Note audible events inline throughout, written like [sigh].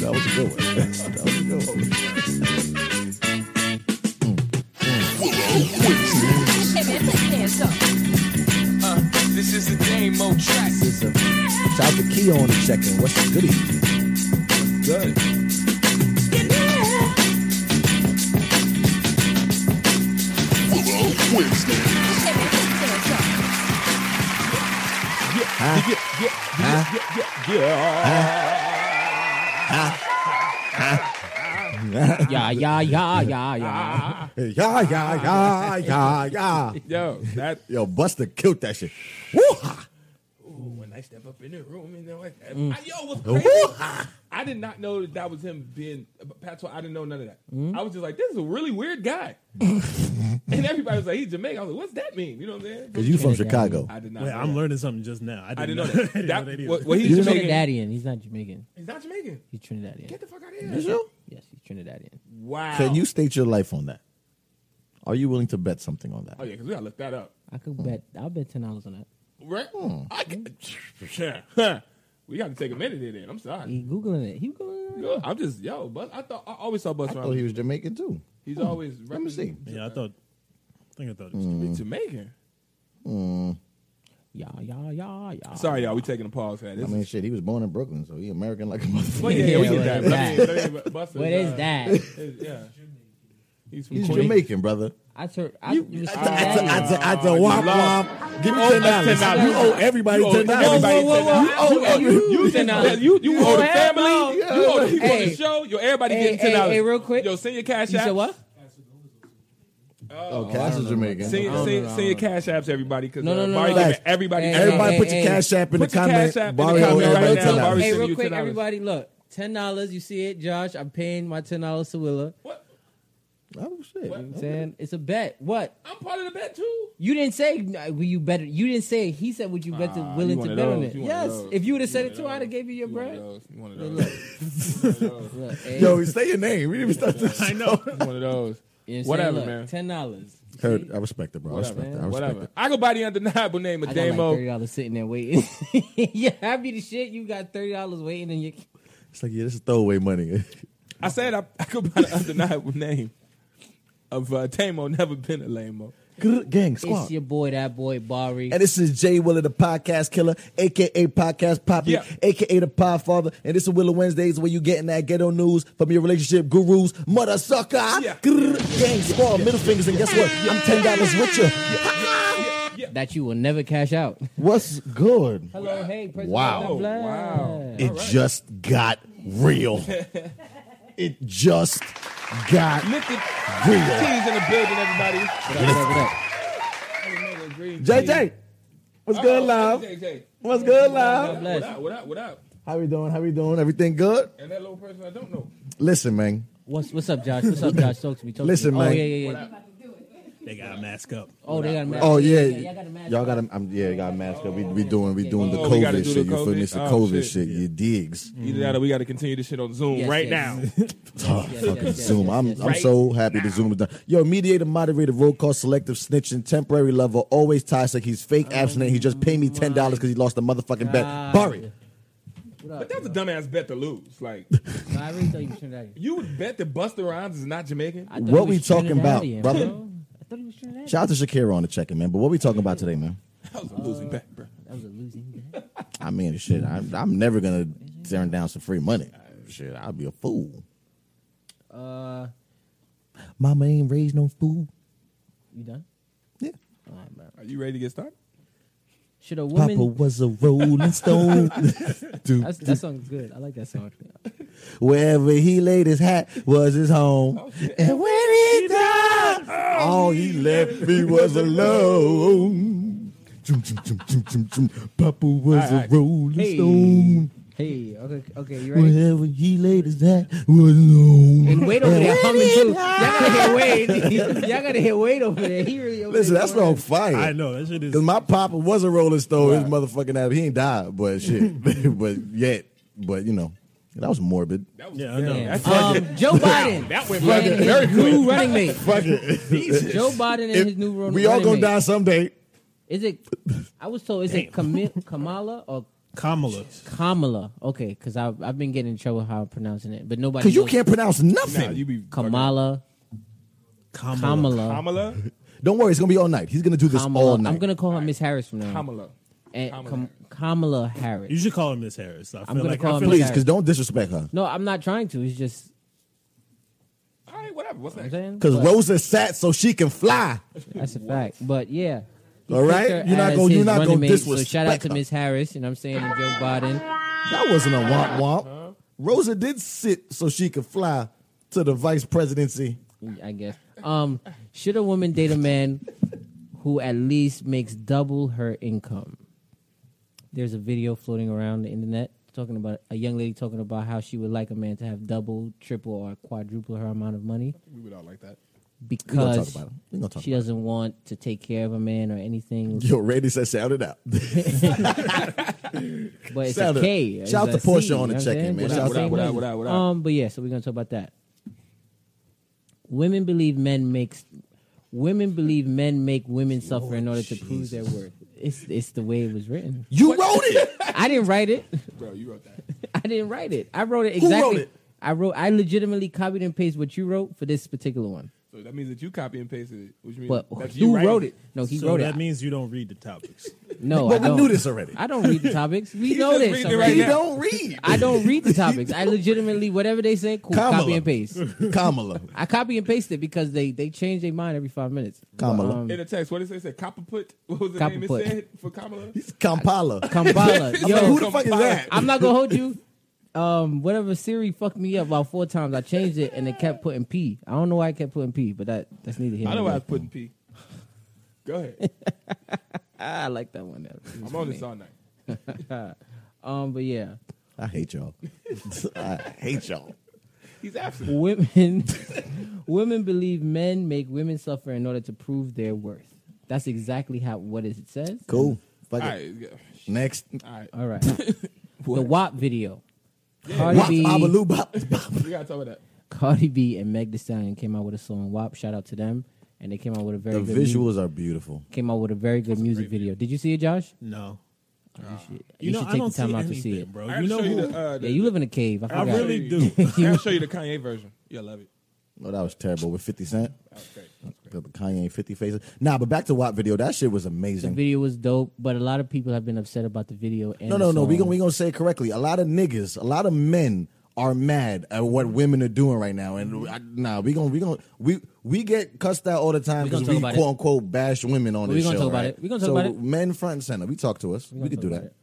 that was a good one. that was a good one. This is the Damo track. It's a, shout out to Key on the check-in. What's the goodie? Good. Yeah, yeah, yeah, yeah, yeah. Yeah, yeah, yeah, yeah, yeah. Yo, that Yo, Buster killed that shit. woo when I step up in the room and they're like, Mm. I, yo, what's crazy? Woo-ha. I did not know that, that was him being Patois. I didn't know none of that. Mm. I was just like, this is a really weird [laughs] guy. and everybody was like, he's Jamaican. I was like, what's that mean? You know what I'm Cause saying? you from Chicago. I did not. Wait, know I'm that. learning something just now. I didn't, I didn't know [laughs] I that. didn't that, know that either. well, well, he's He's Jamaican. Trinidadian. He's not Jamaican. He's not Jamaican. He's Trinidadian. Get the fuck out of here. Yes, he's Trinidadian. Wow. Can you state your life on that? Are you willing to bet something on Oh that? yeah, because we gotta look that up, I could bet. I'll bet ten dollars on that. right? Hmm. I ca- [laughs] we gotta take a minute in it. I'm sorry. He googling it. He googling it. Mm. Yo, I'm just yo, but I thought I always saw Bus I thought Rhymes. he was Jamaican too. He's always Hmm. Let me see. Hmm. yeah, I thought. I think I thought it was representing Jamaican. Yeah, yeah, yeah, yeah. Sorry, y'all. We taking a pause for that. I This mean, is- shit. He was born in Brooklyn, so he American like a motherfucker. Well, yeah, yeah, we Yeah, get what that. is But I mean, but I mean, but Busta, What is uh, that? is- Yeah, he's from He's Queens. Jamaican, brother. I told. I you, was Oh, I, I, Trinidadian. I, I, I, wop, wop. Give me owe ten us dollars. $10. You owe everybody You owe ten dollars. everybody $10. Whoa, whoa, whoa, whoa. You owe- I owe you you $10. $10. You you You owe the owe hell no. family. You owe the people on Hey. the show. Yo, everybody Hey, getting hey, ten dollars. hey, real quick. Yo, send your cash You apps. said what? Oh, Cash is Jamaican. Send, don't send, know, I send your cash apps, everybody. Because No, uh, no, no, Barry no. giving everybody. Hey, Everybody, hey, put hey, your cash app in Put the your comment. Cash App in the Barrio, comment everybody right tell now. us. Barry Hey, sending real you $10. quick, everybody, look. Ten dollars. You see it, Josh? I'm paying my ten dollars to Willa. What? Oh shit! You know what I'm saying it's a bet. What? I'm part of the bet too. You didn't say uh, will you bet. You didn't say it. he said would you bet to Ah, you willing one to of bet on those. it. You one of Yes. those. If you would have You said one it of too, I'd those. have gave you your You one of bread. those. You one of Look, those. look, hey, Yo, say your name. We didn't even start [laughs] this. I know. You one of those. you know what I'm Whatever, saying? Look, man. Ten dollars. Heard, I respect it, bro. I Whatever. respect it. I respect Whatever. it. I go by the undeniable name of I got like thirty Damo. dollars sitting there waiting. [laughs] yeah, happy to shit. You got thirty dollars waiting in your. It's like yeah, this is throwaway money. [laughs] I said I, I go by the undeniable name of uh, Tamo. Never been a lameo. Gang It's your boy, that boy Barry. And this is Jay Willer, the podcast killer, aka Podcast Poppy, Yeah. aka the Podfather. And this is Willer Wednesdays where you getting that ghetto news from your relationship gurus, mother sucker, Yeah. Grrr. gang squad, middle fingers, and guess what? I'm ten dollars richer. that you will never cash out. What's good? Hello, hey, President Wow. of the Flag. Oh, Wow. It just got [laughs] real. it just got Lifted real. titties in the building, everybody. What up, what up? JJ, what's Oh. good, love? JJ. What's good, God love? What bless. up? What up? What up? How we doing? How we doing? Everything good? And that little person I don't know. Listen, man. What's what's up, Josh? What's up, Josh? Talk to me. Talk Listen, to me. man. Oh yeah, yeah, yeah. They got to mask up. Oh, they got a mask. Oh yeah, y'all got a mask y'all up. got to I'm, yeah, got a mask up. We we doing we doing the Oh, we COVID gotta do shit. the You feel me? COVID? It's the Oh, COVID shit. Mm. shit. You digs. Either that or we got to continue this shit on Zoom Yes, right yes. now. Oh, yes, fucking yes, yes, Zoom. yes, I'm yes. I'm Right so happy the Zoom is done. Yo, mediator, moderator, roll call, selective, snitching, temporary lover, always toxic. He's Oh fake abstinent. He just paid me ten dollars because he lost the motherfucking bet. God. Barry, What [laughs] But up? that's a dumbass bet to lose. Like, Nah, I really thought you were Trinidadian. you would bet that Buster Rhymes is not Jamaican? I thought What he was we talking about, Trinidadian, brother? bro. I thought he was Trinidadian. shout out to Shakira on the check-in, man. But what we talking about today, man? That was a losing bet, bro. That was a losing bet. I mean, shit. I'm, I'm never gonna turn down some free money. Shit, I'll be a fool. Uh, Mama ain't raised no fool. you done? Yeah. All right, man. Are you ready to get started? Should a Papa woman? was a rolling [laughs] stone. Dude, That's, that song's good. I like that song. Wherever he laid his hat was his home. and when he died, Oh, all he left me was alone. Chum, chum, chum, chum, chum, chum. Papa was a rolling Hey. stone. Hey, okay, okay, you ready? Wherever he laid his hat was his home. And Wade over there when humming he too. Y'all died- gotta hear Wade. [laughs] Y'all gotta hear Wade over there. He really over Listen, there that's going on in. I fire. know. That shit is. Because my papa was a rolling stone. His motherfucking ass. He ain't died, but [laughs] shit. but yet, but you know, that was morbid. That was Yeah, [laughs] I know. damn, that's- Um, Joe Biden. That went and fucking his very new quick. running mate. Fuck [laughs] it. Joe Biden and If- his new run- running we all gonna mate. die someday. Is it? I was told. Is it Kami- Kamala or Kamala. Kamala. Okay, because I've, I've been getting in trouble how I'm pronouncing it, but nobody. Because you knows- can't pronounce Nah, nothing. you be Kamala. Kamala. [laughs] Kamala. Kamala. Don't worry, it's gonna be all night. He's gonna do this Kamala. all night. I'm gonna call her Miss Harris from now. on. Kamala. And Kamala Kam- Kamala Harris. You should call her Miss Harris. I feel gonna like, call I her feel Miss please, like because don't disrespect her. no, I'm not trying to. It's just All right, whatever. What's I'm next? saying Because but Rosa sat so she can fly. That's a fact. But yeah. He All picked right? You're her not as gonna- you're his not running gonna mate, So shout out disrespect to her. Miss Harris, and I'm saying and Joe Biden. That wasn't a womp Uh-huh. womp. Rosa did sit so she could fly to the vice presidency. I guess. Um, should a woman date a man who at least makes double her income? There's a video floating around the internet talking about a young lady talking about how she would like a man to have double, triple, or quadruple her amount of money We would all like gonna that. talk because about it. We gonna talk she about it. doesn't want to take care of a man or anything. Yo, Randy said, shout it out. [laughs] But it's Shout a out- K. shout it's out a to Portia C, on the you know check-in, man. what Shout I'm saying? out to We're not Portia. saying What up, what up, what up, what up? Um, but yeah, so we're gonna talk about that. Women believe men makes women believe men make women suffer in order to prove their worth. It's it's the way it was written. You wrote it. [laughs] I didn't write it. Bro, you wrote that. I didn't write it. I wrote it Who wrote exactly. it? I wrote. I legitimately copied and pasted what you wrote for this particular one. So that means that you copy and pasted it. Which means But that's you who writing wrote it? No, he so wrote that it. means you don't read the topics. [laughs] no, I But we don't. knew this already. I [laughs] don't read the topics. We He's know just this. reading it right already. You now. don't read. I don't [laughs] read the topics. I legitimately whatever they say, cool, Kamala. copy and paste. [laughs] Kamala. I copy and paste it because they they change their mind every five minutes. Kamala. um, In the text, what did it say? Copperput? [laughs] What was the name Copperput. it said for [laughs] Kamala? Kampala. Kampala. [laughs] I'm like, who Yo, the fuck is Kampala. that? I'm not gonna hold you. Um, whatever Siri fucked me up about four times, I changed it and it kept putting P. I don't know why I kept putting P, but that that's neither here. I nor know why I there. was putting P. Go [laughs] ahead. Ah, I like that one. That was I'm on funny. this all night. Um, but yeah, I hate y'all. [laughs] I hate y'all. He's [laughs] absent. women women believe men make women suffer in order to prove their worth. That's exactly how what it says. Cool. Fuck All it. right. yeah. Next. All right. All right. the WAP video. Cardi Wop, B- abaloo, bop, bop. We got to talk about that. Cardi B and Meg Thee Stallion came out with a song WAP. Shout out to them, and they came out with a very The good visuals are beautiful. mu- came out with a very good music video. Did you see it, Josh? No. you should, You, know, should I take don't the time see out to anything, see it. bro. I You gotta know show you who? the, uh, the, Yeah, you live in a cave. I I forgot. really you- do. [laughs] I gotta show you the Kanye version. You'll love it. Oh, that was terrible with 50 Cent. That's great. The Kanye 50 faces. Nah, but back to WAP video. That shit was the amazing. video was dope, but a lot of people have been upset about the video. And No, the no, no. We song. gonna we gonna say it correctly. A lot of niggas, a lot of men are mad at what women are doing right now. And I, nah, we gonna we gonna we we get cussed out all the time We because gonna we, talk about quote it. unquote bash women on We this gonna show. talk about right? it. We gonna talk so about it. Men front and center. We talk to us. We, gonna could do talk that. about it.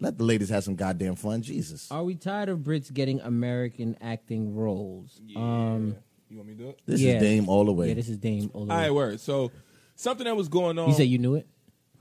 Let the ladies have some goddamn fun. Jesus, Are we tired of Brits getting American acting roles? Um, You want me to do it? this yeah. is Dame all the way. yeah, this is Dame. All All right, word. So something that was going on. you said you knew it.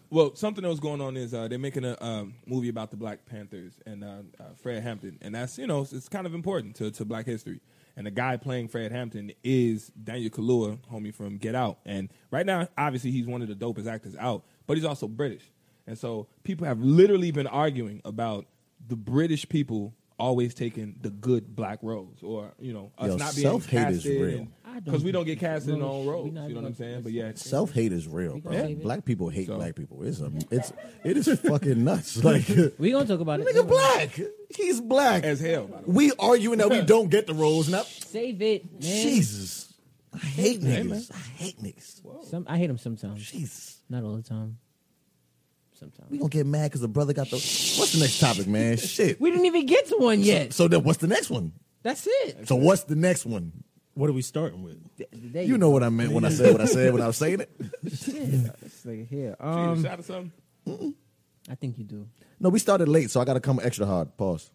Well, something that was going on is uh, they're making a um, movie about the Black Panthers and uh, uh, Fred Hampton, and that's you know it's, it's kind of important to, to Black history. And the guy playing Fred Hampton is Daniel Kaluuya, homie from Get Out. And right now, obviously, he's one of the dopest actors out, but he's also British, and so people have literally been arguing about the British people always taking the good black roles, or you know, us Yo, not being self-hate is casted real. I don't because we don't get think- casted in our own we roles. not You know what I'm gonna- saying? But yeah, Self hate is real, gonna bro. save it. Black people hate So- black people. It's a, it's it is fucking [laughs] nuts. Like [laughs] nigga We gonna talk about it. Don't worry. black. He's black. as hell. By the way. we arguing that we [laughs] don't get the roles now. Save it, man. Jesus. I hate Hey, man. niggas. I hate niggas. Some, I hate him sometimes. Jesus. Not all the time. We Sometimes. gonna get mad because the brother got the. What's the next topic, [laughs] man? Shit. We didn't even get to one yet. So then, what's the next one? That's it. So what's the next one? What are we starting with? There You know what I meant when I said what I said when I was saying it. This nigga here. Shoot, Um, shout or something. I think you do. No, we started late, so I gotta come extra hard. Pause.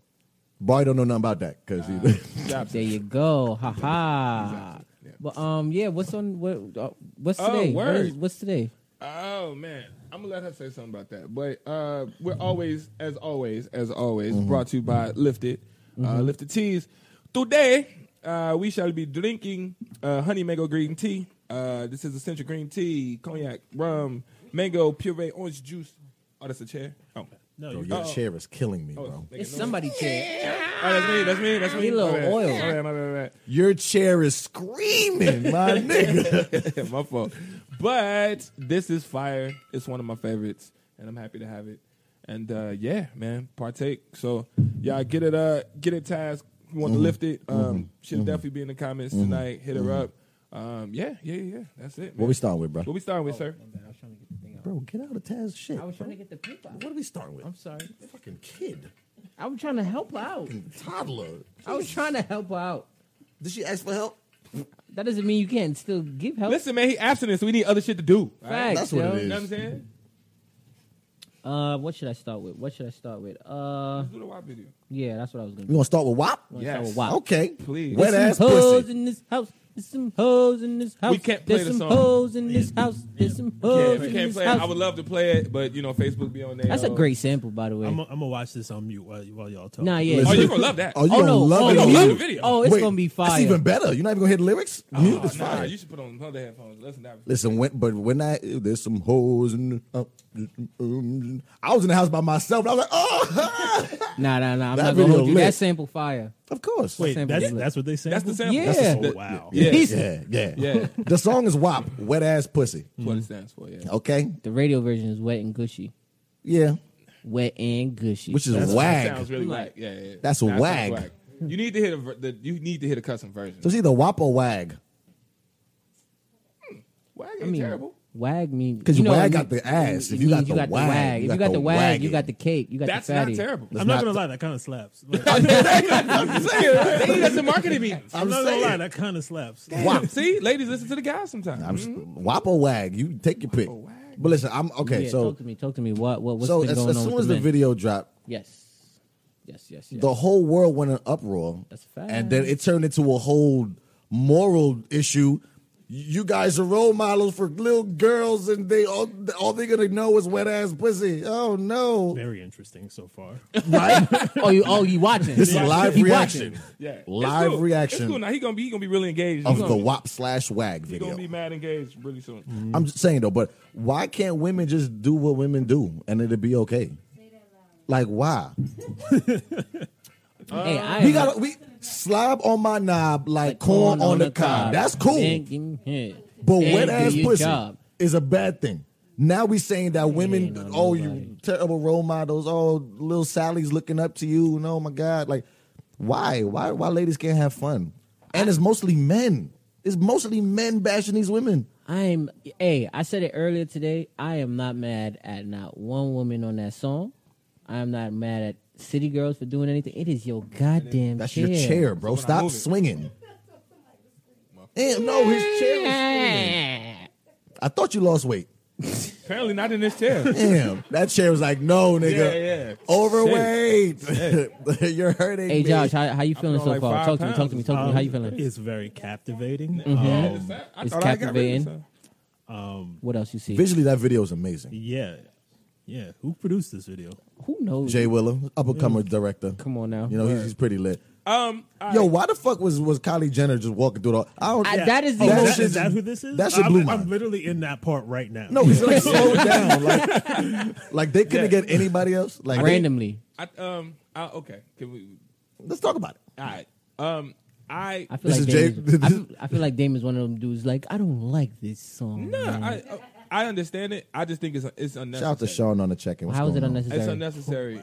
Barry don't know nothing about that because Uh, [laughs] Job There search. you go. Ha ha. Exactly. Yeah. But um, yeah. What's on? What? Uh, what's Oh, today? What word. is, what's today? Oh man, I'm gonna let her say something about that. But uh, we're always, as always, as always, Mm-hmm. brought to you by Lifted, uh, Lifted Teas. Today, uh, we shall be drinking uh, honey mango green tea. Uh, this is essential green tea, cognac, rum, mango puree, orange juice. Oh, that's a chair. Oh, No, Bro, you your Uh-oh. chair is killing me, bro. making It's noise. somebody chair. Oh, that's me. That's me. That's me. Need a little My bad. oil. My bad, my bad, my bad. Your chair is screaming, my [laughs] nigga. [laughs] my fault. But this is fire. It's one of my favorites, and I'm happy to have it. And uh, yeah, man, partake. So y'all get it, uh, get it, Taz. If you want Mm-hmm. to lift it? Um, Should definitely be in the comments tonight. Hit her up. Um, yeah, yeah, yeah. That's it. Man. What we starting with, bro? What we starting with, sir? I was trying to get the thing out. Bro, get out of Taz's shit. I was trying to bro. get the paper out. What are we starting with? I'm sorry. fucking kid, I was trying to help her out. toddler. I was trying to help her out. Did she ask for help? That doesn't mean you can't still give help. Listen, man, he abstinent, so we need other shit to do. all right? Facts, That's what yo. it You is. know what I'm saying? Uh, what should I start with? What should I start with? Uh, Let's do the WAP video. yeah, that's what I was gonna. You want to start with WAP? Wanna start Yes. with WAP. Okay. Please. Wet There's ass some hoes pussy. in this house. There's some hoes in this house. can't play There's the some song. hoes in this house. There's some Yeah, hoes if you in can't this play it, I house. would love to play it, but you know, Facebook be on there. Uh, That's a great sample, by the way. I'm gonna watch this on mute while, while y'all talk. Nah, yeah. Oh, Listen. you gonna love that? Oh, you oh gonna no! love oh, it. You're on gonna love mute. the video. oh, it's Wait, gonna be fire. Oh, That's even better. You're not even gonna hit lyrics. Mute is Nah, fire. you should put on other headphones. Listen, that. Listen, when, but when I there's some hoes and uh, um, I was in the house by myself. And I was like, oh, [laughs] Nah, nah, nah. That I'm not gonna video hold you. lit. That sample fire. of course. Wait, Sample. that's Yeah. that's what they say. That's the sample. Yeah. That's Oh, the- wow. Yeah. He's- yeah, yeah, Yeah. The song is WAP, wet ass pussy. That's what it stands for. Yeah. Okay, The radio version is wet and gushy. yeah, Wet and gushy. which is That's- That sounds wag. really Like- whack. Yeah, yeah, yeah. That's a That sounds wag. You need to hit a ver- the, you need to hit a custom version. So it's either WAP or wag wag I ain't mean, terrible. Wag means 'Cause you know, wag it got mean- the ass. it If you got means the wag, If you got the wag, you wagging. got the cake. You got That's the fatty. not terrible. [laughs] I'm not gonna lie. That kind of slaps. Like, Ladies, that's a marketing [laughs] meeting. I'm I'm not gonna lie. saying That kind of slaps. WAP. [laughs] See, ladies, listen to the guys sometimes. Mm-hmm. I'm just, WAP or wag. You take your pick. But listen, I'm okay. Mm-hmm. Yeah, so talk to me. Talk to me. What? What? What's so been as, going as on soon with as the, the men? video dropped, Yes. Yes. Yes. Yes. the whole world went in uproar. That's a fact. And then it turned into a whole moral issue. You guys are role models for little girls, and they all all they're gonna know is wet ass pussy. Oh [laughs] no! Very interesting so far. oh, you. Oh, you watching? This is live You reaction watching. yeah, It's live cool. reaction. It's cool. Now he gonna be he gonna be really engaged. of He the gonna- WAP slash WAG he gonna be video. Mm. mad engaged really soon. I'm just saying though, but why can't women just do what women do and it'll be okay? Like why? Hey, I. We got we slab on my knob like, corn, on, the cob. That's cool. But wet ass pussy is a bad thing. Now we saying that women, no, oh, nobody. you terrible role models. Oh, little Sally's looking up to you. And oh my God, like, why, why, why ladies can't have fun? And it's mostly men. It's mostly men bashing these women. I'm. Hey, I said it earlier today. I am not mad at not one woman on that song. I am not mad at City Girls for doing anything. It is your goddamn. That's your [laughs] chair, bro. That's when I Stop move it. [laughs] swinging. Damn, no, his chair. is- I thought you lost weight. Apparently not in [laughs] this chair. Damn, that chair was like, no, nigga, Yeah, yeah. overweight. [laughs] You're hurting. Hey me. Josh, how, how you feeling doing so like far? five Talk to me, talk to me, pounds. talk to me. How you Um, feeling? It's very captivating. Yeah, Um, that- I It's thought I got rid of captivating. this, huh? What else you see? Visually, that video is amazing. yeah, yeah. Who produced this video? Who knows? Jay Willow, up and comer director. Mm. Come on now. You know, he's, he's pretty lit. Um, all Yo, right. why the fuck was, was Kylie Jenner just walking through the. I don't, I- that is the Oh, most- that, is that who this is? That shit I'm, blew my- I'm literally in that part right now. no, he's [laughs] like, slow down. Like, like they couldn't get anybody else. Like, Randomly, I, um, I, okay. Can we? let's talk about it. All right. Um, I. I feel This like is Dame Jay- is- I, feel, I feel like Dame is one of them dudes. Like I don't like this song. no, man. I. I understand it. I just think it's it's unnecessary. Shout out to Sean on the check in. How is it unnecessary? It's unnecessary.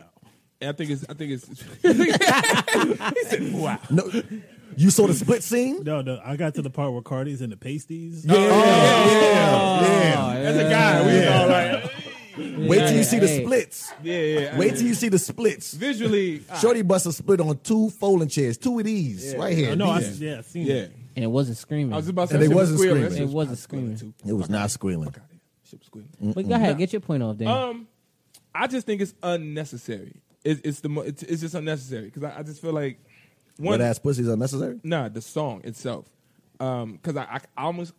And I think it's. [laughs] I think it's. he said, "Wow." No, you saw the split scene? no, no. I got to the part where Cardi's in the pasties. Oh, Yeah, yeah, yeah. As a guy, we Yeah. all like, Wait till you see the Hey. splits. yeah, yeah. Wait till you see the splits. visually. ah, Shorty bust a split on two folding chairs, two of these right No, here. no, I, These- yeah, I've seen yeah. it. and it wasn't screaming. I was about to say And they that shit was wasn't squealing. That screaming. shit It Mm. wasn't too. it was not squealing. Fuck out of here. Shit was squealing. but go ahead, get your point off, Dame. Um, I just think it's unnecessary. It's it's the mo- it's, it's just unnecessary because I, I just feel like Wet ass pussies unnecessary? Nah, the song itself. Um, cause I, I, I almost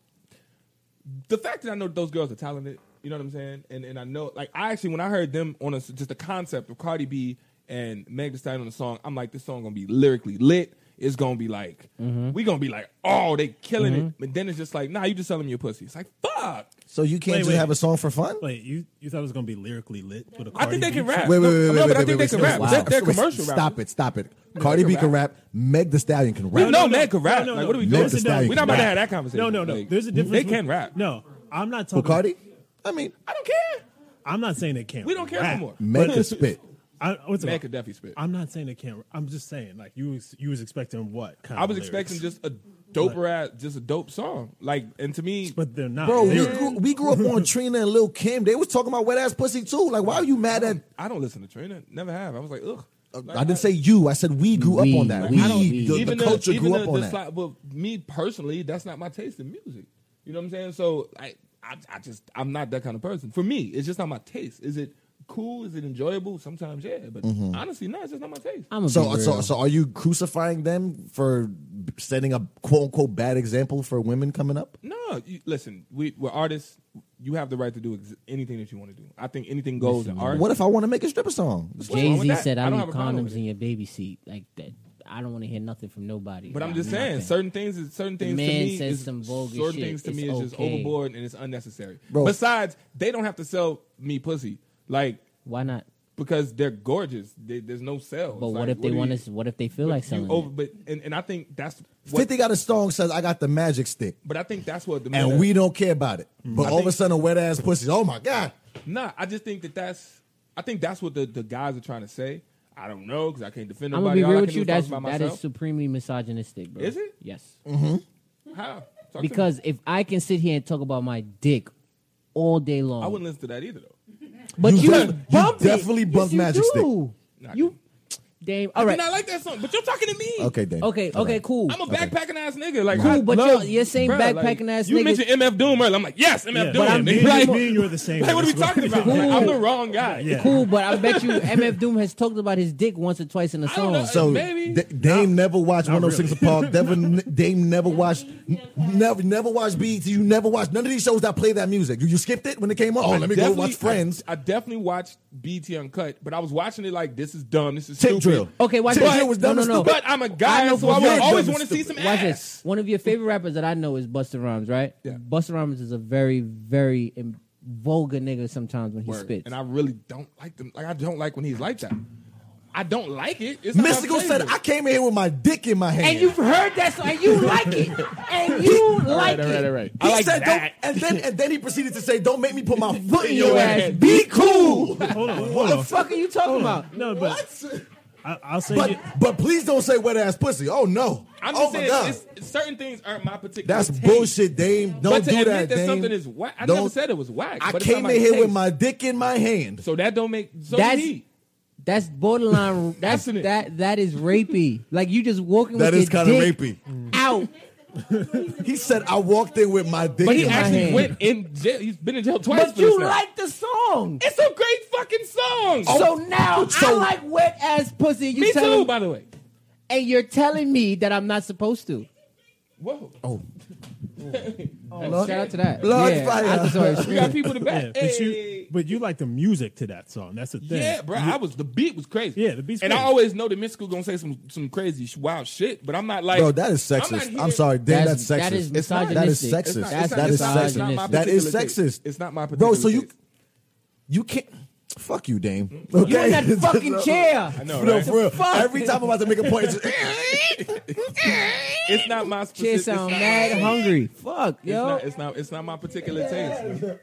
the fact that I know those girls are talented. You know what I'm saying? And and I know like I actually when I heard them on a, just the concept of Cardi B and Meg Thee Stallion on the song, I'm like this song gonna be lyrically lit. It's gonna be like Mm-hmm. we gonna be like oh they killing it. But then it's just like nah you just selling me your pussy. It's like fuck. So you can't Wait, just wait. have a song for fun? Wait, you you thought it was gonna be lyrically lit with a I Cardi think they can beat? rap. Wait, wait, No, wait, wait, no, wait, but I wait, wait, think they wait, can wait, rap. They're, stop. they're Wait, commercial Stop rappers. it, stop it. Cardi can B can rap. rap. Meg the Stallion can We rap. know no, no. Meg can rap. No, no, like, no. what are we Meg doing? Thee We're Stallion not can about to rap. have that conversation. No, no, no. Like, There's a difference. They with- can rap. No, I'm not Who, talking. Cardi? I mean, I don't care. I'm not saying they can't. We don't care rap. no more. Make But- a [laughs] spit. I, what's it Man about? could definitely spit. I'm not saying they can't. I'm just saying like you was, you was expecting what kind I was of lyrics? expecting just a doper ass, just a dope song. Like, and to me, but they're not. Bro, we lyrics. grew, we grew up on Trina and Lil Kim. They was talking about wet ass pussy too. Like, why are you mad at? Uh, I don't listen to Trina. Never have. I was like, ugh. Like, I didn't say you. I said we grew We. up on that. Like, We, I don't- the, the culture even grew the- up on the that. sli- well, me personally, that's not my taste in music. You know what I'm saying? So I, I, I just, I'm not that kind of person. For me, it's just not my taste. Is it cool? Is it enjoyable? Sometimes, yeah. But Mm-hmm. honestly, no, it's just not my taste. I'm a so, uh, so, so, are you crucifying them for setting a quote unquote bad example for women coming up? No, you, listen, we, we're artists. You have the right to do ex- anything that you want to do. I think anything goes in art. What if I want to make a stripper song? what's wrong Jay with Z that? said, "I, I don't leave have a problem condoms with in it. your baby seat like that. I don't want to hear nothing from nobody." But I'm about just saying, nothing." certain things, is certain things man to me says is some vulgar certain shit. things to It's me is just okay. overboard and it's unnecessary. Bro. Besides, they don't have to sell me pussy, like Why not? because they're gorgeous. They, there's no sell. But what if they want to? What if they feel like You selling? over, it? but and, and I think that's what, Fifty got a song says I got the magic stick, But I think that's what the and meta- we don't care about it. But all of a Mm. think- sudden, a wet ass pussy. Oh my god! Nah, I just think that that's. I think that's what the, the guys are trying to say. I don't know because I can't defend I'm nobody. gonna be All I real can with do you. is talk That's about that is myself. supremely misogynistic, bro. Is it? Yes. How? Talk to me. Because if I can sit here and talk about my dick all day long, I wouldn't listen to that either though. But You you, def- you bump it. definitely bump yes, Magic you Stick. do. Nah, I You, didn't. damn. All And I right. like that song, but you're talking to me. Okay, then. Okay. Okay. Cool. I'm a backpacking ass nigga. Like, Cool, I but love- y'all- you're saying Bruh, backpacking like, ass You niggas- mentioned MF Doom earlier. I'm like, yes, MF Doom. Yeah, but I'm me, Nigga, and- like, me and you are the same. like, what are we That's talking about? Like, I'm the wrong guy. Yeah. Cool, but I bet you MF Doom has talked about his dick once or twice in a I don't song. know. So Maybe. D- Dame never watched Not 106 Apart. Never, Dame never watched, never, never watched BET. You never watched none of these shows that play that music. You, you skipped it when it came on. Oh, let me go Definitely- watch Friends. I, I definitely watched BT Uncut, but I was watching it like this is dumb. This is Tip stupid. drill. Okay, watch Tip this. drill was dumb no, and no, no. stupid. But I'm a guy, I know so I for would sure always dumb want to and see some stupid. Watch ass. this. One of your favorite rappers that I know is Busta Rhymes, right? Yeah. Busta Rhymes is a very, very im- vulgar nigga sometimes when he Word. spits. And I really don't like them. Like I don't like when he's like that. I don't like it. It's not my Mystical said, favorite. "I came in here with my dick in my hand." and you've heard that song, and you like it, and you [laughs] like all right, it. all right. He I like said, that. Don't, and then and then he proceeded to say, "Don't make me put my foot in Your your ass. ass. Be cool." Hold on, hold What the on. fuck are you talking about? No, but What? I, I'll say But it- but please don't say wet ass pussy. Oh no. I'm just oh my saying god. it's- it's- certain things aren't my particular. That's taste. bullshit, Dame. Don't but to do admit that, that Dame. something is whack, I never Don't- said it was whack. I but it's came not in here with taste. my dick in my hand. So that don't make. So That's- that's me. That's borderline. That's Isn't it? that. That is rapey. Like you just walking. That with is your kinda dick rapey. Out. He said, I walked in with my dick But he in my hand. actually hand. went in jail. He's been in jail twice. But for this you now. like the song. It's a great fucking song. Oh, so now I so- like wet ass pussy. You me telling, too, by the way. and you're telling me that I'm not supposed to. Whoa. Oh, Shout out to that. Lord yeah, fire. I'm [laughs] sorry. You got people to [laughs] yeah, back. but you Hey. but you like the music to that song. That's the thing. Yeah, bro. I was the beat was crazy. Yeah, the beat's And I crazy. always know that Mystical gonna say some some crazy sh- wild shit, but I'm not like bro, that is I'm not sexist. I'm, here- sorry, Dame, that's, That's- sexist. that is It's not- that is misogynistic. sexist. It's not- it's that not- is it's not- it's not my sexist. That is particular sexist. taste. It's not my Bro, so particular you taste. you can't fuck you, Dame. Mm-hmm. Okay. You [laughs] in that fucking chair. I know, For real, right? for real. Every time I'm about to make a point, it's It's not my Shit specific. sound it's, mad hungry. Fuck, it's yo. not, it's not. It's not my particular taste.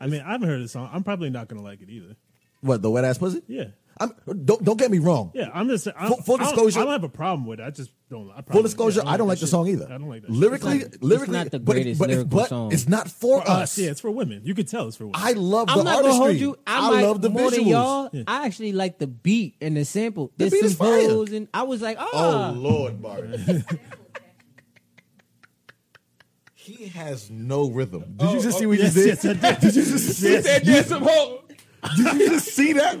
I mean, I haven't heard the song. I'm probably not gonna like it either. [laughs] what the wet ass pussy. Yeah, I'm, don't don't get me wrong. yeah. I'm just I'm, Full- full I don't- disclosure- I don't have a problem with it. I just don't. I probably, Full disclosure, yeah, I don't like the that song shit. either. I don't like that. shit. Lyrically, It's not- it's lyrically, not the but it- greatest but, it's- lyrical but song. It's not for, us. For us, Uh, yeah, it's for women. You could tell it's for women. I love I'm the not artistry. gonna hold you. I, might, love the more visuals. than y'all. Yeah. I actually like the beat and the sample. There's beat some is fire. holes and I was like, Oh oh, Lord, Bart. [laughs] he has no rhythm. Did you just see what you Oh, [laughs] yes, did? yes, I did. you just, He said there's some hope. did you just see that?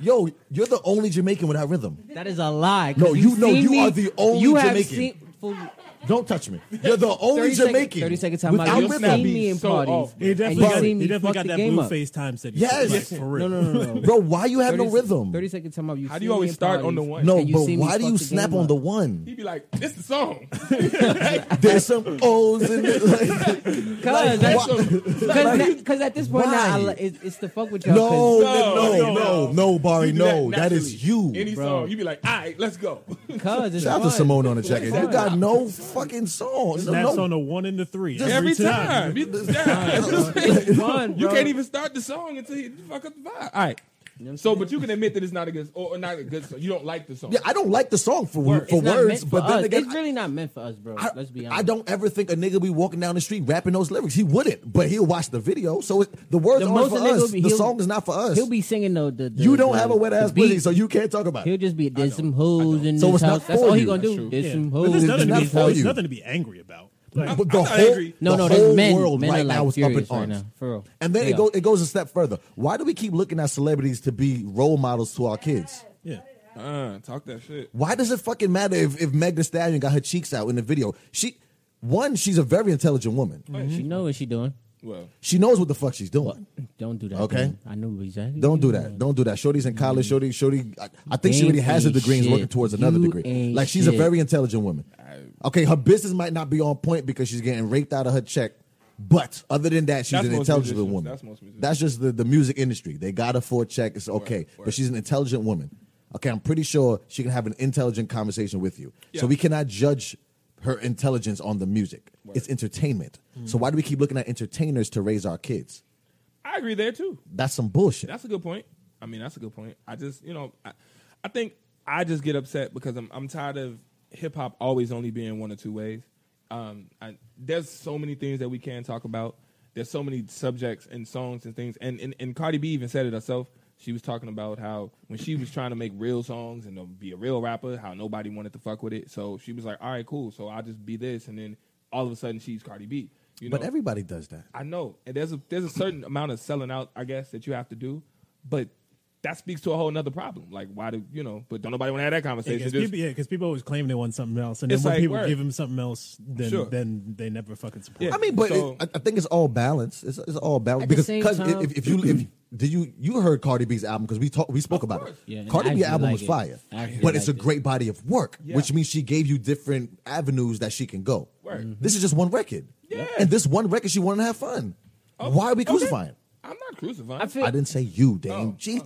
Yo, you're the only Jamaican without rhythm. that is a lie. 'Cause No, you know seen you me- are the only you have Jamaican. seen- for Don't touch me. You're the 30 only second- Jamaican. 30 second time without out. You've rhythm. seen me in So parties. off. He and definitely you've got, seen me he definitely fuck got the that game blue up. face time said. Yes. like, for real. No, no, no, no. Bro, why you have no 30 rhythm? Thirty second time out. You've How do seen you me always in start parties, on the one? No, and you've but seen me why do fuck you the snap game on the up. one? [laughs] He'd be like, "This the song." There's some O's in it. Cause that's why- because because at this point now I Why? li- it's, it's the fuck with y'all. 'cause- No, no, No, no, no, no, no. Barry, You do that no. that is naturally. you. Any bro. [laughs] song, you'd be like, "All right, let's go." Cause it's Shout out to fun. Simone on the jacket. You got no fucking song. No, That's no. on the one and the three. Every time. [laughs] You, yeah. Fun, You bro. can't even start the song until you fuck up the vibe. All right. So, but you can admit that it's not a good or, or not a good song. You don't like the song. Yeah, I don't like the song for Word. for It's not meant words, for but then us. again, it's really not meant for us, bro. I, Let's be honest. I don't ever think a nigga be walking down the street rapping those lyrics. He wouldn't, but he'll watch the video. So it, the words The aren't most for a nigga us. be- the he'll- song is not for us. He'll be singing though. The, the you don't the- have a wet the ass beat. pussy, so you can't talk about He'll it. just be there's some hoes in So this it's not house. That's for all you. he gonna That's true. do. There's some But hoes. there's It's nothing, not to be, for there's you. nothing to be angry about. Like, But the not whole, angry. No, the no, whole there's men. world men right are like now is up in furious right arms. now, for real. And then They it, go, are. it goes a step further. Why do we keep looking at celebrities to be role models to our kids? yeah. Uh, talk that shit. Why does it fucking matter if, if Meg Thee Stallion got her cheeks out in the video? She, one, she's a very intelligent woman. She know what she doing. Well, She knows what the fuck she's doing. Don't do that. Okay. man. I knew exactly. Don't what do you that. Mm. doing. Don't do that. Shorty's in college. Shorty, Shorty. I, I think she You already has a ain't degree and is working shit. towards another You degree. ain't Like she's a shit. very intelligent woman. Okay, her business might not be on point because she's getting raped out of her check, but other than that, she's That's an most intelligent musicians. woman. That's most musicians. That's just the, the music industry. They got her for a check. It's okay, but she's an intelligent woman. Okay, I'm pretty sure she can have an intelligent conversation with you. So Yeah. we cannot judge her intelligence on the music. It's entertainment. So Mm. why do we keep looking at entertainers to raise our kids? I agree there too. That's some bullshit. That's a good point. I mean, that's a good point. I just, you know, I, I think I just get upset because I'm, I'm tired of hip hop always only being one or two ways. Um, I, there's so many things that we can talk about. There's so many subjects and songs and things. And, and, and Cardi B even said it herself. She was talking about how when she was trying to make real songs and to be a real rapper, how nobody wanted to fuck with it. So she was like, all right, cool. So I'll just be this. And then all of a sudden she's Cardi B. You know? but everybody does that. I know, and there's a there's a [clears throat] certain amount of selling out, I guess, that you have to do, but that speaks to a whole nother problem. Like, why do you know? But don't nobody want to have that Yeah, conversation. because Just- people, yeah, 'cause people always claim they want something else, and then It's when like, people word. give them something else, then Sure. then they never fucking support. Yeah. I mean, but So- it, I, I think it's all balance. It's, it's all balance At the because same 'cause time- if, if you if did you you heard Cardi B's album because we talked we spoke about it. course. Yeah, and I Cardi B actually album like was it. fire, I actually but it's a liked it. great body of work, Yeah. which means she gave you different avenues that she can go. Mm-hmm. Word. Mhm. This is just one record, Yeah. and this one record she wanted to have fun. Oh, Why are we Okay. crucifying? I'm not crucifying. I feel I didn't say you, Dame. Oh, Gee,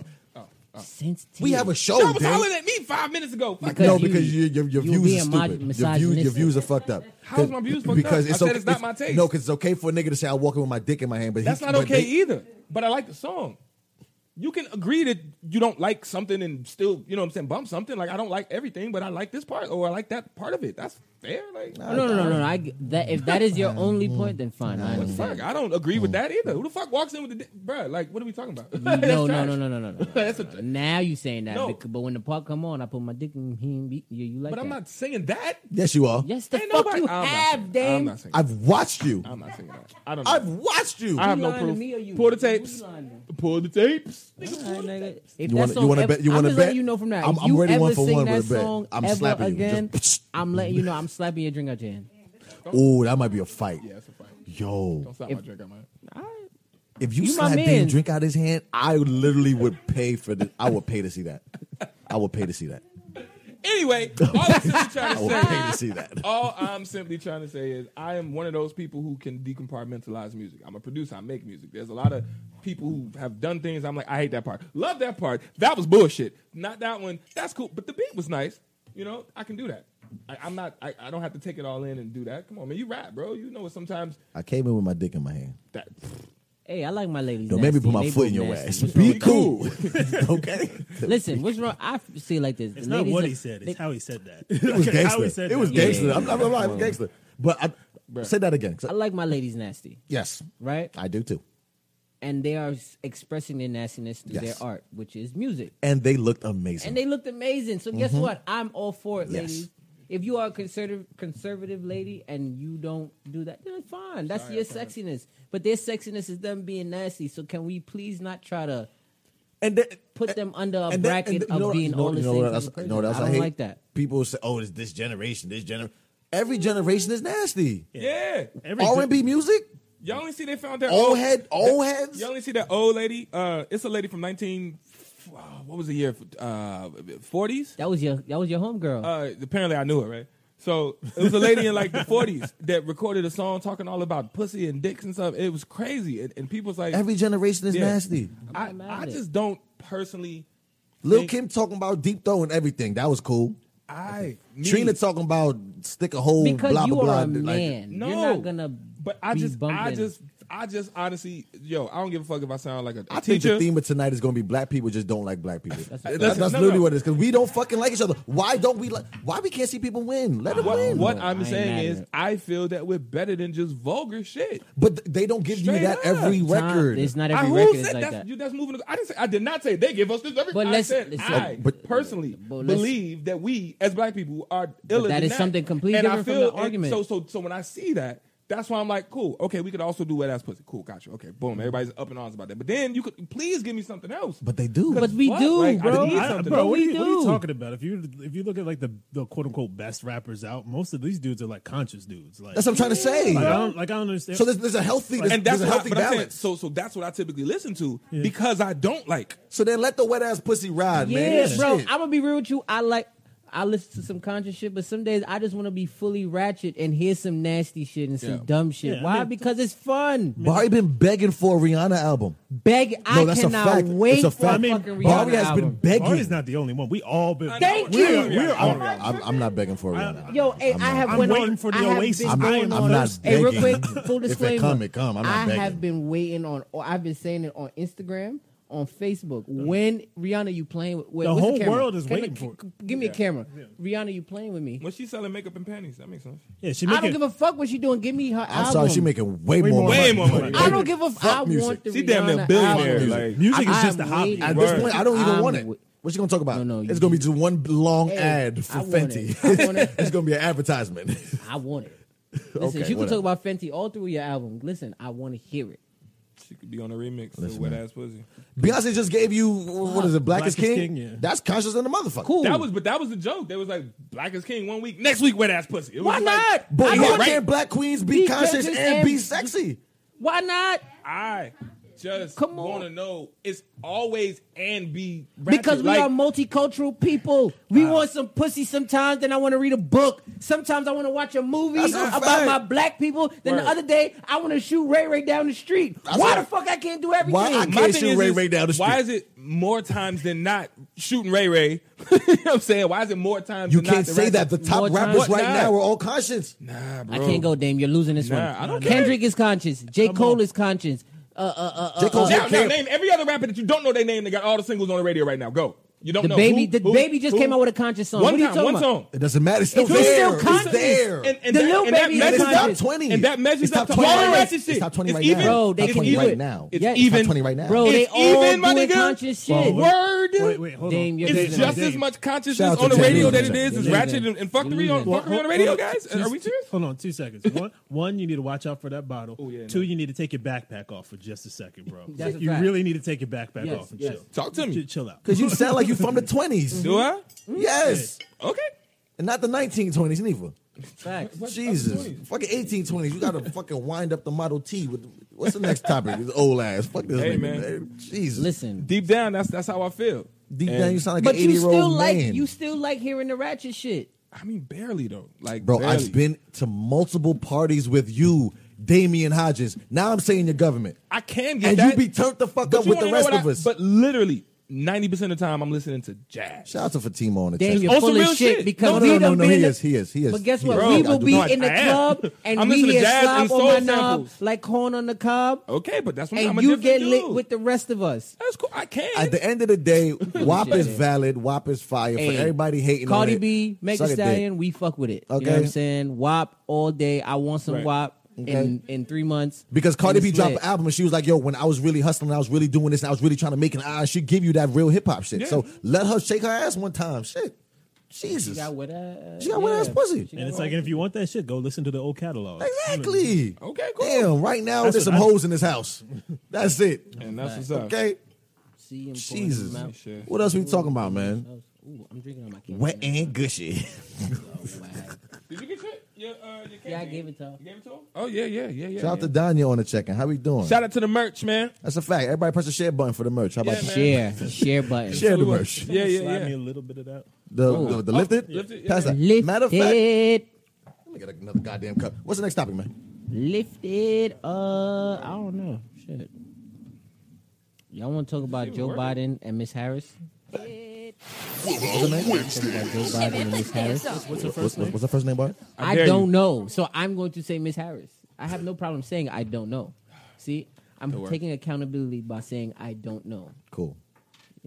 sensitive. we have a show, Y'all was Dame. hollering at me five minutes ago. Fuck Because no, you- because your your, your you views are being stupid. Your, mod- view, your misogynistic. views are fucked up. How is my views fucked up? because I It's said okay, it's not my taste. No, because it's okay for a nigga to say I'm walking with my dick in my hand, but That's he, not but okay they- either. But I like the song. You can agree that you don't like something and still, you know what I'm saying, bump something. Like I don't like everything, but I like this part or I like that part of it. That's fair. Like No, no, no, no. no. I g that if that is your only point, then fine. I what the fuck? understand. I don't agree with that either. Who the fuck walks in with the di- bruh? Like, what are we talking about? [laughs] That's No, no, trash. no, no, no, no, no. That's a- no. Now you saying that, No. bec- but when the part come on, I put my dick in him. be- You, you like But I'm that. not singing that. Yes, you are. Yes, the Ain't fuck nobody- you I'm not have, singing that. I'm Dame. not singing. that. I've watched you. I'm not singing that. I don't. Know. I've watched you. I have no lying to proof. me or you? Pull the tapes. Who's lying to me? Pull the tapes. Nigga, All right, nigga. If You that wanna- you song wanna ever- bet- you I'm wanna just bet? letting you know from now. I'm- if I'm you ready ever one for sing one that with a bet. song I'm ever slapping you. again, [laughs] Just- I'm letting you know I'm slapping your drink out your hand. Oh, that might be a fight. Yeah, it's a fight. Yo, Don't stop my drink on my. if you, You my slap man. Dame drink out his hand, I literally would pay for this. I would pay to see that. I would pay to see that. [laughs] Anyway, all I'm simply trying I to would say. pay to see [laughs] that. all I'm simply trying to say is I am one of those people who can decompartmentalize music. I'm a producer. I make music. There's a lot of people who have done things. I'm like, I hate that part. Love that part. That was bullshit. Not that one. That's cool. But the beat was nice. You know, I can do that. I, I'm not. I, I don't have to take it all in and do that. Come on, man. You rap, bro. You know, sometimes I came in with my dick in my hand. that. Hey, I like my ladies. Don't make me nasty. put my They foot in both your nasty. ass. What's wrong Be with- cool, [laughs] okay? [laughs] Listen, what's wrong? I f- see it like this. It's The not ladies what are- he said; they- it's how he said that. [laughs] [laughs] It was How he gangster. said It was that. gangster. I'm I'm not lying. I'm gangster. But I, say that again. 'cause I I- like my ladies nasty, yes, right? I do too. And they are s- expressing their nastiness through Yes. their art, which is music. And they looked amazing. And they looked amazing. So guess what? I'm all for it, Yes. ladies. If you are a conservative conservative lady and you don't do that, then it's fine. That's your sexiness. But their sexiness is them being nasty. So can we please not try to and they, put them under a and that- bracket and of what- being all the what same else- type of you know what person? else I don't hate? like that. People say, "Oh, it's this generation, this generation." Every generation is nasty. Yeah. Every R and B music, Y'all only see they found that old head, old heads. You only see that old lady. Uh, it's a lady from 19. f- uh, What was the year? Uh, 40s. That was your that was your homegirl. Uh, apparently, I knew her, right? So it was a lady in [laughs] like the 40s that recorded a song talking all about pussy and dicks and stuff. It was crazy, and, and people's like, Every generation is Yeah. nasty. I, I'm not mad I at it. just don't personally. Lil Think- Kim talking about deep throw and everything. That was cool. I me- Trina talking about stick a hole, because blah, you blah, are blah. a like- man. No, You're not gonna. But I be just, I bumping. just, I just honestly, yo, I don't give a fuck if I sound like a I think teacher. the theme of tonight is going to be black people just don't like black people. That's, that's- that's no, literally no. what it is because we don't fucking like each other. Why don't we like? Why we can't see people win? Let them what, win. what No, I I'm ain't mad saying at is, it. I feel that we're better than just vulgar shit. But th- they don't give you Straight that up. every Tom, record. It's not I, every who record said is like that's, that. you- that's moving. I didn't. Say, I did not say they give us this. Every, But I let's- said let's- I but- personally but let's- believe that we, as black people, are iller. that than is something completely And I different from feel- the argument. and So, so, so when I see that, that's why I'm like, cool. Okay, we could also do wet ass pussy. Cool, gotcha. Okay, boom. Everybody's up in arms about that. But then you could please give me something else. but they do. But we What? do, Like, I bro. need I- something. bro, But what are, we you, what are you do. talking about? If you if you look at like the, the quote unquote best rappers out, most of these dudes are like conscious dudes. Like that's what I'm trying to say. Like, I don't like I don't understand. so there's, there's a healthy, there's, and that's there's a what I, healthy but I'm saying, balance. so so that's what I typically listen to because I don't like. so then let the wet ass pussy ride, Yeah, man. bro. Shit. I'm gonna be real with you. I like I listen to some conscious shit, but some days I just want to be fully ratchet and hear some nasty shit and some Yeah. dumb shit. Yeah, I Why? mean- because it's fun. Bari been begging for a Rihanna album. Beg. No, I that's a cannot fact. wait It's a for a fact. I mean, fucking Bari Rihanna has album. been begging. Ari's not the only one. We all been. Thank we you. Are, we are I don't all know. I'm, I'm not begging for a Rihanna. Yo, hey, i I'm have. I'm went waiting on- for the I have Oasis. been I'm- going I'm on- not Hey, real begging. quick, full If it disclaimer. come, it come. I'm not I have begging. been waiting on. Or I've been saying it on Instagram, on Facebook. When Rihanna, you playing with? wait, The what's whole camera? world is Camera, waiting for c- Give me a camera, Rihanna. You playing with me? When she's selling makeup and panties, that makes sense. Yeah, she I make don't it- give a fuck what she doing. Give me her I'm album. sorry, she making way, Way more, more money. money. Way more money. I don't give a. Fuck I want music. the She Rihanna damn near billionaire. album. Like Music is I- just a I'm hobby. waiting. At this Word. point, I don't even I'm want it. wi- What you gonna talk about? No, no, you- it's gonna be just one long Hey, ad for I want Fenty. it. I want it. [laughs] it's gonna be an advertisement. [laughs] I want it. Listen, Okay, you can whatever. talk about Fenty all through your album. Listen, I want to hear it. She could be on a remix of Wet Ass Pussy. Beyonce just gave you what is it, Black, is King? King, yeah. That's conscious than a motherfucker. Cool. That was, but that was the joke. They was like Black is King one week, next week Wet Ass Pussy. It was Why like, not? But I why want- can't black queens be, Be conscious conscious and, and- be sexy? Why not? I just Come on. want to know. It's always and be ratchet. Because we Like, are multicultural people. We want some pussy sometimes, then I want to read a book. Sometimes I want to watch a movie That's a about fact. my black people. Then Word. the other day, I want to shoot Ray Ray down the street. Why right. the fuck I can't do everything? I can't- my Ray thing shoot is, Ray is Ray down the Why is street. it more times than not shooting Ray [laughs] Ray? you know what I'm saying? Why is it more times You than can't not say that. ratchet? The top More time. rappers right Nah. now are all conscious. Nah, bro. I can't go, Dame. You're losing this Nah, one. I don't care. Kendrick is conscious. J. Cole on. is conscious. Uh, uh, uh, uh, J. Cole's Now, not now care. name every other rapper that you don't know their name that got all the singles on the radio right now. Go. You don't The know baby, who- the who- baby just who? came out with a conscious song. one what are you time, talking one about? song. It doesn't matter. It's still It's still there. conscious. It's there. And, and The that, Lil and that Baby And measures it's conscious. top up. twenty. And that measures it's up top to twenty. all right the now. ratchet It's shit. top twenty It's right even. now. Bro, they top can twenty do right it. now. It's Yeah. even. Top twenty right now. Bro, [laughs] It's they all even, my doing nigga. conscious shit. Whoa, Word. Wait, wait, hold Dame, on. you're It's losing just it. as Dave. much Shout consciousness out on to the Ted radio that Williams. it is is You're ratchet losing. and, and fuckery on Well, fuckery on the hold- radio, hold on. guys. Two- Are we serious? Oh, Hold on, two seconds. One, one, you need to watch out for that bottle. yeah, Two, no. you need to take your backpack off for just a second, bro. That's a you fact. really need to take your backpack Yes, off and yes. chill. Talk to me. Chill- Chill out. Because you sound like you from the twenties. Do I? Yes, Okay. and not the nineteen twenties neither. Facts. Jesus, fucking eighteen twenties. You gotta fucking wind up the Model T. With what's the next topic? This old ass. Fuck this Hey, nigga. man. Jesus. Listen, Deep down, that's that's how I feel. Deep And- down, you sound like but an 80 you year still old like man. you still like hearing the ratchet shit. I mean, barely though. Like, Bro, barely. I've been to multiple parties with you, Damian Hodges. Now I'm saying your government. I can get And that. you be turned the fuck but up you with wanna the know rest what of I- us. But literally, ninety percent of the time, I'm listening to jazz. Shout out to Fatima on the Damn, chat. you're also full real of shit shit. because No, no, we no, done no, been he in the- is, he is, he is. But guess He what? is. we Bro, will I do be not. in the I am. club and I'm we listening to hear jazz slop and on soul my knob samples. like corn on the cob, Okay, but that's what I'm and a you different get dude. lit with the rest of us. That's cool. I can. At the end of the [laughs] day, WAP is Shit. valid. WAP is fire. Hey, for everybody hating on Cardi it, B, Meg suck Thee a dick. Stallion, we fuck with it. You know Okay. what I'm saying? WAP all day. I want some Right. WAP Okay. in, in three months. Because Cardi And B it's dropped lit. an album and she was like, yo, when I was really hustling, I was really doing this, and I was really trying to make an eye, she give you that real hip hop shit. Yeah. So let her shake her ass one time. Shit. Jesus. She got wet ass. She got wet ass pussy. She got And it's wet- like, and if you want that shit, go listen to the old catalog. Exactly. Okay, cool. Damn, right now That's there's some what I- hoes in this house. [laughs] That's it. and that's what's up. Okay. See him pouring his Jesus. mouth. Shit. What else we talking about, man? Ooh, I'm drinking on my camera. Wet and gushy. [laughs] Did you get your your, uh, your cake? Yeah, I in? gave it to her. You gave it to him? Oh yeah, yeah, yeah, yeah. Shout out yeah. to Danya on the check-in. How we doing? Shout out to the merch, man. That's a fact. Everybody press the share button for the merch. How about Yeah, you? man. Share, share button. share the Salute. merch? Yeah, Slide yeah, me yeah. a little bit of that. The, the, the lifted? lifted, yeah, Pass that. Lift Matter of fact, it, let me get another goddamn cup. What's the next topic, man? lift it. Uh, I don't know. Shit. Y'all want to talk about Joe Biden and Miss Harris? Lift Like Joe Biden and Miss Harris. What's her What's, first what's, name? what's her first name, Bart? I I dare don't you. know. So I'm going to say Miss Harris. I have no problem saying I don't know. See, Good I'm work. taking accountability by saying I don't know Cool.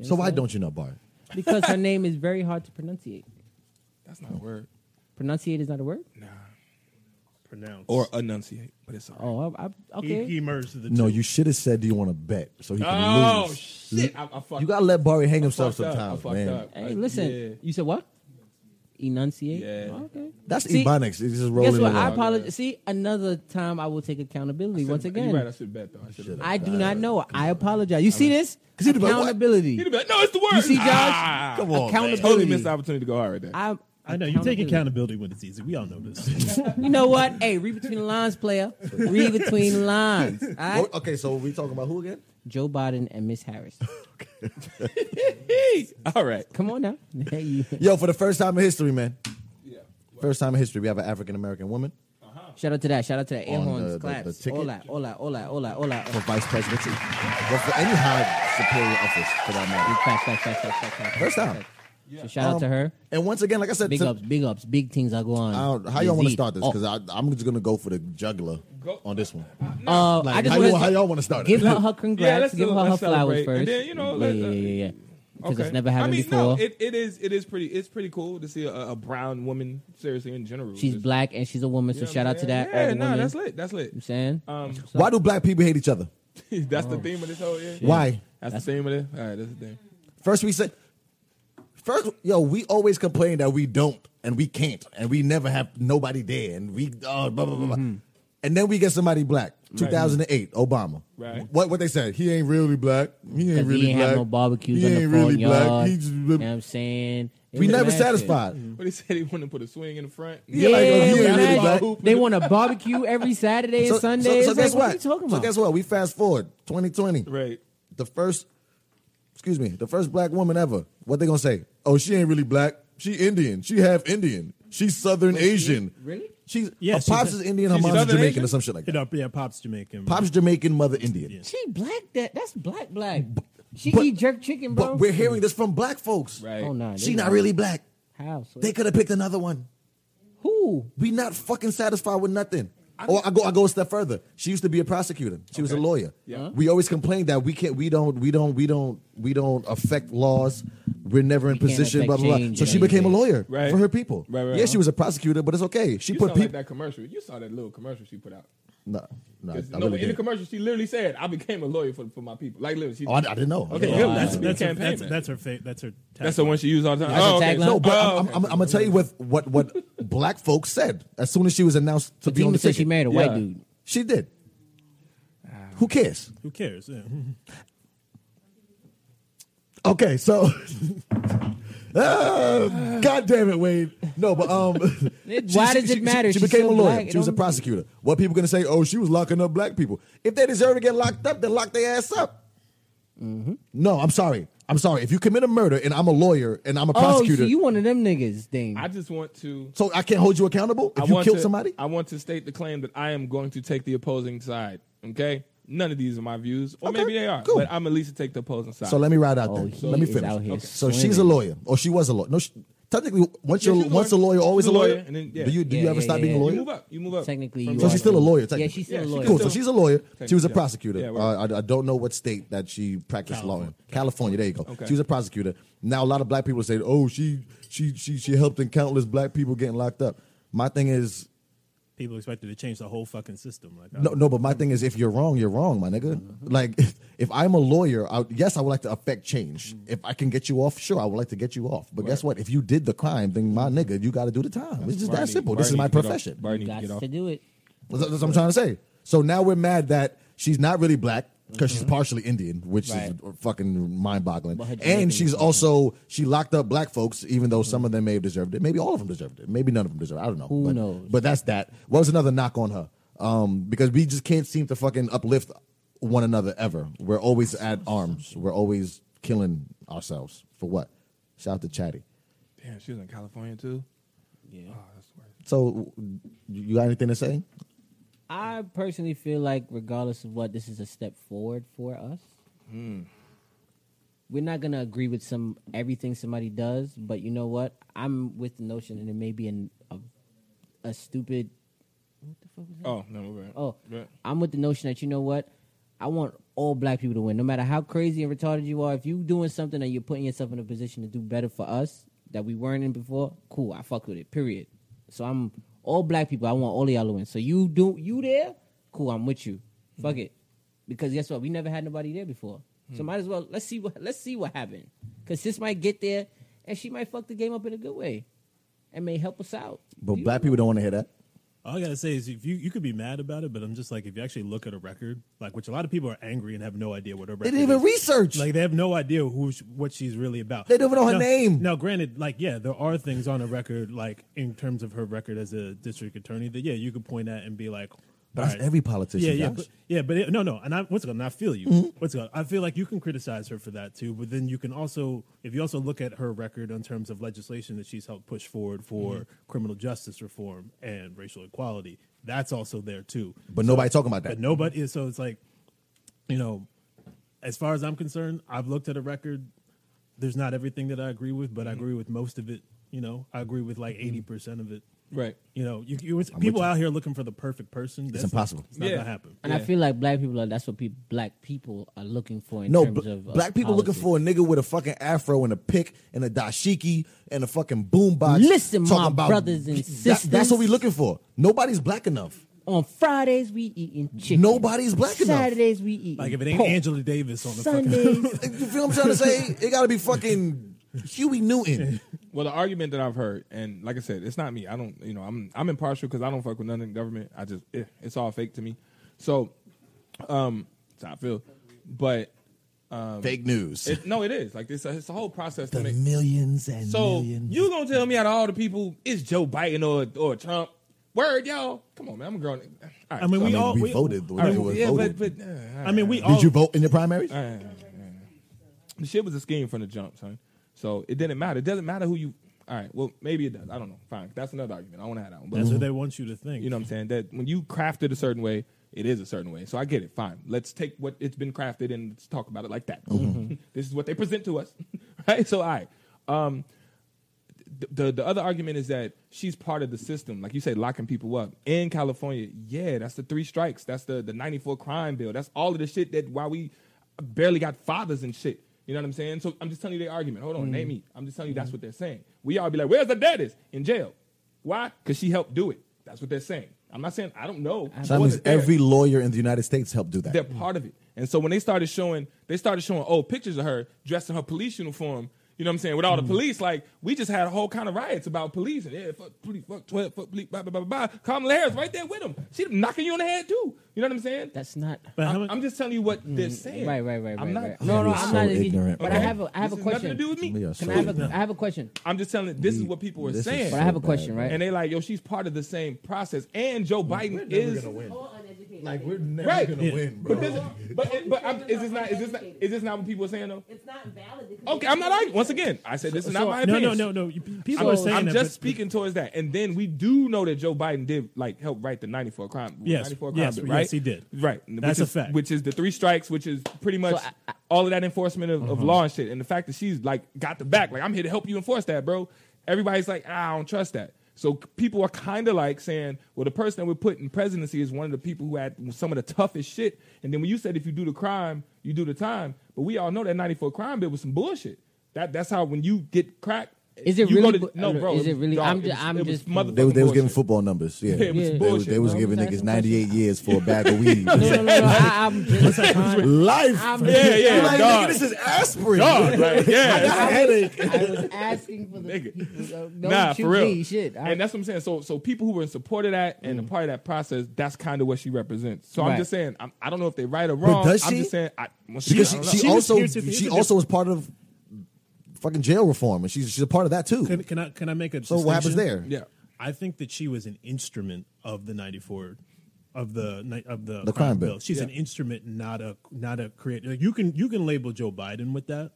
So why don't you know Bart? because her [laughs] name is very hard to pronunciate. That's not a word. Pronunciate is not a word. Nah. Pronounced. Or uh, enunciate, but it's all right. Oh, I, I, he, okay. he merged the two. No, you should have said, "Do you want to bet?" So he can Oh, lose. shit. I- I fucked- you gotta let Barry hang I himself fucked up. I sometimes, fucked man. up. hey, listen. Yeah. You said what? Enunciate. Oh, Yeah. Okay. That's See, Ebonics. It's just rolling. Guess what? along. I along. apologize. See, another time I will take accountability once You're again. right, I uh, should bet though. I should have. I do not know. I apologize. You see this? he'd be like, what? Accountability. He'd have been, no, it's the word. You see, Josh? Ah, Come on, man. accountability. totally missed the opportunity to go hard right there. I'm- I know you take accountability when it's easy. We all know [laughs] this. [laughs] You know what? Hey, read between the lines, player. Read between [laughs] the lines. All right? What- Okay, so we talking about who again? Joe Biden and Miss Harris. [laughs] all right. Come on now. Hey, you- Yo, for the first time in history, man. Yeah. First time in history, we have an African American woman Shout out to that. Shout out to that. Air On the- horns, the- claps. the ticket. all that, all that, all that, all that, all that. for vice presidency, well, for any high superior office for that matter. Facts, facts, facts, facts, facts, facts, First facts, time. facts. So shout out to Um, her. And once again, like I said, Big to- ups, big ups, big things I go on. I don't- how y'all want to Yazid. start this? Oh, Because I'm just gonna go for the juggler Go- on this one. Like, uh, I just how, wanna y'all- how y'all want to start? give it? [laughs] her her congrats. let's give do- her her let's flowers celebrate. first. And then, you know, yeah, let- yeah, yeah, uh, yeah. Because Okay. it's never happened I mean, before. No, it, it is. It is pretty. It's pretty cool to see a, a brown woman seriously in general. she's Just- black and she's a woman, so you know shout what out to I'm that. saying? all Yeah, the no, women. that's lit. That's I'm Oh, lit. saying. Um, [laughs] Why do black people hate each other? that's the theme of this whole year. Why? That's, the theme of it. All right, that's the thing. First we said, first yo, we always complain that we don't and we can't and we never have nobody there and we uh, blah blah blah. blah. Mm-hmm. And then we get somebody black. 2008, Obama. Right. What what they said? He ain't really black. He ain't Because really he ain't black. have no barbecues He on the ain't front really yard. black. He just- you know what I'm saying? It we was never mad shit. satisfied. But he said he wanted to put a swing in the front. Yeah, like, oh, he it was ain't really mad. black. they want a barbecue every Saturday and Sunday. so It's guess like, what? what? are you talking so about? guess what? We fast forward 2020. Right. The first, excuse me, the first black woman ever. What they gonna say? Oh, she ain't really black. She Indian. She half Indian. She's Southern Asian. really? She's Yeah, her she's pops a- is Indian. Her she's mom's is Southern Jamaican Asian? or some shit like It that. up, yeah, pops Jamaican. Pops Jamaican, mother Indian. She black. That that's black black. She but- eat jerk chicken, bro. But we're hearing this from black folks. Right. oh no, She not really black. How? So They could have picked another one. who? We not fucking satisfied with nothing. or I go, I go a step further. She used to be a prosecutor. She was a Okay. lawyer. Yeah. We always complain that we can't, we don't, we don't, we don't, we don't affect laws. We're never in can't position. Blah affect blah. blah. change So in she became a anything. lawyer Right. for her people. Right, right, yeah, huh? she was a prosecutor, but it's okay. She You put sound like people. that commercial. You saw that little commercial she put out. no, no, I, I 'Cause, no, really in the didn't. commercial, she literally said, "I became a lawyer for, for my people." Like, literally, she, Oh, I, I didn't know. I Okay, didn't know. good. Wow. That's, Wow. that's, her, Campaign, that's, man. that's her. Fa- that's her. that's the tagline. one she used all the time. That's a oh, okay. tagline? No, but Oh, I'm, okay. I'm, I'm, gonna tell you what what [laughs] what black folks said as soon as she was announced to But be you on the only said she ticket. married a Yeah. white dude. She did. Who cares? Who cares? Yeah. Okay, so [laughs] Ah, God damn it, Wade. No, but um [laughs] It- why does it matter? She, She's became so a lawyer. black, it She was a don't- prosecutor. What people gonna say, oh, she was locking up black people. If they deserve to get locked up, then lock their ass up. Mm-hmm. No, I'm sorry. I'm sorry. If you commit a murder and I'm a lawyer and I'm a Oh, prosecutor, so so, you one of them niggas? Thing. I just want to. I can't hold you accountable if I you want killed to, somebody? I want to state the claim that I am going to take the opposing side. Okay, none of these are my views, or Okay, maybe they are, cool. but I'm at least to take the opposing side. So let me ride out Oh, there. he Let me is finish. out here Okay. So she's a swinging. lawyer, or she was a lawyer. No, she, technically, once Yeah, you're she's a once a lawyer, lawyer. always She's a a lawyer. lawyer, and then- yeah. Do you do you Yeah, ever yeah, stop yeah, being a yeah. lawyer? you move up. You move up. Technically, From you So are she's still a too. lawyer, Yeah, technically. she's still Yeah, a she's lawyer. Cool. still- So she's a lawyer. She was a Yeah. prosecutor. Yeah, right. uh, I, I don't know what state that she practiced law in. California. There you go. Okay. She was a prosecutor. Now a lot of black people say, "Oh, she she she she helped in countless black people getting locked up." My thing is People expected to change the whole fucking system. Like no, no. But my thing is, if you're wrong, you're wrong, my nigga. Mm-hmm. Like, [laughs] if I'm a lawyer, I, yes, I would like to affect change. Mm-hmm. If I can get you off, sure, I would like to get you off. But guess what? If you did the crime, then my nigga, you got to do the time. it's just that Barney- simple. this is Barney, my get off. profession. Barney, Got get off. to do it. That's, that's what I'm trying to say. So now we're mad that she's not really black because she's partially Indian, which Mm-hmm. Right. is fucking mind-boggling. But her Jamaican And she's also she locked up black folks, even though some of them may have deserved it. Maybe all of them deserved it. Maybe none of them deserved it. I don't know. Who but, knows? But that's that. What was another knock on her? Um, because we just can't seem to fucking uplift one another ever. We're always at arms. We're always killing ourselves for what? Shout out to Chatty. Damn, she was in California too. Yeah. Oh, that's worse. So you got anything to say? I personally feel like, regardless of what, this is a step forward for us. we're not gonna agree with some everything somebody does, but you know what? I'm with the notion, and it may be an, a a stupid. What the fuck was that? Oh no, we're right. Oh, Right. I'm with the notion that you know what? I want all black people to win, no matter how crazy and retarded you are. If you doing something and you're putting yourself in a position to do better for us that we weren't in before, cool. I fuck with it. Period. So I'm all black people. I want all of y'all to win. So you do you there? Cool. I'm with you. Fuck it. Because guess what? We never had nobody there before. So might as well let's see what let's see what happened. Because sis might get there and she might fuck the game up in a good way, and may help us out. But black You don't know. people don't want to hear that. All I gotta say is, if you you could be mad about it, but I'm just like, if you actually look at a record, like which a lot of people are angry and have no idea what a record. They didn't even is. research. Like they have no idea who sh- what she's really about. They don't even know her Now- name. Now, granted, like yeah, there are things on a record, like in terms of her record as a district attorney, that yeah, you could point at and be like, But all that's every politician, Mm-hmm. Yeah, yeah, Josh. but, yeah, but it, no, no, and I, what's going? to I feel you. What's going? I feel like you can criticize her for that too, but then you can also, if you also look at her record in terms of legislation that she's helped push forward for Mm-hmm. criminal justice reform and racial equality, that's also there too. but nobody talking about that. But nobody is so it's like, you know, as far as I'm concerned, I've looked at a record. There's not everything that I agree with, but I Mm-hmm. agree with most of it. You know, I agree with like eighty percent of it. Right. You know, you, you people you. out here looking for the perfect person. It's impossible. It's not Yeah. gonna happen. And I Yeah. feel like black people are that's what peop black people are looking for in No, terms bl- of of black people looking politics. for a nigga with a fucking afro and a pick and a dashiki and a fucking boombox. Listen, my talking about- brothers and That- sisters. that's what we looking for. Nobody's black enough. on Fridays we eating chicken. Nobody's black enough. Saturdays we eating. Like if it ain't pork. Angela Davis on the fucking Sundays. You feel what I'm trying to say? It got to be fucking Huey Newton. Well, the argument that I've heard, and like I said, it's not me. I don't, you know, I'm I'm impartial because I don't fuck with none of the government. I just, eh, it's all fake to me. So, um, that's how I feel. But Fake news. Um, it, no, it is like it's a, it's a whole process to the make. millions and So millions. you gonna tell me out of all the people, it's Joe Biden or or Trump? Word, y'all. Come on, man. I'm a grown. All right, [laughs] I so- mean, we I mean, all we we, voted the way all it right, was yeah, voted. but but uh, I mean, we all Did you vote in the primaries? the shit was a scheme from the jump, son. So it didn't matter. It doesn't matter who you. All right. Well, maybe it does. I don't know. Fine. That's another argument. I want to have that one. But That's Mm-hmm. what they want you to think. You know what I'm saying? That when you craft it a certain way, it is a certain way. So I get it. Fine. Let's take what it's been crafted and let's talk about it like that. [laughs] this is what they present to us, [laughs] right? So I, um, th- the the other argument is that she's part of the system, like you said, locking people up in California. Yeah, that's the three strikes. That's the the 94 crime bill. That's all of the shit that why we barely got fathers and shit. You know what I'm saying? So I'm just telling you their argument. Hold on, name me. I'm just telling you that's what they're saying. We all be like, where's the daddies? In jail. Why? Because she helped do it. That's what they're saying. I'm not saying I don't So know. I that means wasn't there. every lawyer in the United States helped do that. They're part of it. And so when they started showing, they started showing old pictures of her dressed in her police uniform. You know what I'm saying? With all the police, like we just had a whole kind of riots about police and yeah, fuck police, fuck twelve, fuck police, blah blah blah blah. blah. Kamala Harris right there with them. She knocking you on the head too. You know what I'm saying? That's not. But how I'm, much- I'm just telling you what they're saying. Mm, Right, right, right, I'm right, not. right. No, no, You're I'm so not. ignorant, but I bro. have a, I have This has a question. Nothing to do with me. We are so Can I have a, I have a question. I'm just telling. you, This is what people are uh, This is saying. so But I have a bad, question, bro. right? and they like, yo, she's part of the same process. And Joe Biden is Like we're never Right. Yeah. win, But this, but it, but I'm, is this not is this not is this not what people are saying though? It's not valid. because Okay, it's I'm not arguing. Once again, I said this is not So- my no, opinion. no, no, no. You- People I'm, are saying I'm that, just but- speaking towards that, and then we do know that Joe Biden did like help write the 94 crime, Yes, 94 yes, crime bill, yes, right? he did. Right, That's which a is, fact. Which is the three strikes, which is pretty much I- all of that enforcement of, Uh-huh. of law and shit, and the fact that she's like got the back, like I'm here to help you enforce that, bro. Everybody's like, ah, I don't trust that. So c- people are kind of like saying, well, the person that we put in presidency is one of the people who had some of the toughest shit. And then when you said if you do the crime, you do the time, but we all know that 94 crime bill was some bullshit. That that's how when you get cracked. Is it you really go to, bu- no, bro? is it really- dog, I'm it ju- was- I'm it was just- motherfucking They was they was giving bullshit. football numbers. Yeah, Yeah, it was They bullshit, they was bro. giving It was niggas actually 98 years for a bag of weed. No, no, no, no. I, I'm just trying- Life. I'm- Yeah, yeah, like, dog. nigga, this is aspirin. Dog, [laughs] like, yeah, That's a headache. I was asking for the Nigga. people, uh, no nah, shoot for real. me, shit. I- Mm. and that's what I'm saying. So, so people who were in support of that and a part of that process, that's kind of what she represents. So Right. I'm just saying, I'm, I don't know if they're right or wrong. does I'm she? just saying, I, well, she, Because she, I don't know. she, She was- also here's the thing, she here's the also was part of fucking jail reform, and she's she's a part of that too. Can, can I can I make a so what happens distinction? there? yeah. I think that she was an instrument of the '94 of the ni- of the, The crime bill. She's an instrument, not a not a creator. Like, you can you can label Joe Biden with that,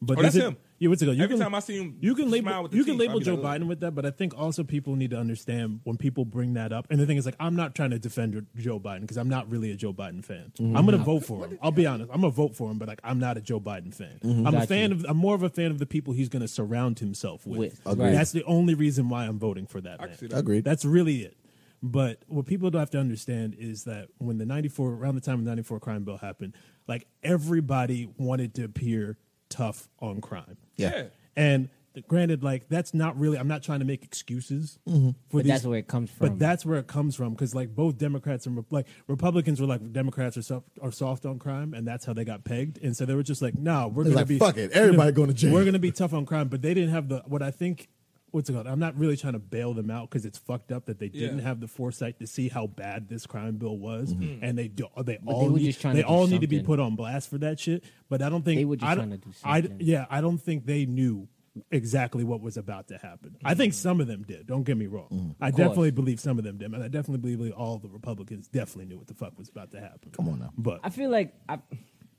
but Oh, does that's it- him. Yeah, what's it called? You Every can, time I see him you can smile label with the you can teeth, label I be Joe like, "Oh." "Look." Biden with that, but I think also people need to understand when people bring that up. And the thing is, like, I'm not trying to defend Joe Biden because I'm not really a Joe Biden fan. Mm-hmm. I'm gonna vote for him. I'll be honest. I'm gonna vote for him, but like, I'm not a Joe Biden fan. I'm Mm-hmm. Got a fan you. of. I'm more of a fan of the people he's gonna surround himself with. With, Agreed. That's the only reason why I'm voting for that. man. see that. Agreed. That's really it. But what people don't have to understand is that when the 94, around the time the 94 crime bill happened, like everybody wanted to appear tough on crime. yeah. And th- granted, like that's not really, I'm not trying to make excuses for Mm-hmm. But these- that's where it comes from. But that's where it comes from because like both Democrats and Re- like Republicans were like Democrats are soft, are soft on crime and that's how they got pegged and so they were just like nah we're gonna like, be "Fuck it, everybody going to jail." we're gonna be tough on crime but they didn't have the what I think what's it called I'm not really trying to bail them out because it's fucked up that they Yeah. didn't have the foresight to see how bad this crime bill was Mm-hmm. and they do, they Mm. they all were need, just trying to they do all need to be something. put on blast for that shit but I don't think They were just I don't- trying to do I- something. yeah, I don't think they knew exactly what was about to happen. I think some of them did. Don't get me wrong. Mm-hmm. I Mm-hmm. course. definitely believe some of them did, and I definitely believe all the Republicans definitely knew what the fuck was about to happen. Come on now. but I feel like I,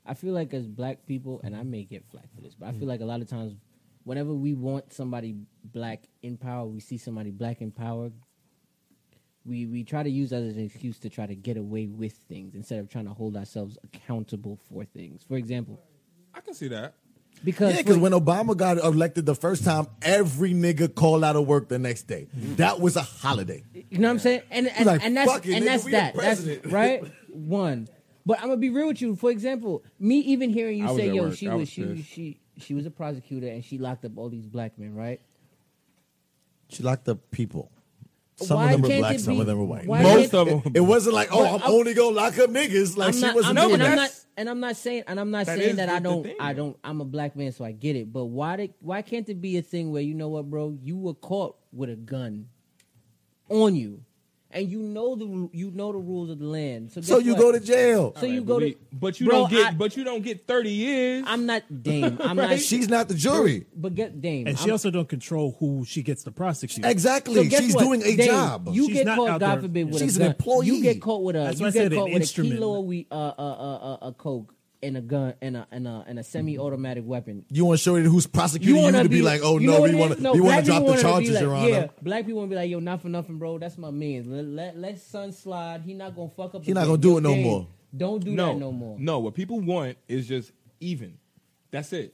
I feel like as black people, and I may get flack for this, but I feel like a lot of times, whenever we want somebody black in power, we see somebody black in power. We we try to use that as an excuse to try to get away with things instead of trying to hold ourselves accountable for things. For example, I can see that. because Yeah, because when Obama got elected the first time, every nigga called out of work the next day. That was a holiday. You know what I'm saying? And and, like, and that's "Fuck it, and nigga, that's we the that. That's president." [laughs] right. One. But I'm gonna be real with you. For example, me even hearing you I was say, at "Yo, work. she I was, was she pissed. she she was a prosecutor and she locked up all these black men," right? She locked up people. Some Why of them were can't black, it some be- of them were white. why Most can't- of them. It wasn't like, oh, But I'm, I'm- only gonna lock up niggas. Like I'm she not, wasn't I'm, doing and I'm that. not and I'm not saying and I'm not That saying is that the- I the don't thing, I though. don't I'm a black man so I get it. But why did why can't it be a thing where you know what, bro? You were caught with a gun on you, and you know the you know the rules of the land. So so guess you what? go to jail. so you Right, go but to we- but you Bro, don't get I- but you don't get thirty years. I'm not [laughs] Dame. I'm not. She's not the jury. But get Dame. and she I'm- also don't control who she gets to prosecute. so Exactly. guess She's what? doing a Dame, job. You She's get not caught, out God there. forbid, with She's a an gun. employee. You get caught with a. That's you why I get said an caught with instrument. a kilo of we, uh, uh, uh, uh, a coke and a gun and a and a, and a semi-automatic weapon. you want to show you who's prosecuting you, wanna to be, like, oh you no, know we what it want is? to, No, we want black to drop people the wanna be charges, like, Your Honor. Yeah, black people want to be like, yo, not for nothing, bro. That's my man. Let let, let son slide. He not gonna fuck up. He not again. gonna do Yo, it no Dame, more. Don't do no, that no more. No, what people want is just even. That's it.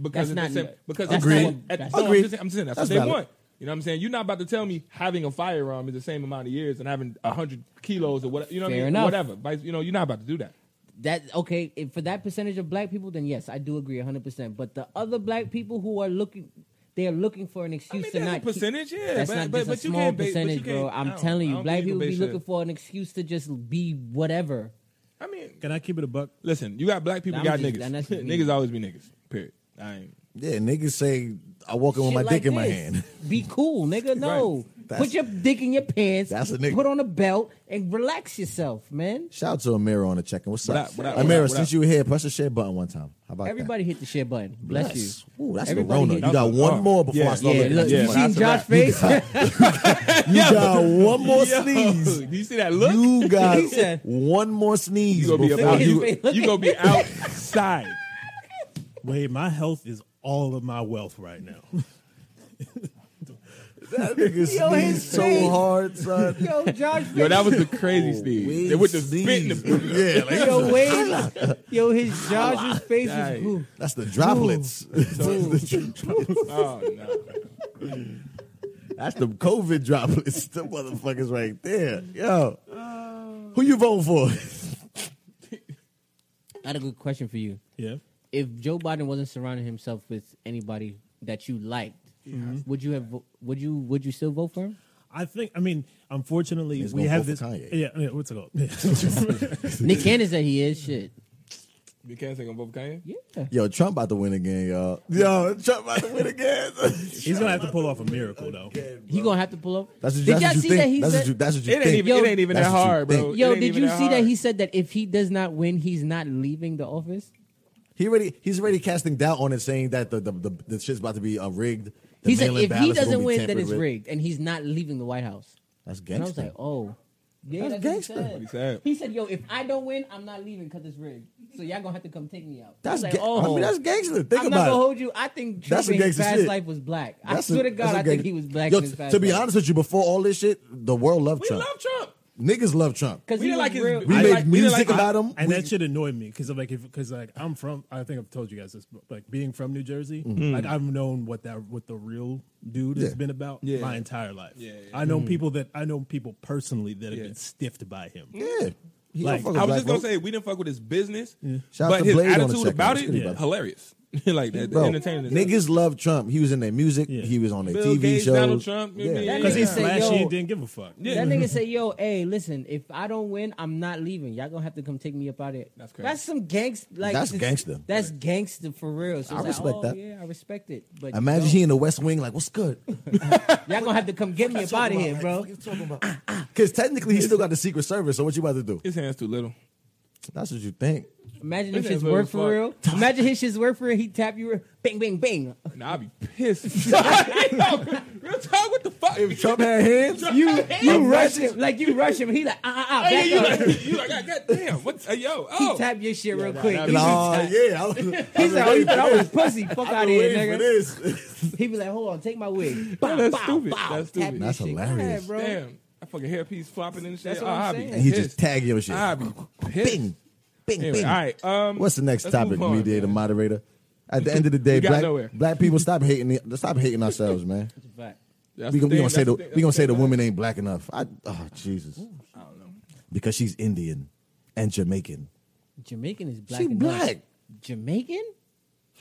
Because That's it's the not- same, because it's that's the not same- what- at- that's no, I'm Agreed. just saying- I'm just saying that's, That's what they valid. want. You know what I'm saying? You're not about to tell me having a firearm is the same amount of years and having hundred kilos or whatever. You know what Fair I mean? enough. Whatever. But, you know, you're not about to do that. that okay if for that percentage of black people then yes i do agree 100% but the other black people who are looking they are looking for an I excuse mean, to there's not a percentage, keep, yeah, that's but, not but, just but a you small can't ba- but you percentage bro can't- I i'm don't- telling I you don't black think people can be base looking it. for an excuse to just be whatever I mean, Can I keep it a buck? listen, you got black people, I'm got just- and niggas. [laughs] that's just me. niggas always be niggas. Period. I ain't. Yeah, niggas say I walk in with Shit my like dick in my this. hand. be cool nigga no That's- put your dick in your pants That's a nigga. put on a belt and relax yourself man Shout out to Amira on the check-in. What's What up, up, what up, what Amira? up, what Since up? you were here, press the share button one time. How about everybody hit the share button that? bless you Ooh, that's Everybody the Rona. hit- You got one more before Oh, Yeah, I start. yeah, looking look, at Yeah, you you. seen that's a Josh's wrap. face? You got one [laughs] more sneeze. Yo, do you see that look? You He got said- one more sneeze You gonna be before about you. you. You gonna [laughs] be outside. Wait, my health is all of my wealth right now. [laughs] That nigga Yo, his sneezed so face. hard, son. [laughs] Yo, Josh face. Yo, that was the crazy Steve. They Wig with the spit in sneeze. Yeah, the like, Yo, Wade. Yo, his Josh's face Right. is blue. that's the droplets. [laughs] Oh no. [laughs] That's the COVID droplets. [laughs] The motherfuckers right there. Yo, Oh. who you voting for? I had a good question for you. Yeah. If Joe Biden wasn't surrounding himself with anybody that you liked, would you have? vo- Would you? Would you still vote for him? I think I mean, unfortunately, He's we gonna have vote this. for Kanye. Yeah, yeah, what's it called? Nick Cannon said he is. Shit. You can't say gonna vote for Kanye? Yeah. Yo, Trump about to win again, y'all. Yo, Trump about to win [laughs] again. [laughs] He's gonna have to pull off a miracle though. He gonna have to pull up. That's what, did that's y'all what you see think. that he that's, said? what you, that's what you It ain't think. even Yo, it ain't even that's that what you hard, bro. think. It Yo, ain't did even you see that hard. he said that if he does not win, he's not leaving the office? He already he's already casting doubt on it, saying that the the, the, the shit's about to be uh, rigged. The He said mail-in if he ballots are gonna doesn't be win, then tampered it's with. rigged, and he's not leaving the White House. That's And I was gangster. like, oh, Yeah, That's that's, what gangster. he He said. said, He said, "Yo, if I don't win, I'm not leaving because it's rigged. So y'all gonna have to come take me out." That's I was oh. ga- I oh. mean that's gangster. Think I'm not about gonna it. hold you. I think That's Trump in some his gangsta past shit. life was black. That's I a- swear to God, that's a I think gang- he was black. Yo, in his t- past to be life. honest with you, before all this shit, the world loved "We Trump. love Trump. Niggas love Trump. because We he didn't like was his. real. We I make like- we didn't music like- about him. and We- that shit annoyed me because like because like I'm from I think I've told you guys this but, like being from New Jersey like I've known what that what the real dude Mm-hmm. Mm. Yeah. has Mm. been about Yeah. my entire life. Yeah, yeah. I know people that I know people personally that have Yeah. been stiffed by him. yeah. He Like, don't fuck I with was black just gonna folks. say we didn't fuck with his business, Shout out but to his Blade on the attitude second. about Let's it, get it, brother. hilarious. [laughs] like that, Bro, entertaining. niggas love Trump. He was in their music. Yeah. He was on their Bill TV Gates, shows. Donald Trump, you mean- Yeah. Because he's Yeah. flashy Yo. and didn't give a fuck. Yeah. That nigga say, "Yo, hey, listen, if I don't win, I'm not leaving. Y'all gonna have to come take me up out of here." That's crazy. That's some gangster. Like That's this- gangster. That's gangster for real. So I it's like, respect oh, that. Yeah, I respect it. But Imagine yo, he in the West Wing, like, what's good? y'all gonna have to come get me up out of here, bro. Because Ah, technically, he still got the Secret Service. So what you about to do? His hands too little. That's what you think. Imagine This if shit's is work for real. [laughs] fuck. Imagine his shit's work for real. He tap you, bang, bang, bang. Nah, I'd be [laughs] pissed. [laughs] Yo, Real talk, what the fuck? If Trump had hands, You you rush him like you rush him. He like ah ah ah. Hey, [laughs] back you up. [laughs] like, you like, God damn, what? Hey, yo, He oh, tap your shit real quick. and, oh, yeah. I was, [laughs] He said, "Oh, you thought I was pussy? Fuck out of here, waiting for nigga." this. He be like, "Hold on, take [laughs] my wig." Oh, that's stupid. That's Tap stupid. your That's shit. Go hilarious. ahead, bro. damn, that fucking hairpiece flopping and shit. That's what oh, I'm I'd saying. be and he just pissed. tag your shit. I'd be pissed. Bing, bing, Anyway, bing. all right. Um, What's the next let's topic, move on, mediator, man. moderator? At the end [laughs] of the day, We got black, nowhere. black people stop hating. the- Stop hating ourselves, man. It's a fact. That's we the gonna, we thing, gonna say that's the, thing, we gonna that's say thing the about woman ain't black enough. I oh Jesus. I don't know. Because she's Indian and Jamaican. Jamaican is black. She enough. black. Jamaican?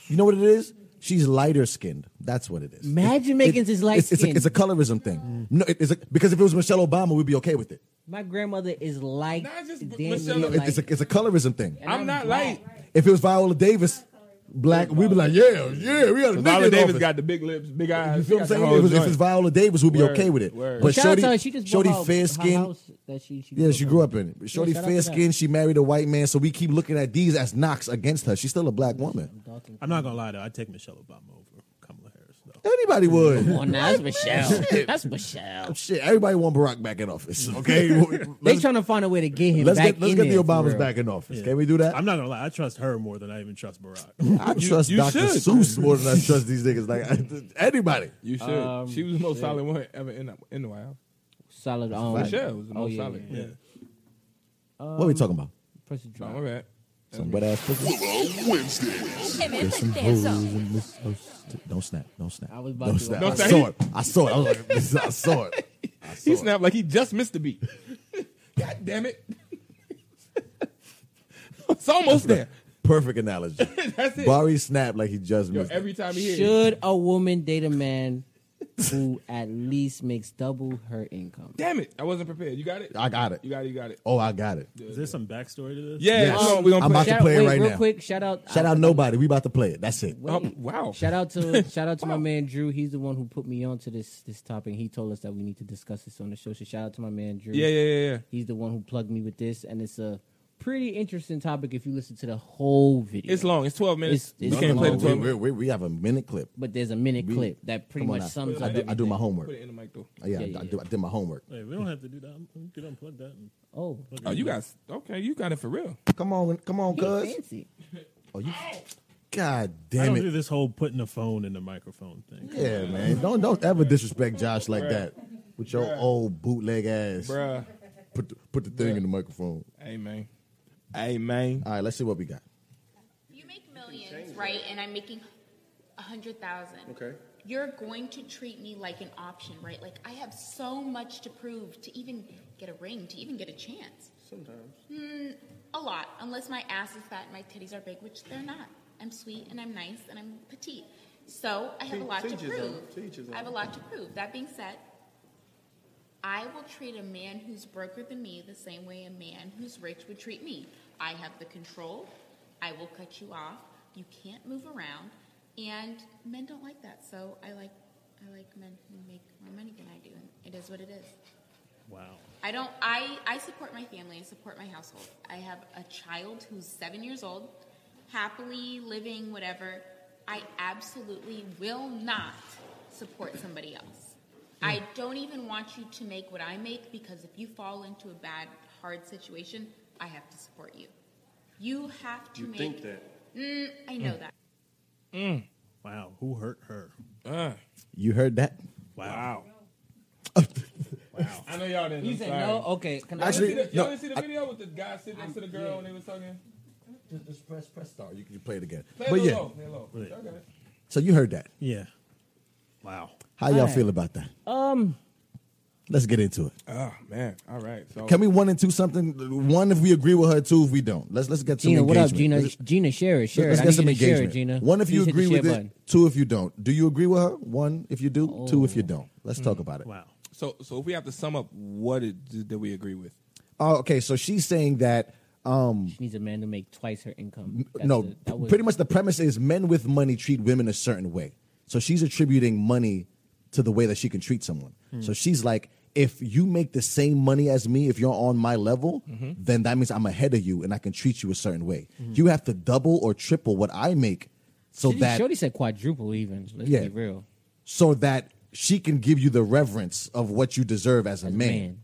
You know what it is? She's lighter skinned. That's what it is. Mad Jamaicans is is light it's, it's, a, skinned. it's a colorism thing. No, it- it's a, because if it was Michelle Obama, we'd be okay with it. My grandmother is like Nah, it's just damn Michelle- near It- like, It's a, it's a colorism thing. it. I'm not black. light. If it was Viola Davis, black, we'd be like, yeah, yeah, we got a nigga Viola in Davis office. got the big lips, big eyes. You know what I'm saying? If, it's- if it's Viola Davis, we'll be Word, okay with it. word. But Shout Shorty, out to her. She just bought Shorty her- fair her skin. house that she, she Yeah, she grew up in it. Shorty shout out to fair that. skin. She married a white man, so we keep looking at these as knocks against her. She's still a black woman. Dalton. I'm not gonna lie though, I take Michelle Obama over Kamala Harris though. Anybody would. Oh, nah, that's Michelle. That's [laughs] Michelle. Shit, everybody want Barack back in [laughs] office. Okay, They let's, trying to find a way to get him let's back get let's in get the there, for Obamas real. back in office. Yeah. Can we do that? I'm not gonna lie, I trust her more than I even trust Barack. [laughs] I trust you Dr. should. Seuss more [laughs] than I trust these niggas. Like [laughs] I, anybody. You should. Um, she was the most solid one ever in the, in the White House. Solid. Um, Michelle was the oh, most yeah, solid. Yeah. yeah. what are we talking about? Press the No, drop. my bad. Some wet ass pussy. Hey There's man, put some your dance hoes on. in this house. Don't snap. Don't snap. I was about don't to- snap. Don't I snap. saw it. I saw it. I was like, this is- I saw [laughs] it. I saw He it. snapped like he just missed the beat. [laughs] God damn it. [laughs] it's almost there. Perfect [laughs] analogy. That's it. Bari snapped like he just Yo, missed. it. every time he hit, Should a woman date a man who at least makes double her income? damn it, I wasn't prepared. You got it? I got it. You got it, you got it. Oh, I got it. Is there some backstory to this? Yeah, Yes. we're gonna, we gonna I'm play. about to Shout out- play it wait, right real now. quick. Shout out. uh, Shout out nobody. We about to play it. That's it. Wait. Oh, wow. Shout out to [laughs] shout out to my man Drew. He's the one who put me on to this this topic. He told us that we need to discuss this on the show. So shout out to my man Drew. Yeah, yeah, yeah, yeah. He's the one who plugged me with this, and it's a pretty interesting topic if you listen to the whole video. It's long. It's 12 minutes. It's- you it's can't play long. the we, 12 we, we, we have a minute clip. but there's a minute We- clip that pretty Come on much now. sums I up. do, I do my everything. homework. Oh, Put it in the mic, though. Yeah, I, Yeah, yeah, do, I did my homework. Hey, we don't have to do that. I'm, I'm gonna unplug that. and- Oh, Oh, you guys. Okay, you got it for real. Come on, come on, he's cuz. fancy. Oh, you. God I damn don't do it. this whole putting the phone in the microphone thing. Yeah, man. Don't don't ever disrespect Josh like that with your old bootleg ass. Bruh. Put the, put the thing in the microphone. Hey, man. Hey, man. All right, let's see what we got. You make millions, right? And I'm making a hundred thousand. Okay. You're going to treat me like an option, right? Like I have so much to prove to even get a ring, to even get a chance. Sometimes. A lot, unless my ass is fat and my titties are big, which they're not. I'm sweet and I'm nice and I'm petite. So I have a Teach- lot to teach his prove. own, teach his I have a own. lot to prove. That being said, I will treat a man who's broker than me the same way a man who's rich would treat me. I have the control. I will cut you off. You can't move around. And men don't like that. So I like I like men who make more money than I do. And it is what it is. Wow. I don't. I I support my family. I support my household. I have a child who's seven years old, happily living whatever. I absolutely will not support somebody else. Hmm. I don't even want you to make what I make because if you fall into a bad, hard situation, I have to support you. You have to You make. think that? Hmm. Mm, I know that. Wow, who hurt her? You heard that? [laughs] Wow. I know y'all didn't. You I'm said sorry. no. Okay. Can I- Y'all Actually- didn't see the, No, y'all didn't see the video with the guy sitting next to the girl and they was talking. Just, just press press star. You can you play it again. Play but it yeah, low, play it low. Right. Y'all got it. so you heard that. Yeah. Wow. How y'all Alright. feel about that? Um, let's get into it. Oh man! All right. So Can we one and two something? One if we agree with her, two if we don't. Let's let's get some Gina, what up, engagement. Gina? Let's, Gina, share it. Share let's it. I get need some you to share engagement. it, Gina. One if you Please hit the agree with share it, button. Oh. two if you don't. Do you agree with her? One if you do, two if you don't. Let's talk about it. Wow. so so if we have to sum up what it, that we agree with, Oh, okay, so she's saying that um She needs a man to make twice her income. That's no, the- that was- pretty much the premise is men with money treat women a certain way. So she's attributing money to the way that she can treat someone. Hmm. So she's like, if you make the same money as me, if you're on my level, Mm-hmm. then that means I'm ahead of you and I can treat you a certain way. You have to double or triple what I make so Shorty- that Shorty said quadruple. Even let's Yeah. be real. so that she can give you the reverence of what you deserve as a As a man. man.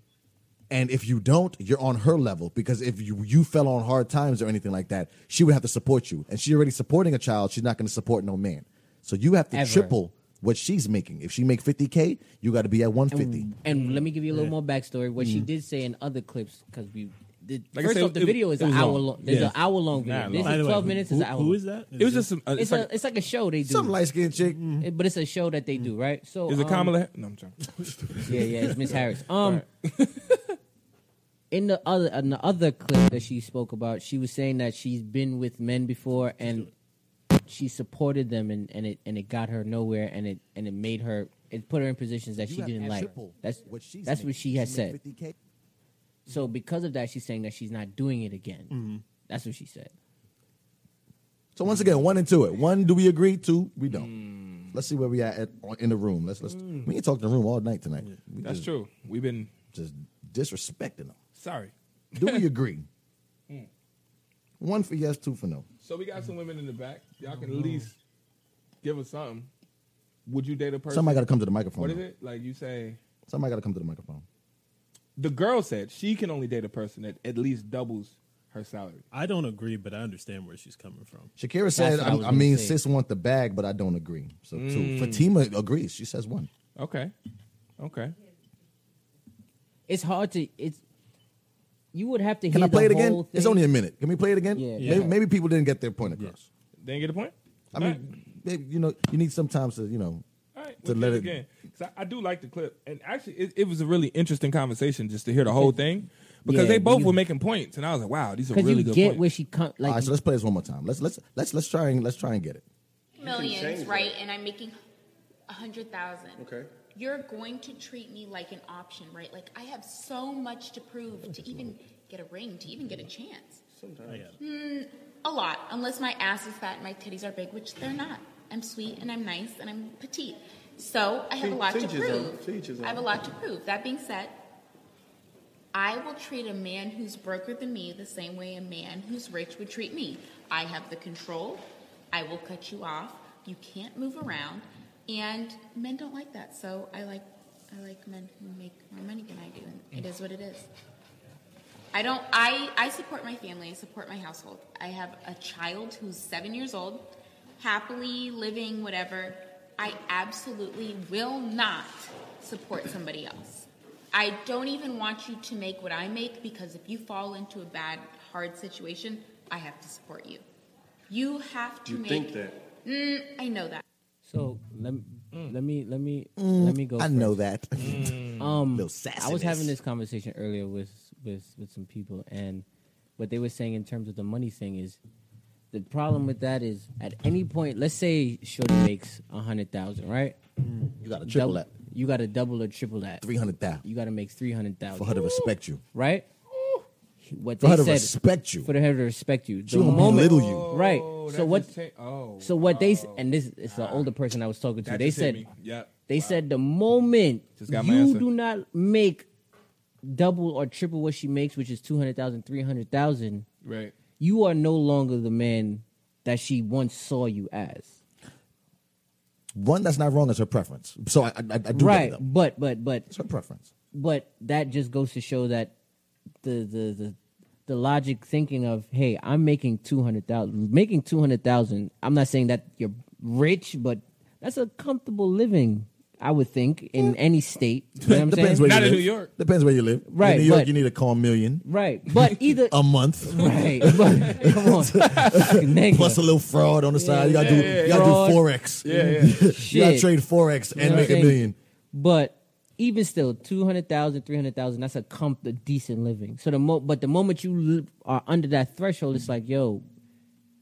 And if you don't, you're on her level because if you you fell on hard times or anything like that, she would have to support you. And she's already supporting a child; she's not going to support no man. So you have to Ever. triple what she's making. If she make fifty k, you got to be at one fifty. Mm. And let me give you a little more backstory. What she did say in other clips, because we did. Like I first said, off, the it- video is it an was hour long. long. There's Yeah. an hour long video. Not This long. By is the way, twelve minutes. who- is an hour. Who long. is that? it was just some. Uh, It's, it's a. like, it's like a show they do. Some light skinned chick. It- but it's a show that they do, right? So is it um, Kamala? No, I'm joking. Yeah, yeah, it's [laughs] Miss Harris. Um, [laughs] in the other in the other clip that she spoke about, she was saying that she's been with men before and she supported them, and, and it and it got her nowhere, and it and it made her it put her in positions that she didn't like. That's that's what she has said. So because of that, she's saying that she's not doing it again. Mm-hmm. That's what she said. So once again, one and two. It one. Do we agree? Two. We don't. Let's see where we at, at in the room. Let's let's. We ain't talking the room all night tonight. We That's just, true. We've been Just disrespecting them. sorry. Do we [laughs] agree? Hmm. One for yes, two for no. So we got some women in the back. Y'all can at least give us something. Would you date a person? Somebody got to come to the microphone. What is though. it? Like you say, Somebody got to come to the microphone. the girl said she can only date a person that at least doubles her salary. I don't agree, but I understand where she's coming from. Shakira said, what I I, was I gonna mean, say. Hmm. sis want the bag, but I don't agree. So two. Fatima agrees. She says one. Okay, okay. It's hard to it's. You would have to Can hear I play it the again? whole It's thing. only a minute. Can we play it again? Yeah. May- Maybe, Yeah. people didn't get their point across. Didn't get a point. I mean, maybe, you know, you need sometimes to, you know, All right, to we'll let it. do it again. 'Cause I, I do like the clip, and actually, it, it was a really interesting conversation just to hear the whole thing because Yeah, they both you- were making points, and I was like, "Wow, these are Because really you good get points." where she come All like right, so let's play this one more time. Let's let's let's let's try and let's try and get it. change Millions, that. right? And I'm making a hundred thousand. Okay. You're going to treat me like an option, right? Like I have so much to prove to even get a ring, to even get a chance. I got it. A lot, unless my ass is fat and my titties are big, which they're not. I'm sweet and I'm nice and I'm petite. So I have a Teach- lot to teach his own- prove. teach his I have a own. lot to prove. That being said, I will treat a man who's broker than me the same way a man who's rich would treat me. I have the control. I will cut you off. You can't move around. And men don't like that. So I like I like men who make more money than I do. And it is what it is. I don't. I I support my family. I support my household. I have a child who's seven years old, happily living whatever. I absolutely will not support somebody else. I don't even want you to make what I make because if you fall into a bad, hard situation, I have to support you. You have to You make. think that? Mm, I know that. So let me let me let me let me go. Mm, I first. know that. [laughs] Mm-hmm. Um, Little I was sassiness. having this conversation earlier with with with some people, and what they were saying in terms of the money thing is the problem with that is at any point, let's say Shorty makes a hundred thousand, right? you got to triple Dou- that. You got to double or triple that. Three hundred thousand You got to make three hundred for her thousand, to respect you. right? What For they her to said respect you. for her to respect you. The She gonna moment, belittle you. right? Oh, that so what? just cha- oh, So what they s- wow. and this is the older person I was talking to. Oh, That they just hit said, me. yeah, they said the moment Just got my you answer. do not make double or triple what she makes, which is 200,000, 300,000, oh. right. you are no longer the man that she once saw you as. One that's not wrong is her preference. So I, I, I do right, get them. but but but It's her preference. but that just goes to show that the the the, the logic thinking of hey i'm making 200000 making 200000 i'm not saying that you're rich but that's a comfortable living i would think in any state you know what i'm Depends saying where Not you in live. New York. Depends where you live. Right, In New York, but- you need a calm million right but [laughs] either a month. [laughs] right but come [laughs] on Fucking nigga. Plus a little fraud on the side. You gotta do, yeah, you gotta Fraud. do forex. Yeah, [laughs] yeah. You gotta Shit. trade forex You and know make what a I'm saying? million. But even still, 200,000, 300,000, that's a comp, a decent living. So the mo- but the moment you li- are under that threshold, it's like, yo,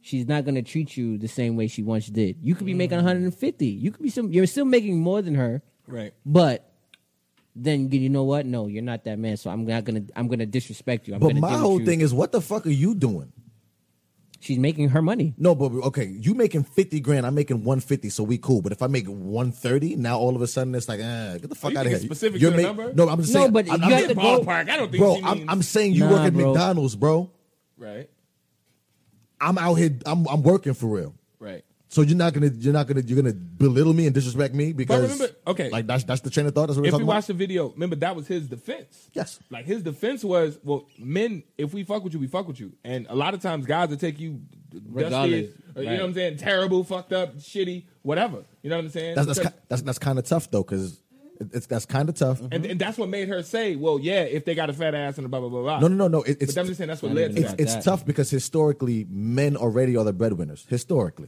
she's not gonna treat you the same way she once did. You could be making Mm. 150. You could be some. You're still making more than her, right. but then you know what? No, you're not that man. So I'm not gonna. I'm gonna disrespect you. I'm But gonna my deal whole with you. thing is, what the fuck are you doing? she's making her money. No, but okay, you making fifty grand. I'm making one fifty, so we cool. But if I make one thirty, now all of a sudden it's like, eh, get the fuck you out of thinking here. specific to the number? No, I'm just saying. No, but I'm, you I'm got just- to go. Ballpark. I don't think bro, she means, I'm, I'm saying you Nah, work at bro. McDonald's, bro. right, I'm out here. I'm, I'm working for real. right. So you're not gonna you're not gonna you're gonna belittle me and disrespect me because remember- okay. like that's that's the train of thought. That's what we're If talking you about. watch the video, remember that was his defense. Yes. Like his defense was, well, men, if we fuck with you, we fuck with you. And a lot of times guys will take you Regardless. dusty, uh, you know what I'm Right. saying? Terrible, fuckt up, shitty, whatever. You know what I'm saying? that's that's Because- ki- that's, that's kind of tough though because it's that's kind of tough. and, and that's what made her say, well, yeah, if they got a fat ass and blah blah blah blah. No, no, no, no. It, it's But I'm just saying that's what led to it's, that. it's that. tough because historically men already are the breadwinners. Historically.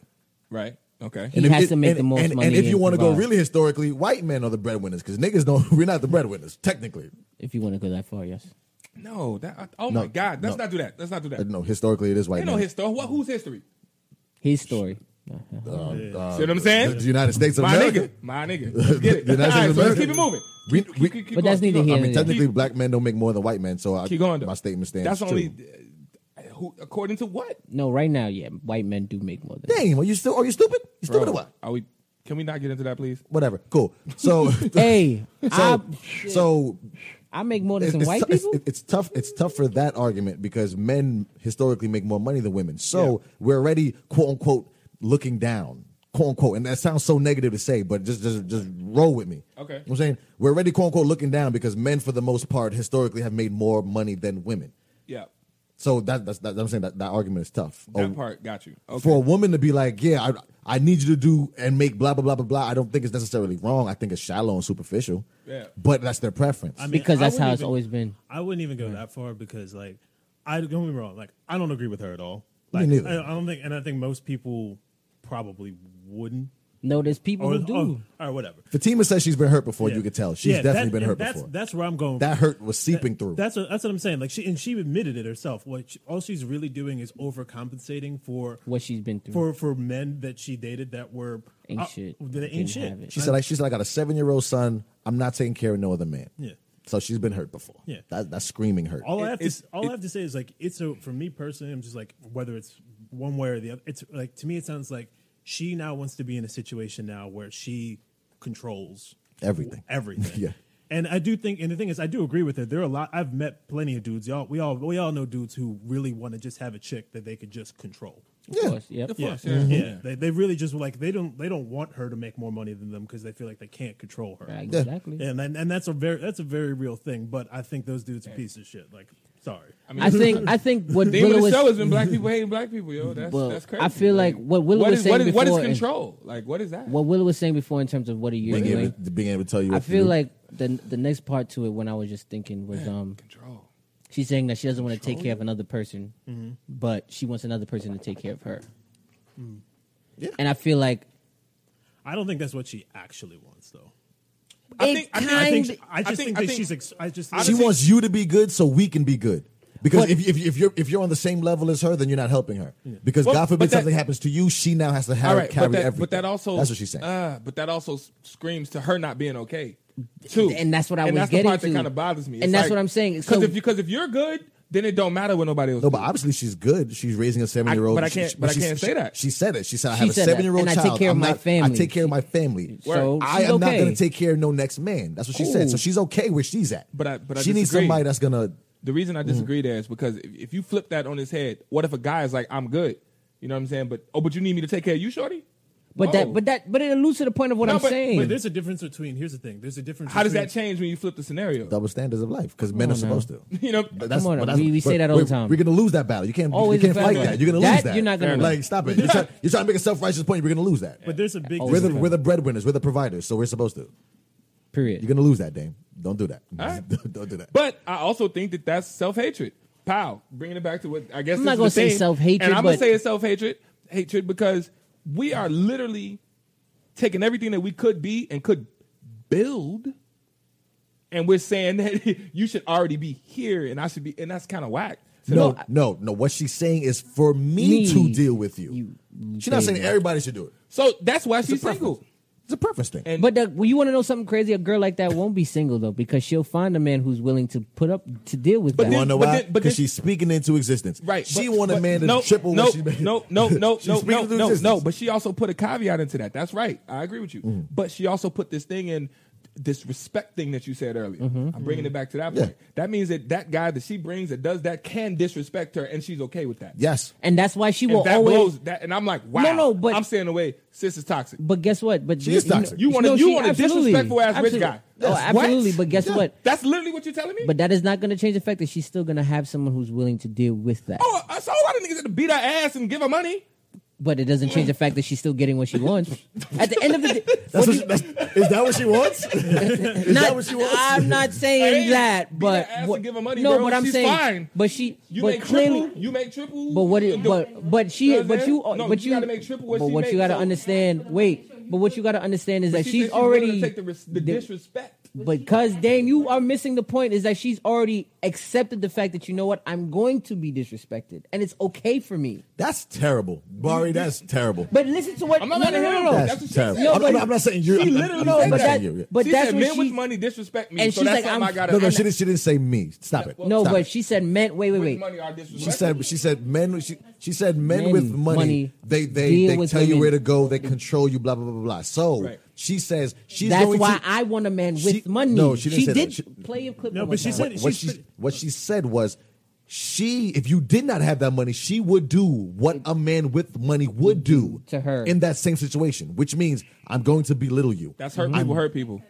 Right. Okay. He has to make the most and, and money if you and want to go provide. really historically, white men are the breadwinners because niggas don't. [laughs] We're not the breadwinners technically. If you want to go that far, yes. No. That. Oh No, my God. Let's no. not do that. Let's not do that. Uh, No, historically it is white Ain't no men. history. What? Who's history? His story. Uh-huh. See what I'm saying? the United States of My Uh, America. nigga. [laughs] My nigga. Let's get it. The All United States right, of so let's America. keep it moving. We- Keep- we- keep- keep But that's going, keep neither going. here I nor mean, there. technically, black men don't make more than white men, so I, Keep going. though. my statement stands. That's true. only uh, who, according to what? No, right now, yeah, white men do make more than Damn, are you still? Are you stupid? You stupid Bro, or what? Are we? Can we not get into that, please? Whatever. Cool. [laughs] So, Hey, I, Ah, so, so I make more than it's, some it's white tou- it's- people. it's tough. It's tough for that argument because men historically make more money than women. So we're already quote unquote looking down, quote unquote. And that sounds so negative to say, but just just just roll with me. Okay. You know what I'm saying we're already quote unquote looking down because men, for the most part, historically have made more money than women. Yeah. So that, that's that, I'm saying that that argument is tough. That Oh, part got you. Okay. For a woman to be like, yeah, I I need you to do and make blah blah blah blah blah. I don't think it's necessarily wrong. I think it's shallow and superficial. Yeah. But that's their preference. I mean, because I that's wouldn't how it's even- always been. I wouldn't even go that far because, like, I don't get me wrong. Like, I don't agree with her at all. Like, neither. I, I don't think, and I think most people probably wouldn't. No, there's Oh, people Or, who do. or, or whatever. Fatima says she's been hurt before. You could tell she's Yeah, definitely that- been and hurt that's, before. That's where I'm going. that hurt was seeping through. That's what, that's what I'm saying. Like she and she admitted it herself. What she, all she's really doing is overcompensating for What she's been through. for for men that she dated that were Ain't uh, shit. That ain't Didn't shit. have it. she said, "I she said I got a seven year old son. I'm not taking care of no other man." Yeah. So she's been hurt before. Yeah. That, that's screaming hurt. all I have to it's- s- all it- I have to say is like it's a for me personally. I'm just like whether it's one way or the other. It's like to me, it sounds like she now wants to be in a situation now where she controls Everything. [laughs] Everything. Yeah. And I do think, and the thing is, I do agree with her. There are a lot. I've met plenty of dudes. Y'all, we all we all know dudes who really want to just have a chick that they could just control. of course, Mm-hmm. yep. Of course, yeah. yeah. yeah. They, they really just like they don't they don't want her to make more money than them because they feel like they can't control her. Right, Exactly. And, and and that's a very that's a very real thing. But I think those dudes are pieces of shit. Like, sorry. I mean, I think I think what Theme Willow of the was show has been [laughs] black people hating black people, yo. That's Well, that's I crazy. feel like what Willow was is- what saying is, what is before is- control? Like what is that? what Willow was saying before in terms of what are you being, able, doing. to- being able to tell you. I what to feel do. like the the next part to it when I was just thinking was um control. she's saying that she doesn't want to take care of another person, Mm-hmm. but she wants another person to take care of her. Mm. And I feel like I don't think that's what she actually wants, though. I It think I think, I I think think she- I just think, that she's. Ex- I just she I- wants you to be good so we can be good. Because But- if, if, if you're if you're on the same level as her, then you're not helping her. Because Well, God forbid but that- something happens to you, she now has to have, all right, carry but that, everything. but that also that's what she's saying. Uh, but that also s- screams to her not being okay. Too. And that's what I and was that's getting the part to. that kind of bothers me. And that's what I'm saying. Because So- if because if you're good, then it don't matter what nobody else. no, No, but obviously she's good. She's raising a seven year old. but I can't- but I can't say that. She said it. She said I She have a said that, seven year old and I child. take care of I'm my not- I family. take care of my family. so I she's am not okay. going to take care of no next man. That's what she said. Cool. So she's okay where she's at. But I- but I she needs disagree. somebody that's gonna. the reason I disagree there is because if, if you flip that on his head, what if a guy is like, "I'm good," you know what I'm saying? But oh, but you need me to take care of you, shorty. But Oh. that, but that, but it alludes to the point of what No, I'm but- saying. But there's a difference between. Here's the thing. There's a difference. How does between- that change when you flip the scenario? Double standards of life because men are on supposed [laughs] now. to. You know, But that's, Come on but now. that's- We- we but say that all the we're- time. We're gonna lose that battle. You can't. Always you can't a fair fight fight. that. You're gonna lose That that. you're not gonna Like stop it. You're, [laughs] try, you're trying to make a self righteous point. You're gonna lose that. But there's a big. we're the fair. we're the breadwinners. We're the providers. So we're supposed to. Period. You're gonna lose that, Dame. Don't do that. right. [laughs] Don't do that. But I also think that that's self hatred. Pow, bringing it back to what I guess I'm this not is gonna the say thing. self-hatred, and I'm gonna but- say it's self hatred, hatred because we are literally taking everything that we could be and could build, and we're saying that [laughs] you should already be here, and I should be, and that's kind of whack. So no, no, no. What she's saying is for me, Me, to deal with you. you she's not saying baby. everybody should do it. so that's why It's she's a preference. single. It's a preference thing. And- But the, well, you want to know something crazy? A girl like that won't be single though, because she'll find a man who's willing to put up to deal with But you that. wanna know but why? then- but Because then- she's speaking into existence. Right. She but- want a but man to no, triple no, what she made. No, [laughs] no, no, She's no, speaking no, into no, no. existence. But she also put a caveat into that. That's right. I agree with you. Mm-hmm. But she also put this thing in this respect thing that you said earlier. I'm bringing it back to that Mm-hmm. Yeah. point. That means that that guy that she brings that does that can disrespect her, and she's okay with that. Yes. and that's why she And will that always. blows that, and I'm like, wow. No, no, but- I'm staying away. Sis is toxic. But guess what? But She is you know- toxic. You want a- no, you she- want a absolutely. disrespectful ass rich Absolutely. guy. No, Yes. Oh, absolutely. What? But guess Yeah. what? That's literally what you're telling me. But that is not going to change the fact that she's still going to have someone who's willing to deal with that. oh, I saw a lot of niggas that beat her ass and give her money. But it doesn't change the fact that she's still getting what she wants. At the end of the day, That's what she, that's, is that what she wants? [laughs] is not- that what she wants? I'm not um, saying Hey, that, beat but her ass what- and give her money, no, girl. but I'm She's saying, fine. but she, You but make clearly, triple. You make triple. But what you it, do- but but You she, know what I'm but saying? you, No, but you, gotta make triple what but she what you makes, got to so- understand. Wait, but what you got to understand is But that she she's said willing to already take the, res- the disrespect. because Dame, you are missing the point. Is that she's already accepted the fact that you know what I'm going to be disrespected, and it's okay for me. That's terrible, Bari. That's terrible. But listen to what I'm not no, mad no, at no, him. no, no. That's what That's she terrible. said. I'm, I'm- I'm not saying you're. She I'm- I'm- literally I'm not said that. saying you're- But she that's said, what men she- with money disrespect me, and so she's that's like, something I'm- I gotta. No, no, and she didn't. She didn't say me. Stop it. No, Stop but it. she said men. Wait, wait, with wait. money are She disrespectful. said she said men she, she said men, Men, with money, money, they they, deal they with tell you women. where to go, they control you, blah blah blah blah blah. So Right. she says she's That's going why to I want a man with She- money. no, she didn't say that. did She- play a clip. No, one but she time. said- [laughs] what she's she pretty- what she said was she if you did not have that money, she would do what a man with money would do To her. in that same situation, which means I'm going to belittle you. That's hurt people. Hurt people.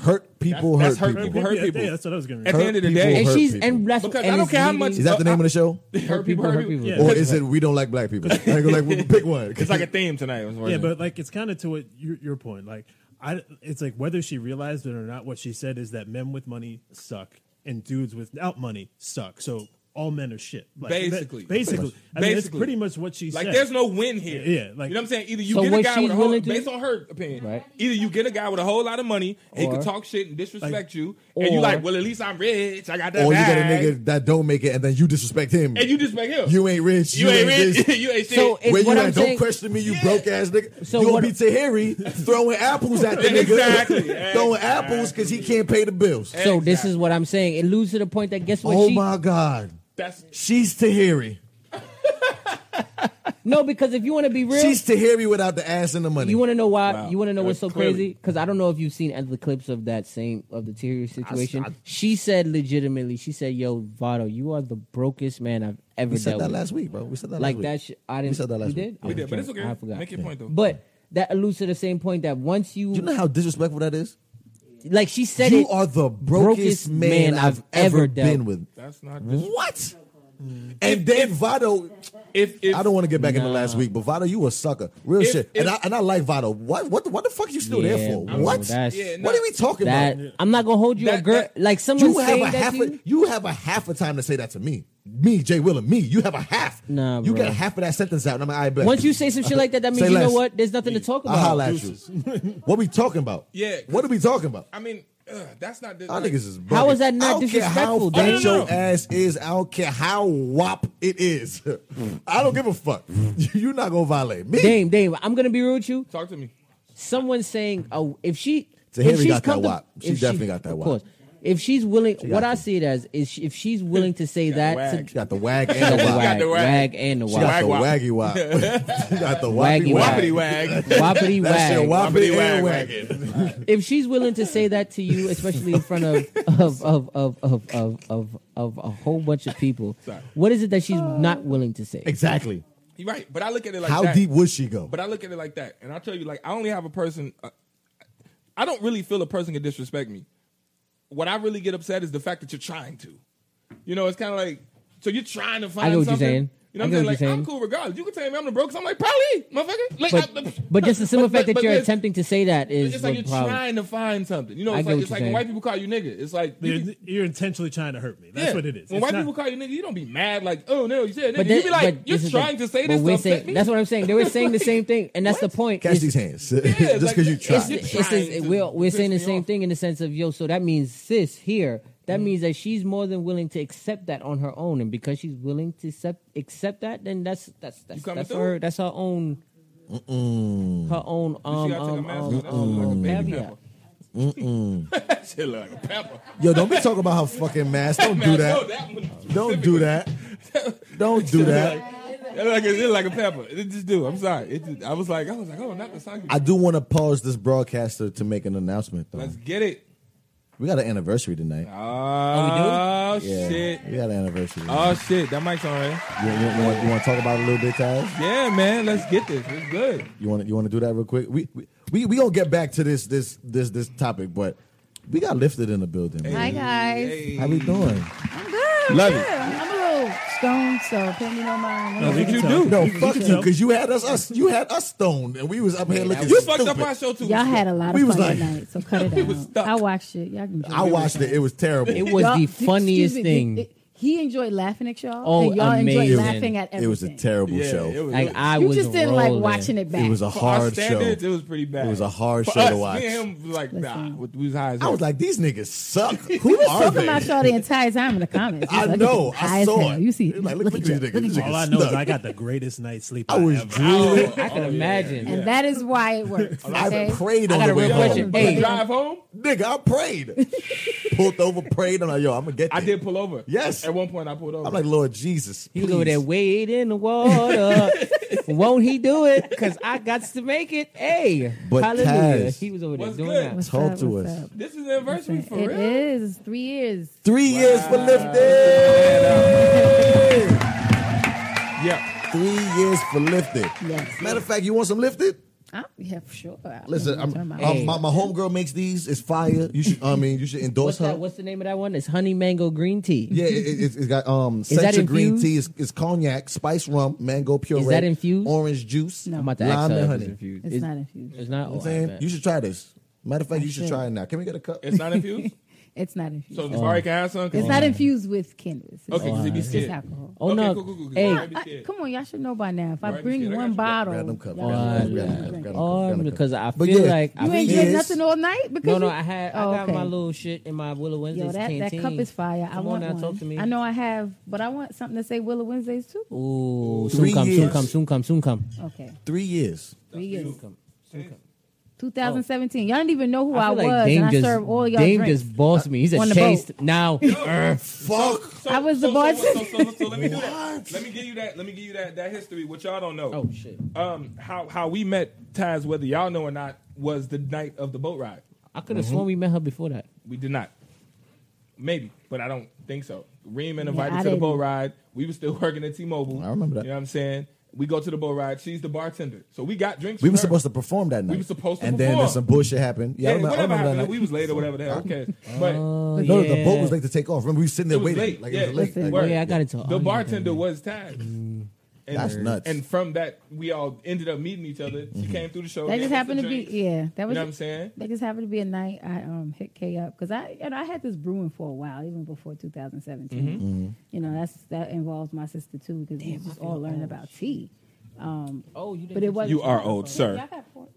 hurt people That's- hurt that's hurt people. people. Yeah, people. yeah, that's what I was gonna. At say. the end of the people day, and hurt she's people. and that's Because I and don't it's care how leading- much- Is that the name of the [laughs] show? hurt people. Hurt people. Yeah. Or is it we don't like black [laughs] people? I go like well, pick one. It's like a theme tonight. Yeah, but like it's kind of to what your, your point. Like I, it's like whether she realized it or not. What she said is that men with money suck and dudes without money suck. So all men are shit. Like, that- Basically. basically, I mean, that's Basically. pretty much what she Like said. there's no win here. Yeah, like- you know what I'm saying. Either you So get a what guy she's with a whole, willing to- based on her opinion, Right. either you get a guy with a whole lot of money and he Or- can talk shit and disrespect Like- you, and you or- like, well, at least I'm rich. I got that. Or you got a bag." nigga that don't make it and then you disrespect him. and you disrespect him. You ain't rich. You ain't rich. this. you ain't shit. So It's Where you what at? I'm Don't saying- question me, you broke ass nigga. So You'll what- be Tahiri throwing apples at the nigga. Exactly. [laughs] throwing apples because he can't pay the bills. So this Exactly. is what I'm saying. It leads to the point that guess what? oh she, my God. That's She's Tahiri. No, because if you want to be real, She's Tahiri without the ass and the money. you want to know why? Wow. You want to know That what's so was clearly- crazy? Because I don't know if you've seen other clips of that same of the Terry situation. I- she said legitimately. She said, "Yo, Votto, you are the brokest man I've ever we said dealt that with." last week, bro. We said that like last that. week. Sh- I didn't. We said that last you week. did? We I was did, but it's drunk. okay. I forgot. Make your point, though. But that alludes to the same point that once you, You know how disrespectful that is? like she said, you it, are the brokest, brokest man, man I've I've ever ever dealt been with. that's not. What? And then Vado, If, if I don't want to get back into last week, but Vado, you a sucker, real If- shit. if- and I and I like Vado. What what the- what the fuck you still there Yeah, for? bro, what? that's- Yeah, What are we talking that about? I'm not gonna hold you a That- girl that- like someone You have saying a that half. to A, you. you have a half a time to say that to me. Me, Jay Willem, me. You have a half. Nah, you bro. got half of that sentence out, and I'm like, I bet. Once you say some shit like that, that means [laughs] Say you know less. what? There's nothing to talk I about. holla at [laughs] you. what we talking about? Yeah, 'cause- What are we talking about? I mean, ugh, that's not. This, Our like, niggas is How bugging. is that not I don't care How disrespectful, Dame? fat No, no, your no. ass is. I don't care how wop it is. [laughs] I don't give a fuck. [laughs] You're not gonna violate me. Dame, Dame, I'm gonna be real with you. Talk to me. someone saying, "Oh, if she, Tahiri if she's got that comfortable- wop. She if definitely got that of wop. course. If she's willing, what got I you. see it as is, she, if she's willing to say Got that, to, wag. She got the wag and the [laughs] the wop. wag, the wag. wag, and the She got wop, the Wag waggy wop. she got the wappy Waggy wop. wag. Wobbity wag. woppity That shit wag. wappity and wag. wagging. If she's willing to say that to you, especially in front of of of of of of of, of a whole bunch of people, Sorry. what is it that she's not willing to say? Exactly. You're right. But I look at it like How that. deep would she go? But I look at it like that, and I tell you, like I only have a person. Uh, I don't really feel a person can disrespect me. What I really get upset is the fact that you're trying to. You know, it's kind of like so you're trying to find. get what you're something. saying. You know what I I'm saying? get what Like you're I'm saying. cool regardless. You can tell me I'm the brokest. I'm like probably, motherfucker. Like, But, I- but just the simple but- but- fact that but you're there's- attempting to say that is It's like the you're problem. trying to find something. You know, I it's get like what it's you're like when saying. white people call you nigga. It's like you You're, can- you're intentionally trying to hurt me. That's yeah. what it is. When It's white not- people call you nigga, you don't be mad like, oh no, you said nigga. But you that- be but like, you're this is the- trying to say but this we're to upset saying- me. That's what I'm saying. They [laughs] were saying the same thing, and that's the point. Catch It's- these hands. [laughs] it's Just like- because you it's- tried. it's- it's, it's trying it's- to we're, we're piss saying the me same off. Mm. thing in the sense of yo so that means sis here that means that she's more than willing to accept that on her own and because she's willing to accept accept that then that's that's that's, coming that's through? her that's her own her own She gotta um, take a um, mask off. um, That shit look like a baby caveat. pepper. That shit look like a pepper. [laughs] Yo, don't be talking about her fucking mask. Don't Man, do [laughs] I know that. that one. Don't do that. [laughs] Don't do that. It like it like a pepper. It just do. I'm sorry. It just, I was like, I was like, oh, not the sake. I do want to pause this broadcast to, to make an announcement, though. Let's get it. We got an anniversary tonight. Oh, shit. We got an anniversary. Oh shit. That mic's on right. You, want to talk about it a little bit, Taz? Yeah, man. Let's get this. It's good. You want to you want to do that real quick? We we we, we gonna get back to this this this this topic, but we got lifted in the building. man. Hi guys, How we doing? I'm good. Love I'm it. good. I'm a little stoned, so pay me no mind. No, we What can you tell. do? No, can fuck you, tell. because you had us us you had us stoned, and we was up here looking. You stupid. fucked up our show too. Y'all had a lot We of was like- fun tonight, so [laughs] cut it was out. stuck. I watched it. Y'all can. I watched it. It was terrible. it was the funniest thing he enjoyed laughing at y'all, Oh, and y'all amazing. enjoyed laughing at everything. It was a terrible Yeah, show. it was- like I You was just didn't like rolling. watching it back. It was a For our hard show. standards, It was pretty bad. It was a hard For show to us, watch. Me and him, like, nah, Listen. we was high as I hell. was like, these niggas [laughs] suck. we Who was are talking they? about y'all the entire time in the comments. I Look at know. them. I High as saw hell. it. You see, It's like, look- look, look at at you. these niggas. Look These at you. all I know is I got the greatest night's sleep I was ever. drooling. I Oh, can imagine. And that is why it [laughs] works. I Okay? prayed I on got the a way real home. question. But Hey. the drive home, Nigga, I prayed. [laughs] Pulled over, prayed. I'm like, yo, I'm gonna get I there. did pull over. Yes. At one point, I pulled over. I'm like, Lord Jesus. He please. was over there wade in [laughs] the water. Won't he do it? Because I got to make it. Hey, But hallelujah. Taz, he was over there what's doing good? that. What's Talk up, to what's us. up? this is the anniversary for It real. is three years. Three years for lifted. Yeah. Three years for lifted. Yes. Matter of fact, you want some lifted? I'm, yeah, for sure. I Listen, don't I'm, know what I'm- you're talking my, about. my homegirl makes these. It's fire. You should. I mean, you should endorse What's, her. that, what's the name of that one? It's honey mango green tea. Yeah, it, it, it's- it's got um that sencha green infused? tea, it's, it's cognac, spice rum, mango puree. Is that infused? Orange juice, No. I'm about to lime ask her and if honey. It's, You infused. It's not infused. It's know what not. I'm Oh, I saying bet. you should try this. Matter of fact, you should should. try it now. Can we get a cup? It's not infused. It's not [laughs] infused. Oh. So Jabari can have some. 'Cause- it's not infused with cannabis. It's, Okay, because he'd be it's just scared. alcohol. oh okay, no! cool, cool, cool, cool. Hey, Alright. I- scared. come on, y'all should know by now. If I Alright, bring scared. I got one you. bottle, Grab them cups. y'all Grab them should cups. know Grab them cups. Grab them what to drink. cups. oh, Grab them because I But feel yeah, like I You ain't feel- drank Yes. nothing all night because no, no. you- I had Oh, I got my okay. little shit in my Willow Wednesdays Yo, that, that canteen. cup is fire. I Come want on now, one. talk to me. I know I have, but I want something to say Willow Wednesdays too. Ooh, Three soon come, soon years. come, soon come, soon come. Okay, Three years. three years, Soon come. 2017. Y'all didn't even know who I I, feel was, like Dame and I just served all y'all Dame drinks. just bossed me. He On said the chased now. [laughs] Fuck. I was the so, so, bartender. so, so, so, so let me do that. What? Let me give you that. Let me give you that. That history, which y'all don't know. Oh shit! Um, how how we met Taz, whether y'all know or not, was the night of the boat ride. I could Mm-hmm. have sworn we met her before that. We did not. Maybe, but I don't think so. Reeman invited I to the didn't. boat ride. We were still [laughs] working at T-Mobile. I remember that. You know what I'm saying? We go to the boat ride. She's the bartender, so we got drinks. We from were her. supposed to perform that night. were supposed to And then perform. there's some bullshit happened. Yeah, I Yeah, remember, I whatever remember that happened, night. Uh, we was late or whatever the hell. Okay, but Oh, no, no, the yeah. boat was late to take off. Remember, we were sitting there it was waiting. late. Like, yeah, it was late. Listen. Like, Oh, yeah, I got into the bartender was Taz. And, Mm. That's nuts. Mm-hmm. And from that, we all ended up meeting each other. She came through the show. That gave just us happened the to be, drinks. yeah. That You was know what I'm saying? That just happened to be a night I um, hit K up because I you know I had this brewing for a while even before 2017. Mm-hmm. You know that's that involves my sister too because we just all learned about tea. Um, Oh, you didn't. But it was You are old, sir. Y'all got four-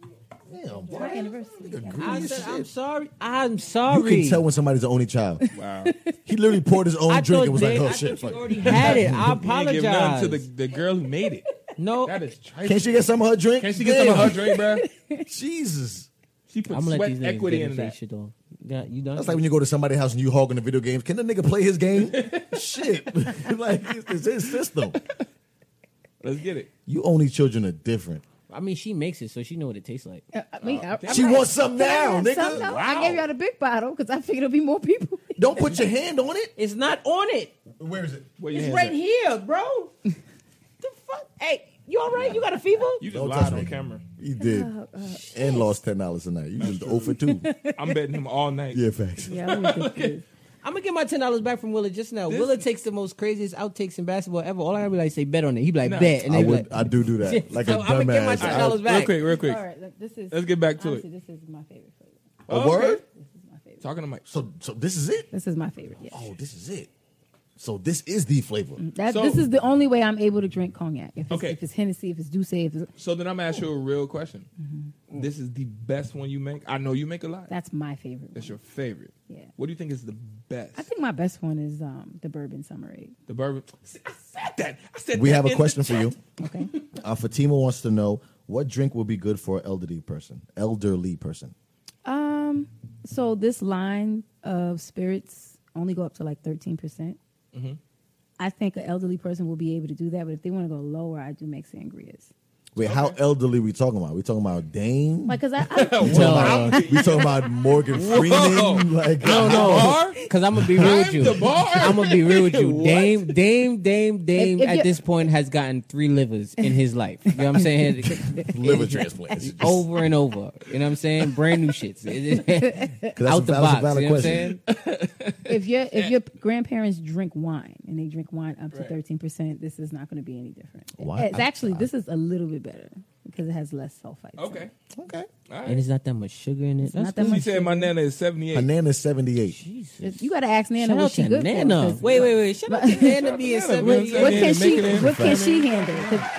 Damn, my why? anniversary. I Greedy as said, shit. I'm sorry. I'm You sorry. can tell when somebody's the only child. Wow. He literally poured his own I drink thought and was like, they- oh I shit. thought fuck you it." already had [laughs] it. I You didn't apologize. give none to the, the girl who made it. no, That is trifling. Can she get some of her drink? Can she get some of her Damn. drink, bro? Jesus. She put I'm gonna let sweat these niggas equity get in their that. shit on. Yeah, you done? That's like when you go to somebody's house and you hogging the video games. Can the nigga play his game? Shit. [laughs] like, it's, it's his system. Let's get it. You only children are different. I mean, she makes it, so she know what it tastes like. Uh, I mean, I, I'm She like, wants some "Can I now, have nigga. some, though?" I gave y'all the big bottle because I figured it'll be more people. Don't put your hand on it. It's not on it. Where is it? Where your It's [laughs] hands right at? here, bro. the fuck? Hey, You all right? You got a fever? You just Don't touch lied on me. [laughs] camera. He did. Oh, and lost ten dollars a night. You just 0 for two. I'm betting him all night. yeah, facts. [laughs] Yeah, I wouldn't get this. I'm gonna get my ten dollars back from Willa just now. Willa takes the most craziest outtakes in basketball ever. All I gotta be like, say bet on it. He be like Nah, bet, and I they be would. like, I do do [laughs] that. Like a So I'ma get my dumbass. I- $10 back. Real quick, real quick. All right, look, this is. Let's get back to honestly, This is my favorite flavor. A word. This is my favorite. Talking to Mike. So, so this is it. This is my favorite. Yes. Oh, this is it. So this is the flavor. Mm. That, So- this is the only way I'm able to drink cognac. If it's, Okay. if it's Hennessy, if it's Douce, if it's, So then I'm gonna ask you a real question. Mm-hmm. This is the best one you make. I know you make a lot. that's my favorite. One. That's your favorite. Yeah. What do you think is the best? I think my best one is um, the bourbon summerade. the bourbon. I said that. I said We that have a in question the for you. [laughs] Okay. Uh, Fatima wants to know what drink will be good for an elderly person. Elderly person. um. So this line of spirits only go up to like thirteen percent. Mm-hmm. I think an elderly person will be able to do that, but if they want to go lower, I do make sangrias. Wait, how elderly we talking about? We talking about Mm. Dane? Like, cause I, [laughs] Oh, I we, talking about, we talking about [laughs] Morgan Freeman? Like, I don't know, bar? because I'm gonna be real with I'm you. the bar? I'm gonna be real with [laughs] you. What? Dame, Dame, Dame, Dame. if at you- this point, has gotten three livers in his life. You know what I'm saying? [laughs] liver transplants. [laughs] over and over. You know what I'm saying? Brand new shits. It- [laughs] 'Cause it- [laughs] that's a- out the that was a box. valid you know what I'm question. saying? if your if your grandparents drink wine and they drink wine up to Right. thirteen percent, this is not going to be any different. Why- It's I- actually this is a little bit better because it has less sulfites. in Okay. it. Okay. All right. And it's not that much sugar in it. It's That's not that good. She much. said my nana is Oh, 78. Her name is 78. It's- You got to ask Nana Shout what out she to good Nana. for. 'cause Wait, wait, wait. Shout out to Nana being Nana, man. seven. [laughs] What, what can Nana she making it what can she handle? 'Cause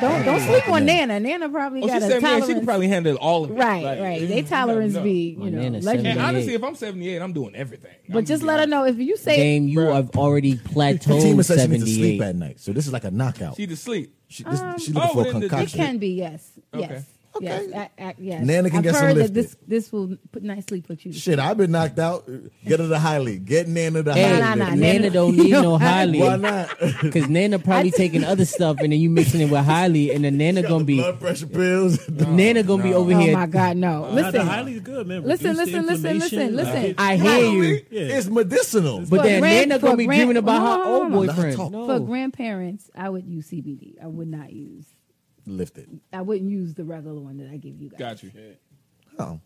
Don't don't sleep on Nana. Nana probably oh, she got a said man, she tolerance. can probably handle all of it. [laughs] right, Like, right. you They never tolerance know. be My you know Nana And legendary. seventy-eight. honestly, if I'm 78, I'm doing everything. I'm But just gonna let her be- know if you say Dame, you have already Fatima plateaued says she needs to sleep 78. at night. So this is like a knockout. She to sleep. She, this, Um, she looking Oh, for a then the- it It concoction. can be yes, Okay. yes, Okay. yes, I, I, yes. Nana can I've get some heard lifted. that this this will put nicely put you. to Shit, I've been knocked out. Get her to high league. Get Nana to Hey, high Nah, league. nah, nah. nigga. Nana don't [laughs] need no highly. Why not? Because Nana probably taking other stuff and then you mixing it with highly and then Nana gonna be blood pressure pills. Nana gonna be over Oh here. my God, no! Nah, the Listen, highly is good, man. Listen, Reduce the listen, listen, inflammation. listen, Like, listen. I hear you. Yeah. It's medicinal. But For then grand- Nana gonna for be grand- dreaming about Hold on, her hold old on, hold on. boyfriend. Let's talk. for No. grandparents, I would use CBD. I would not use. Lift it. I wouldn't use the regular one that I give you guys. Got you. Oh.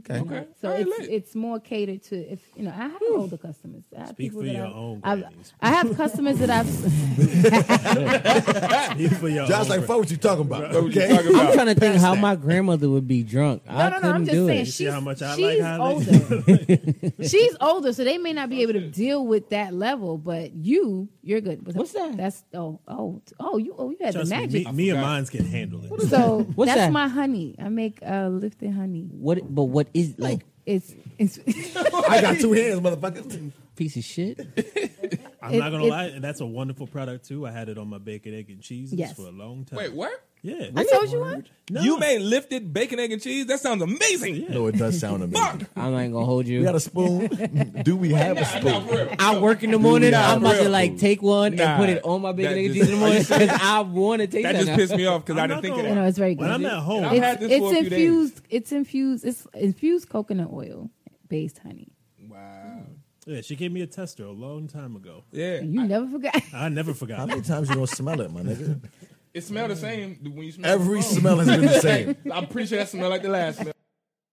Okay. Okay. So All right, it's lit. it's more catered to if you know. I have older customers. I have Speak people for that your I've- own I've- grannies. I have customers [laughs] that I've. for your Josh, own like, fuck what you talking about. What was you Okay. talking I'm about? trying to think how my grandmother would be drunk. No, I no, couldn't no. I'm just do saying it. she's see how much I she's like highlights? older. [laughs] she's older, so they may not be able to deal with that level. But you, you're good. What's that? That's oh oh oh you oh you had Trust the me, magic. me, me and forgot. mine's can handle it. So [laughs] What's that's that? my honey. I make uh, lifted honey. What? But what is like It's it's [laughs] [laughs] I got two hands, motherfucker. piece of shit? I'm It- not gonna it- lie, that's a wonderful product too. I had it on my bacon, egg, and cheese Yes. for a long time. Wait, what? Yeah, I told you one. No. You made lifted bacon, egg, and cheese? That sounds amazing. No, it does sound amazing. I'm not gonna hold We got you. a [laughs] spoon. Do we have a Nah, spoon? for real. I work in the morning. Nah, I'm about real to like food. take one Nah, and put it on my bacon [laughs] that egg and just- cheese in the morning Are you because I want to taste That that. just now. pissed me off because I I'm didn't not think gonna You know, of it's very good. When I'm at home, I've it's had this it's for a few days. infused. It's infused. It's infused coconut oil based honey. that. Wow. yeah, she gave me a tester a long time ago. Yeah. And you never forgot. [laughs] I never How forgot. many times you gonna smell it, my nigga? It smelled the same when you smell Every it. smell has been the [laughs] same. I'm pretty sure that smelled like the [laughs] last smell.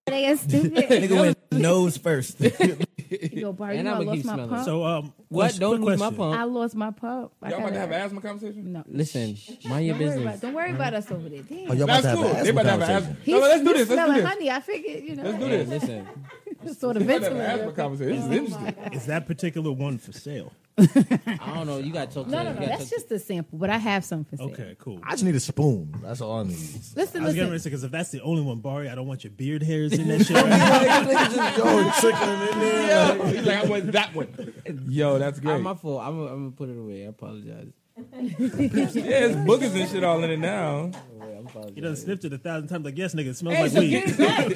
they are [laughs] stupid. Nigga went nose [laughs] first. Yo, Bar, you And know I I'ma lost keep my smelling. pump. So, um, What? quick Don't lose my question. I pump. lost my pump. I Y'all about gotta- to have an asthma conversation? No. Listen, mind your Don't worry, about, business. don't worry about us over there. Damn. Oh, y'all about to That's have cool. an They asthma about to have an conversation. asthma. No, let's do you this. Let's smelling do this. honey. I figured, you know, Let's do Yeah, [laughs] this. [laughs] listen. this. sort of They about to have an ventilate. asthma conversation. This is interesting. Is that particular one for sale? I don't know. You got to talk to. No, her. no, You no. gotta talk That's just a sample, but I have some for sale. Okay, cool. I just need a spoon. That's all I need. [laughs] This Listen, I was getting listen. ready because if that's the only one, Bari, I don't want your beard hairs in that shit. [laughs] Right? nigga just go trickling in there. He's like, I want that one. Yo, that's to- Ah, great. my fault. I'm gonna I'm gonna put it away. I apologize. Yeah, it's boogers and shit all in it now. He done sniffed it a thousand times. Like, yes, nigga, it smells Hey, like so weed. get it back. Shit, [laughs]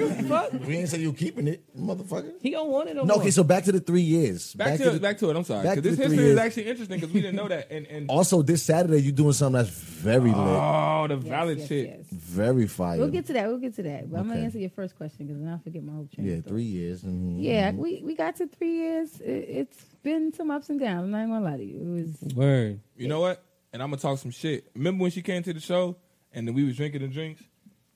nigga, fuck. We ain't say you keeping it, motherfucker. He don't want it no, No, more. okay, so back to the three years. Back, to, the- back to it. I'm sorry. back Because to this the three history is years. actually interesting because we didn't know that. [laughs] And, and Also, this Saturday you doing something that's very lit, oh, the valid Yes, shit. yes. very fire. We'll get to that. We'll get to that. But I'm gonna Okay. answer your first question because then I'll forget my whole train. yeah, of thought. three years. mhm. Yeah, we, we got to three years. It, it's been some ups and downs. I'm not even gonna lie to you. It was word. You know what? and I'm gonna talk some shit. Remember when she came to the show and then we was drinking the drinks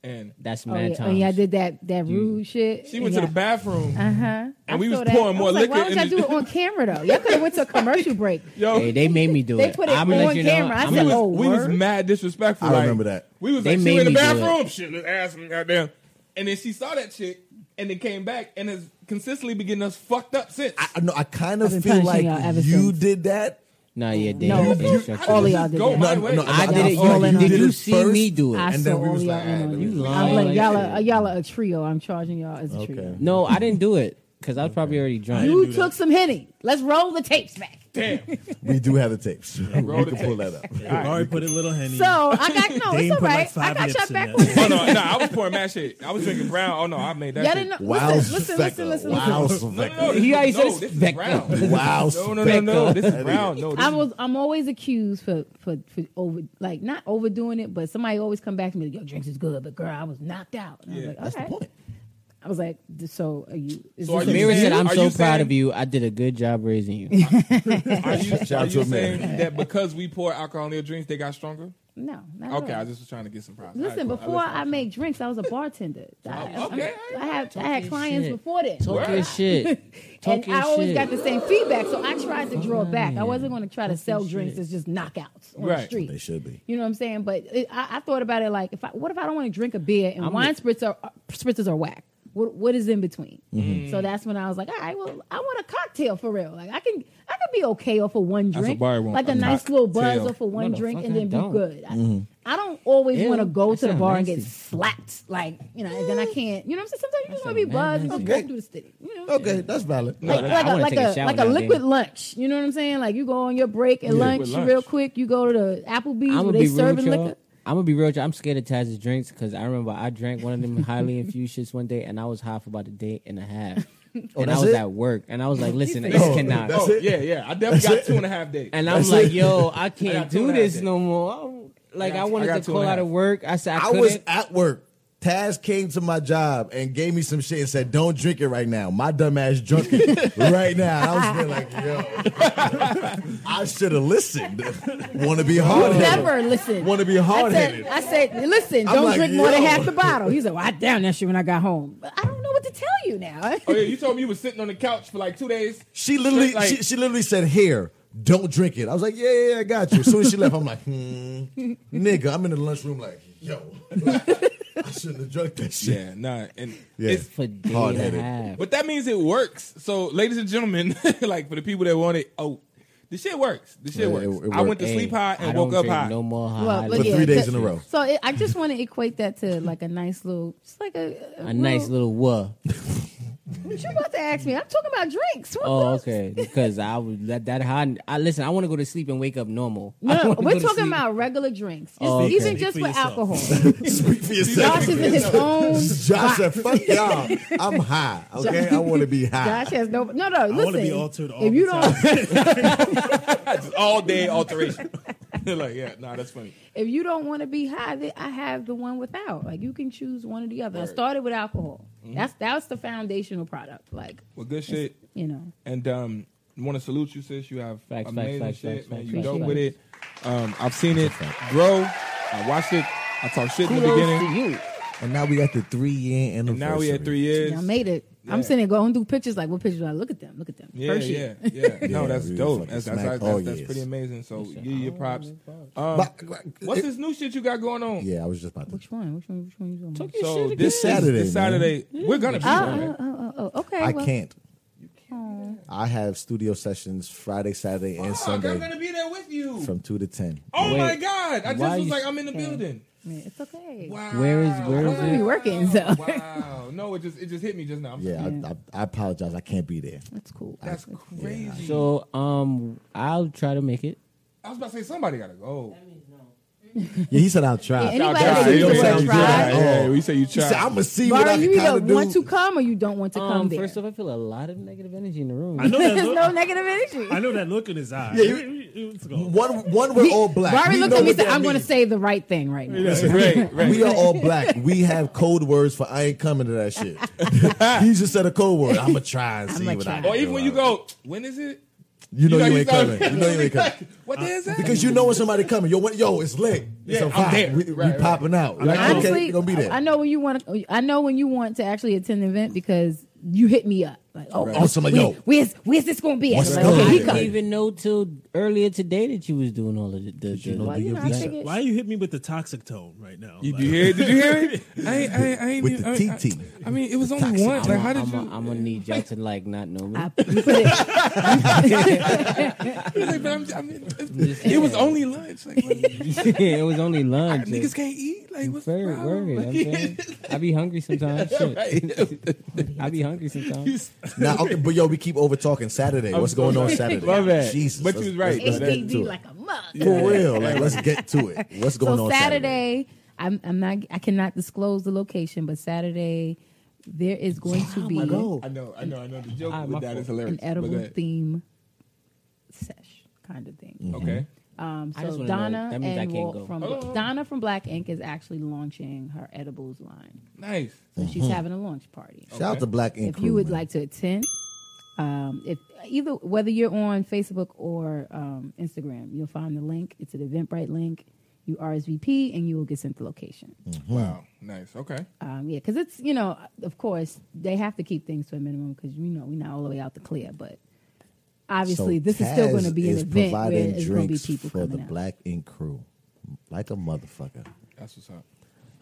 and That's Oh mad yeah, times. oh, yeah, I did that that rude shit. she went to the bathroom Uh huh. And we was pouring more like, Why liquor don't in y'all the- do it on camera though? Y'all could have went to a commercial break. yo Hey, they made me do They it. put it I'ma let on you know. camera. I I'ma we said, let- was, "Oh, we was word?" mad disrespectful. I like, remember that. We was They like, she made went in the me do it. bathroom, shit, let's ask him, goddamn. And then she saw that chick and then came back and has consistently been getting us fucked up since. I know. I kind of I've been feel punishing like y'all ever you since. did that. Nah, yeah, they No, they you- instructed all me. of y'all did Go that. my No, way. no, I I- did I it. feel You, like you did did you it see first. me do it? I And saw then we all was of y'all. like, ah, in on let me it. just- I'm like Like y'all shit. are y'all are a trio. I'm charging y'all as a Okay. trio. no, I didn't do it because I was probably already drunk. You took some henny. Let's roll the tapes back. [laughs] Damn. Oh, We do have the tapes. [laughs] roll we the can pull that up. [laughs] Ari put a little henny. So I got no. Dame It's all put, like, right. I five got lips y'all in back there. on. Oh, no, no, I was pouring mad shit. I was drinking brown. Oh, no, I made that. Y'all shit. didn't know. Wow, Listen, listen, listen, listen, Wow, listen. No, no, no, He already no, said this is Spectre. brown. Wow, No, no, no, no. This is brown. No, this I was I'm always accused for, for for over like not overdoing it, but somebody always come back to me like, "Your drinks is good,od," but girl, I was knocked out. And I was Yeah, like, That's the "Okay." point. I was like, "D- "So are you?" Is So this are you a- Mira said, saying- "I'm are so you proud saying- of you. I did a good job [laughs] raising you." Are you, out are you to America. saying that because we pour alcohol in their drinks, they got stronger? no, not at Okay, all. I just was trying to get some props. Listen, All right, cool. before listened. I made drinks, I was a bartender. I, Oh, okay. I, I had I Talking had clients shit. before that. Talk Word. your [laughs] shit. Talk and your I always shit. got the same feedback, so I tried to draw back. I Fine. wasn't going to try to Talk sell your drinks shit. that's just knockouts on the Right. street. They should be. You know what I'm saying? But it, I, I thought about it like, if I, what if I don't want to drink a beer and wine spritz are, uh, spritzers are whack? What, what is in between? Mm-hmm. So that's when I was like, all right, well, I want a cocktail for real. Like I can, I can be okay off of one That's drink, what Barry want, like a, a nice little buzz cocktail. off of one No, the drink, fuck and I then be don't. good. I, Mm-hmm. I don't always Ew, want to go that to the sound bar and get nasty. slapped. Like you know, then I can't. You know what I'm saying? Sometimes you just want to be sound buzzed and nasty. just Okay. walk through the city. You know what I'm saying? Okay, that's valid. like, I like a wanna like take a a, shower like a now, liquid damn. lunch. You know what I'm saying? Like you go on your break and lunch, Liquid lunch. real quick. You go to the Applebee's I'm where gonna they be real serving with y'all. liquor. I'm gonna be real with y'all. I'm scared of Taz's drinks because I remember I drank one of them [laughs] highly infused shits one day, and I was high for about a day and a half. Oh, and I that's was it? at work, and I was [laughs] like, "Listen, this Oh, cannot." that's oh, it? yeah, yeah. I definitely got two and a half days. And I'm That's like, it. [laughs] "Yo, I I can't got two do and a half this days. no more." I don't- like, I I, got- I wanted got to two and call a out of half. work. I said, "I, I couldn't." was at work. Taz came to my job and gave me some shit and said, "Don't drink it right now." My dumbass drunk it [laughs] right now. I was feeling like, yo, [laughs] I should have listened. [laughs] Want to be hard headed? Never listen. Want to be I hard said, headed? I said, listen, I'm don't like, drink more than yo. half the bottle. He said, well, I downed that shit when I got home. But I don't know what to tell you now. [laughs] Oh yeah, you told me you was sitting on the couch for like two days. She literally, Like- she, she literally said, "Here, don't drink it." I was like, "Yeah, yeah, yeah, I got you." As soon as she left, I'm like, hmm, "Nigga, I'm in the lunchroom like, yo, [laughs] I shouldn't have drunk that shit." Yeah, nah. And Yeah. it's for a day and Hard-headed. a half. But that means it works. So, ladies and gentlemen, [laughs] like for the people that want it, oh, the shit works. The shit Yeah, works. it- it I went worked. to sleep Hey, high I and don't woke up drink high. No more high. Well, For Yeah, three days but- in a row. So it, I just want to equate that to like a nice little, just like a, a nice little what? What you about to ask me? I'm talking about drinks. What Oh, else? okay. [laughs] Because I was that that high. I listen. I want to go to sleep and wake up normal. I No, wanna go we're to talking sleep. about regular drinks, just, Oh, okay. even Speak just for with yourself. alcohol. [laughs] Speak for yourself. Josh is in his own. Josh [laughs] said, "Fuck y'all, I'm high. Okay, I want to be high." Josh has no. No, no. wanna Listen, be altered all if you the don't, time. Just [laughs] all [laughs] day alteration. [laughs] like, yeah, nah, that's funny. if you don't want to be high, then I have the one without. Like you can choose one or the other. I Right. started with alcohol. Mm-hmm. That's that's the foundational product. Like Well, good shit. you know, And um, want to salute you, sis. You have Facts, amazing facts, facts, shit, facts, man. facts, you facts, dope facts. with it. Um, I've seen it grow. I watched it. I talked shit in the Kudos beginning. to you. And now we got the three year anniversary. And now we at three years. y'all made it. Yeah. I'm sitting there going through pictures. Like what pictures? do I look at them. Look at them. Yeah, Hershey. yeah, [laughs] yeah. No, Yeah, that's we dope. fucking That's that's, smacked that's, all that's, that's years. pretty amazing. So give you your "Oh, props. But- Um, what's it- this new shit you got going on? Yeah, I was just about to. [laughs] Which one? Which one? Which one? You talking about? So this Saturday, this man. Saturday, we're gonna be there. Oh, man. oh, oh, oh, oh, okay. I well, can't. I have studio sessions Friday, Saturday, and Fuck, I'm Sunday gonna be there with you. from two to ten. oh my Wait, god! I just why was you- like, I'm in the building. man, it's okay. Wow. Where [laughs] is- where is I'm gonna be working, so Wow. No, it just it just hit me just now. I'm Yeah, I, I, I apologize. I can't be there. [laughs] that's cool. sorry. that's crazy. So um, I'll try to make it. I was about to say somebody gotta go. Yeah, he said I'll try. Yeah, anybody that you Yeah, will you try. tried. Yeah, we say you he said I'm gonna see what I Barry, you can either kind of do. want to come or you don't want to come Um, there. first [laughs] off, I feel a lot of negative energy in the room. I know that There's look. no negative energy. I know that look in his eye. Yeah, you- Let's go. One, one, we're all black. Barry We looked know at me what and said, that I'm going to means. say the right thing right now. right, right. We are all black. We have code words for I ain't coming to that [laughs] shit. he just said a code word. I'm gonna try and see I'ma what try. I. can or even do when you out of it. go, when is it? You know you, know ain't started- coming. You [laughs] know you ain't coming. What the hell is that? Because you know when somebody coming, yo, what, yo, it's lit. It's Yeah, a I'm vibe. there. We, we Right, right. popping out. Like, Honestly, okay, you gonna be there. I know when you want. I know when you want to actually attend an event because you hit me up. Like, oh, Right. oh, Also, like, yo. where- where's where's this gonna be? At? What's I'm going like, on? okay, he Yeah. I coming. didn't even know till earlier today that you was doing all of the. the, the- Well, you know, I figured- Why you hit me with the toxic tone right now? You, Like, [laughs] you hear it? Did you hear it? [laughs] I, ain't- I, ain't- I ain't With even- the I- I- [laughs] TT. I mean, it was only Toxic. one. Like, how did I'm you? gonna need y'all to like not know me. [laughs] I- you [laughs] put it- [laughs] Like, but I'm, I mean, it, it was only lunch. Like, what, it was only lunch. niggas can't eat. Like, what's the Very problem? worried. I'm saying [laughs] I be hungry sometimes. Shit. [laughs] I be hungry sometimes. Nah, okay, but yo, we keep over talking Saturday. What's going on Saturday? My bad. Jesus, But you was right. Let's, let's get HPV to it. like a mug. For real, like let's get to [laughs] it. What's going so on Saturday, I'm, I'm not. I cannot disclose the location, but Saturday there is going Oh to be go. I know, I know, I know. The joke Ah, my with that fault. is hilarious. an but go edible ahead. theme sesh kind of thing. Mm. Okay. Um, I just so wanna know. Donna That means I and can't Walt go. from Donna from Black Ink is actually launching her edibles line. Nice. So she's Mm-hmm. having a launch party. Shout out to Black Ink if you would like to attend, um, if either whether you're on Facebook or um, Instagram, you'll find the link. It's an Eventbrite link. You RSVP and you will get sent the location. Mm. Wow. Nice. Okay. Um, yeah, because it's you know, of course, they have to keep things to a minimum because you know we're not all the way out the clear, but. Obviously, this is still going to be an event where it's going to be people for the coming out. Black Ink crew, like a motherfucker. That's what's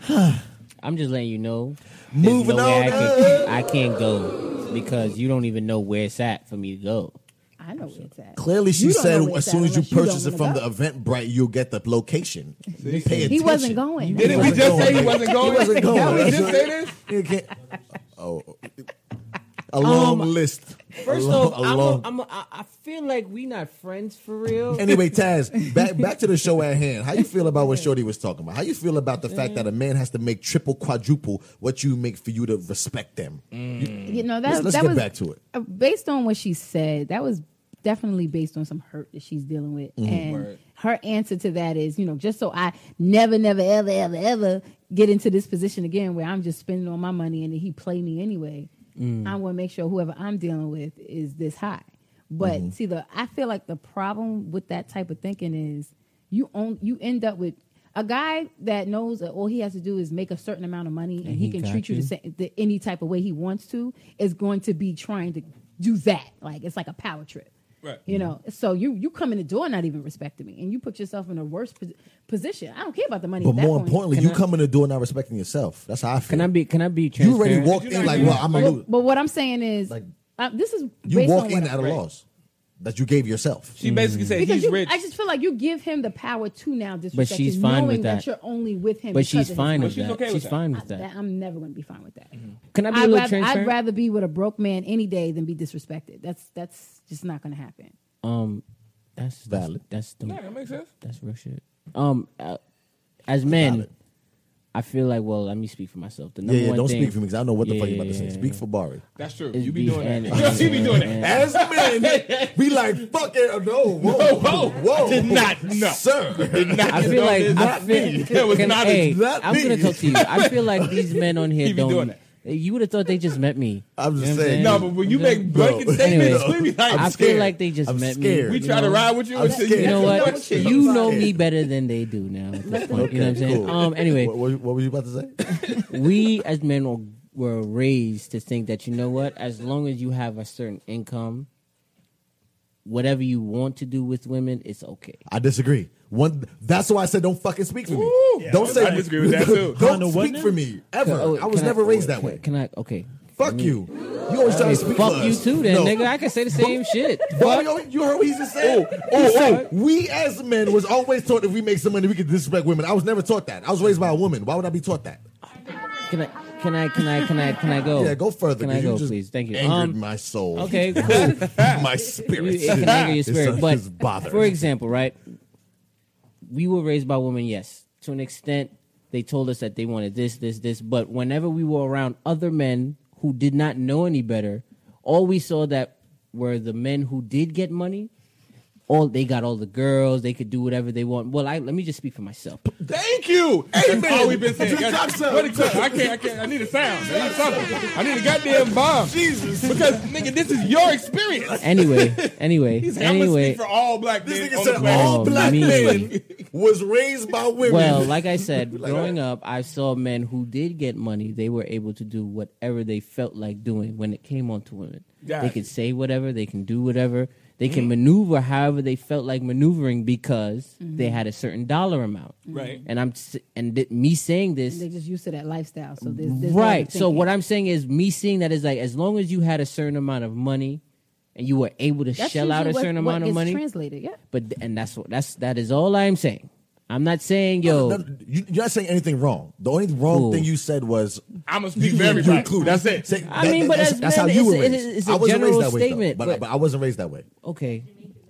up. I'm just letting you know. there's Moving no way I on can, I can't go because you don't even know where it's at for me to go. I know where it's at. Clearly, she You don't said know where as it's soon at as you unless don't purchase it wanna from go. the Eventbrite, you'll get the location. Pay attention. He wasn't going. Didn't we wasn't just say he going. wasn't going? He [laughs] wasn't going. Did we That's just say this? You can't- Oh, a long list. First a long, off, a long. I'm a, I'm a, I, I feel like we not friends for real. Anyway, Taz, back back to the show at hand. How you feel about what Shorty was talking about? How you feel about the fact that a man has to make triple, quadruple what you make for you to respect them? You know that Let's, let's that get was back to it. uh, based on what she said, that was definitely based on some hurt that she's dealing with. Mm-hmm. And Word. her answer to that is, you know, just so I never, never, ever, ever, ever get into this position again where I'm just spending all my money and then he play me anyway. Mm. I want to make sure whoever I'm dealing with is this high. But Mm-hmm. see, the I feel like the problem with that type of thinking is you own you end up with a guy that knows that all he has to do is make a certain amount of money and, he, he can got treat you, you. the same the, any type of way he wants to is going to be trying to do that. Like it's like a power trip. Right. You know, so you you come in the door not even respecting me, and you put yourself in a worse pos- position. I don't care about the money. But at that more point. importantly, Can you I- come in the door not respecting yourself. That's how I feel. Can I be? Can I be you transparent? already walked in like, well, I'm a But, loser. but what I'm saying is, Like- uh, this is You based walk on in what I- at a loss that you gave yourself. She basically said because he's you, rich. I just feel like you give him the power to now disrespect But she's you, fine knowing with that. that. you're only with him. but because she's of his fine money. with she's that. okay with she's that. fine I, with that. am never going to be fine with that. Can I be a I'd, little rather, I'd transparent? rather be with a broke man any day than be disrespected. That's that's just not going to happen. um, that's that's Valid. that's the yeah, that makes sense. That's real shit. Um, uh, as men, Valid. I feel like well, let me speak for myself. The number Yeah, yeah, one don't thing, speak for me because I don't know what the fuck you're about to say. Yeah. Speak for Bari. That's true. It's You be beef doing and- that. [laughs] She be doing that. As men, we like, fuck it. No, whoa, whoa, whoa. Did not, no. Sir. [laughs] I feel like I feel, That was can- not hey, it's not I'm me. gonna talk to you. I feel [laughs] like these men on here He be don't. doing that. You would have thought they just met me. I'm just You know what saying. No, but when you I'm make saying- blanket Bro. statements, Anyway, we be like, I scared. feel like they just I'm met scared. me. we you try to know? ride with you I'm and say, scared. You know [laughs] what? What you- You know scared. me better than they do now. At this point. You know what I'm saying? cool. Um. Anyway, What, what, what were you about to say? we as men were, were raised to think that you know what as long as you have a certain income whatever you want to do with women it's okay I disagree. One, that's why I said don't fucking speak for me. Ooh. Yeah, don't say I disagree with that, too. [laughs] don't Kinda what speak now? for me ever. Oh, I was can never raised that can- way. can i okay fuck you. You always try Hey, to speak fuck for you us. too then No. nigga i can say [laughs] the same shit Mario, you heard what he just said? Oh, oh, We as men was always taught if we make some money, we could disrespect women. I was never taught that. I was raised by a woman. Why would I be taught that? can i can i can i can i can i go Yeah, go further. Oh, can 'cause i go you just please thank you Angered Um, my soul. [laughs] okay cool my spirit. You- it can anger your It's- spirit. it's but just bothered. for example, right? We were raised by women, yes. To an extent, they told us that they wanted this, this, this. But whenever we were around other men who did not know any better, all we saw that were the men who did get money. All they got all the girls, they could do whatever they want. Well, I let me just speak for myself. Thank you. That's Amen. all we've been saying. Drink God, up some. what a clip. I can't. I can't. I need a sound. I need something. I need a goddamn bomb. Jesus. Because nigga, this is your experience. Anyway, anyway, He's I'm gonna anyway. speak for all black This men. nigga on the said planet. all Oh, black me. [laughs] men was raised by women. Well, like I said, growing up, I saw men who did get money. They were able to do whatever they felt like doing when it came on to women. Got They it. could say whatever. They can do whatever. They can maneuver however they felt like maneuvering because they had a certain dollar amount. Right. And I'm s- and th- me saying this They're just used to that lifestyle. So there's, there's no right. So thinking. what I'm saying is, me seeing that is like, as long as you had a certain amount of money, and you were able to That's shell out usually a what- certain what amount of gets money, Translated, yeah. but th- and that's what that's that is all I'm saying. I'm not saying yo. No, no, you, you're not saying anything wrong. The only wrong Cool. thing you said was I'm gonna speak for everybody. That's it. Say- I mean, but as men, it's a- it's a- it's a I wasn't general raised that way, though, statement, but, but- but I wasn't raised that way. Okay,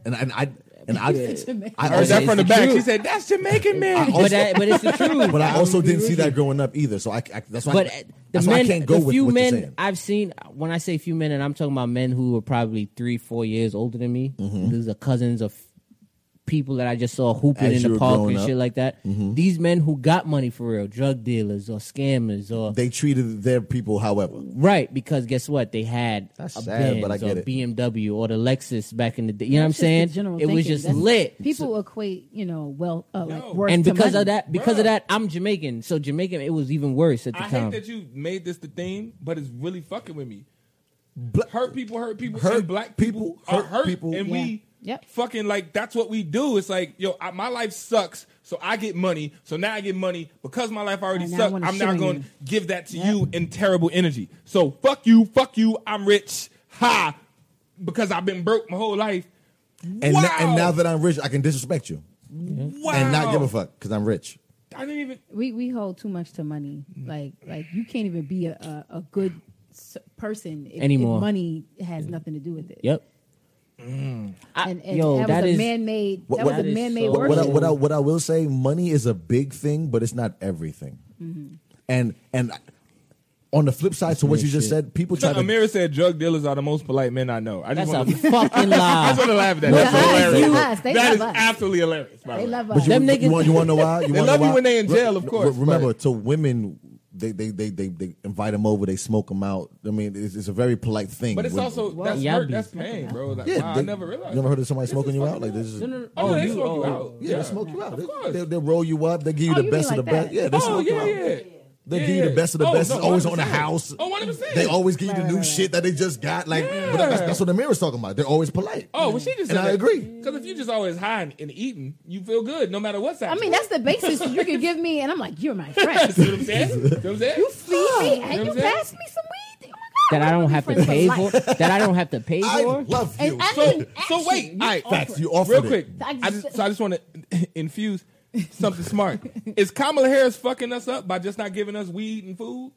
And and I and I, Jamaican. I I I heard also- that from the It's back. true. She said, "That's Jamaican man." also- but that, but it's the truth. But I also I'm didn't see with you. that growing up either. So I, I that's why. But I, uh, the that's why men, I can't go the with few what you're men saying. I've seen. When I say few men, and I'm talking about men who are probably three, four years older than me. Mm-hmm. These are cousins of people that I just saw hooping As in you the were park growing and up. Mm-hmm. shit like that. These men who got money for real, drug dealers or scammers or They treated their people, however, Right, because guess what? They had That's a sad, Benz but I get or it. BMW or the Lexus back in the day. You know what I'm That's just the saying? general It was thinking. just That's- lit. People equate, you know, well, uh, like Yo. worth and to because money. of that, because Bruh. of that, I'm Jamaican. So Jamaican, it was even worse at the I hate time. that you made this the theme, but it's really fucking with me. hurt people, hurt people, Hurt and black people, people, are hurt hurt people. and Yeah. we Yep. fucking like that's what we do. It's like yo, I, my life sucks, so I get money. So now I get money because my life already And now I sucked. wanna I'm shit not on going you. to give that to you in terrible energy. So fuck you, fuck you. I'm rich, ha, because I've been broke my whole life. and wow. now, and now that I'm rich, I can disrespect you wow. and not give a fuck because I'm rich. I didn't even. we we hold too much to money. Like like you can't even be a, a, a good s- person if, Anymore. if money has nothing to do with it. Yep. And, and Yo, that, that was is- a man-made. What- that what- was that a is man-made so- But what I, worship. what, I, what I will say, money is a big thing, but it's not everything. Mm-hmm. And and on the flip side to what you just said, people try to Amira said drug dealers are the most polite men I know. I just That's want a to. [laughs] I just fucking lie. want to [laughs] laugh at that. Look That's at us, hilarious. look at us. They that love is us. absolutely hilarious. by the they way. love But us. you, you Them niggas- want you want to know [laughs] why? You They wanna love know you why? when they in Re- jail, of re- course, remember, but- to women, they they, they they they invite them over, they smoke them out. I mean, it's, it's a very polite thing. But it's When- also that's yeah, hurt, be- that's pain, bro. Like, yeah. wow, they- I never realized. You ever heard of somebody smoking you out? Like this is. oh, they smoke you out. Yeah, they smoke you out. Of course. They, they roll you up. They give you Oh, the you best mean of the like that? best. Yeah, they Oh smoke yeah, you out. yeah. They Yeah, give you the yeah. best of the Oh, best. no, It's always on the 100%. house. Oh, 100%. They always give you the Right, new right, right. shit that they just got. Like, but Yeah. that's, that's what Amira's talking about. They're always polite. Oh, well, she just And said I that. agree. Because if you just always hiding and eating, you feel good no matter what's I happening. mean, that's the basis you can give me, and I'm like, you're my [laughs] friend. See what I'm saying. See what I'm saying. You feed me, You know and what you I'm saying? pass me some weed. Oh my God, That I we're don't gonna be have to friends pay for. life. That I don't have to pay I for. love you. And I So, didn't so ask wait, you. all right, Facts. You offered real it. quick. I I just- just, so I just want to [laughs] infuse [laughs] something smart. Is Kamala Harris fucking us up by just not giving us weed and food?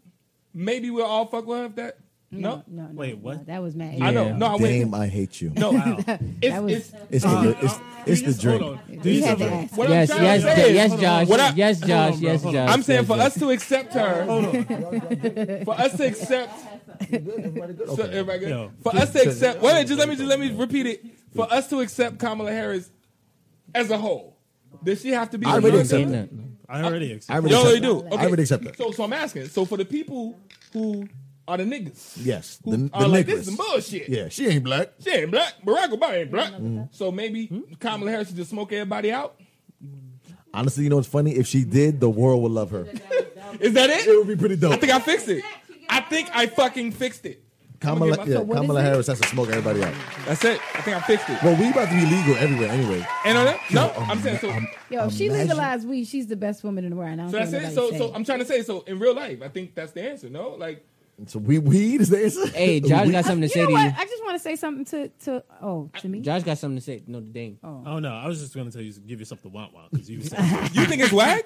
Maybe we'll all fuck with her if that. No, No, no, Wait, no, what? that was mad. I know. Yeah. No, I Damn, went. I hate you. [laughs] No, Uh, uh, it's, That was- it's, It's the, it's, it's the drink. Do He you had have to a, ask. what Yes, I'm trying yes, to J- say. yes, is, Josh. What I- yes, Hold on, Josh. bro, Yes, hold Josh. on. I'm saying yes, for Josh. us to accept her, [laughs] for us to accept, so everybody good? Yo. for us to accept. Wait, just let me just let me repeat it. For us to accept Kamala Harris as a whole, does she have to be? I a already drug accept dealer? it. Ain't nothing. I already accept. I already You already accept do. that. Okay. I already accept that. So, so I'm asking. So for the people who are the niggas, Yes, who the- the are like niggas. this is bullshit. Yeah, Mm-hmm. she ain't black. She ain't black. Barack Obama ain't black. So maybe Hmm? Kamala Harris should just smoke everybody out. Honestly, you know what's funny? If she did, the world would love her. Is that It it? would be pretty I dope. think I fixed it. I think I fucking fixed it. Kamala, I'ma get yeah, myself- Kamala Harris has to smoke everybody out. That's it. I think I fixed it. Well, we about to be legal everywhere anyway. um, And on that, no, I'm saying so. Yo, if she Imagine- legalized weed, she's the best woman in the world. and I don't So care that's what it. So, nobody so say. I'm trying to say so in real life. I think that's the answer. No, like So we weed is the answer. [laughs] Hey, Josh We- got something to you say know to what? you. I just want to say something to to oh to me. Josh got something to say. No, the dame. Oh no, I was just gonna tell you, give yourself the want [laughs] want because you said you think [laughs] it's whack?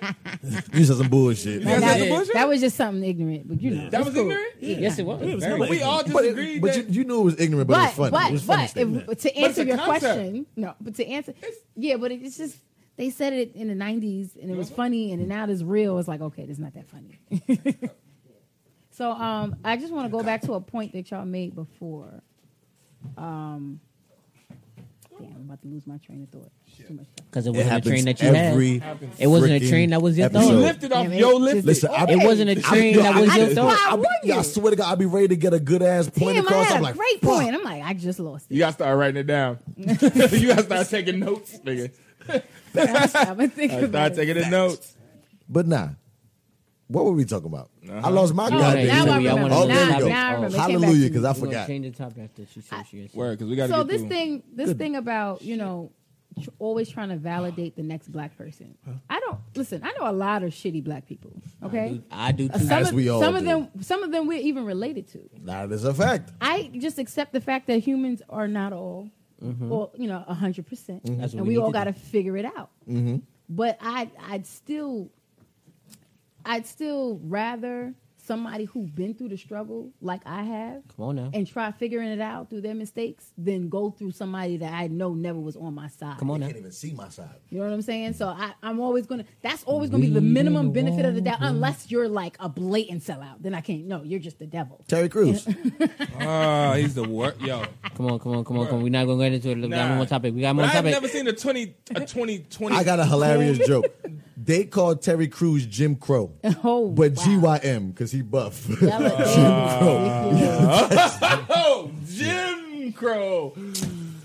You said some bullshit. You guys that, got the bullshit? that was just something ignorant, but you know That was it's cool. ignorant. Yes, it was. it was Very hella We all But, disagreed. it, but you, that- you knew it was ignorant, but, it was But funny. but it was funny but statement. if, to a answer your concept. question, no. But to answer, yeah. But it's just they said it in the '90s and it Uh-huh. was funny, and then now it's real. It's like okay, it's not that funny. [laughs] so um, I just want to go back to a point that y'all made before. Um, Damn, I'm about to lose my train of thought. Too much stuff. because it It wasn't a happens train that you every. had. It wasn't a train that was your freaking thought. You episode. lifted off Damn it. yo lifted. Listen, I It wasn't a train that was your Why thought. I, be, would I you? swear to God, I'd be ready to get a good ass point Damn, I across. had I'm a like, great fuck. point. I'm like, I just lost it. You gotta start writing it [laughs] down. [laughs] you gotta start taking notes, nigga. [laughs] I'm gonna think about Start it. taking the notes. But nah, what were we talking about? Uh-huh. I lost my goddamn. now I train. remember. Oh, there Now- you go. now I remember. It came back to Hallelujah, me. because I We're gonna forgot. change the topic after she says she is. Word, because we gotta So get this through. thing, this thing about you know, tr- always trying to validate the next black person. I don't listen. I know a lot of shitty black people. Okay, I do Uh, too. some As of, we all some of do. them, some of them we're even related to. Nah, that's a fact. I just accept the fact that humans are not all, or you know, hundred percent, Mm-hmm. That's what and we we, need all to got do. Mm-hmm. to figure it out. But I, I'd still, I'd still rather somebody who's been through the struggle like I have, Come on now. and try figuring it out through their mistakes, than go through somebody that I know never was on my side. Come on I now. can't even see my side. You know what I'm saying? So I, I'm always gonna. That's always gonna be the minimum benefit of the doubt, unless you're like a blatant sellout. Then I can't. No, you're just the devil. [laughs] Terry Crews. Ah, he's the worst. Yo, Come on, come on, come on, come on. We're not gonna get into it. Look, We got Nah. one more topic. We got But more I've topic. never seen a twenty a twenty twenty. I got a [laughs] hilarious joke. They called Terry Crews Jim Crow, Oh, but wow. GYM because he buff. [laughs] That [laughs] was ridiculous. [laughs] Oh, Jim Crow.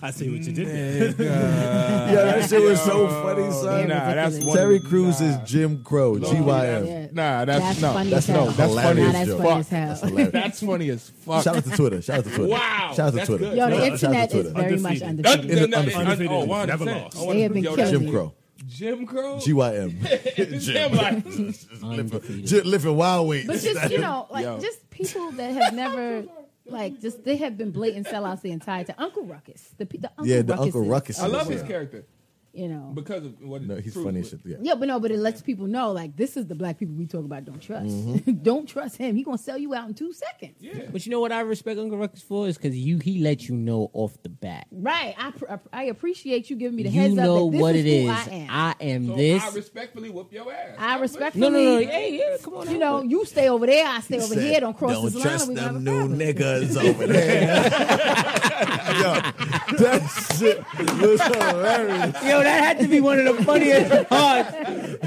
I see what you did. there. yeah, that shit was so funny, son. Nah, that's one Terry of the- Crews nah. is Jim Crow, GYM. Yeah. Nah, that's, That's no. funny that's as hell. no. That's funny Hilarious Nah, that's joke. funny as Fuck. hell. That's hilarious. [laughs] That's funny as fuck. Shout out to Twitter. Shout out to Twitter. Wow, Shout out to that's Twitter. good. [laughs] Yo, the Shout out to internet is Twitter. very much Undefeated. undefeated. In the no, undefeated oh, 100%. Never lost. Oh, They have been 100%. Yo, that's killing Jim Crow, [laughs] Jim Crow. GYM. [laughs] Jim like, J- Lifting wild weight. But just you know, like Yo. just people that have never. Like just they have been blatant sellouts the entire time. Uncle Ruckus, the, pe- the [laughs] Uncle Yeah, the Uncle Ruckuses, Ruckus. I love his character You know, because of what. No, it he's proves, funny as but- shit. Yeah. yeah, but no, but it lets people know like this is the black people we talk about. Don't trust, [laughs] don't trust him. He gonna sell you out in two seconds. Yeah. But you know what I respect Uncle Ruckus for is because you he let you know off the bat. Right, I, pr- I appreciate you giving me the You heads know up that this what is it is. who I am. I am So this. I respectfully whoop your ass. I respectfully. No, no, no. Hey, yeah, come on. You know, you stay over there, I stay over Said, here. Don't cross Don't this line. trust we gonna have a them new problem." niggas over [laughs] there. Yo, that shit [laughs] was hilarious. Yo, that had to be one of the [laughs] funniest parts.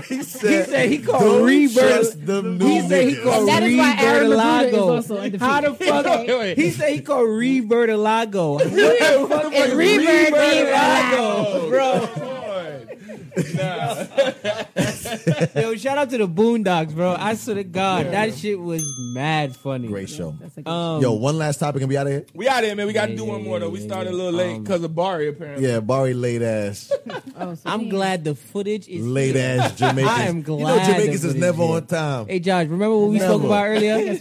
He He said, said he called don't rebirth. trust them new He said he niggas. called That is why Aaron Labuda is Revertalago. also undefeated. How the fuck? Wait, wait. He said he called Revertalago. [laughs] What the fuck is Revertalago, [laughs] bro? Yo, shout out to the Boondocks, bro. I swear to God, that shit was mad funny. Great show. That's a good- Um, Yo, one last topic and be out of here. We out here, man. We got to do one more though. We started a little late because of Barry apparently. Yeah, Barry late [laughs] ass, oh, so I'm damn. glad the footage is late here. ass Jamaicans. [laughs] I am You know glad Jamaicans that is we never did. on time. Hey Josh, remember what we Never. spoke about earlier? we all wait,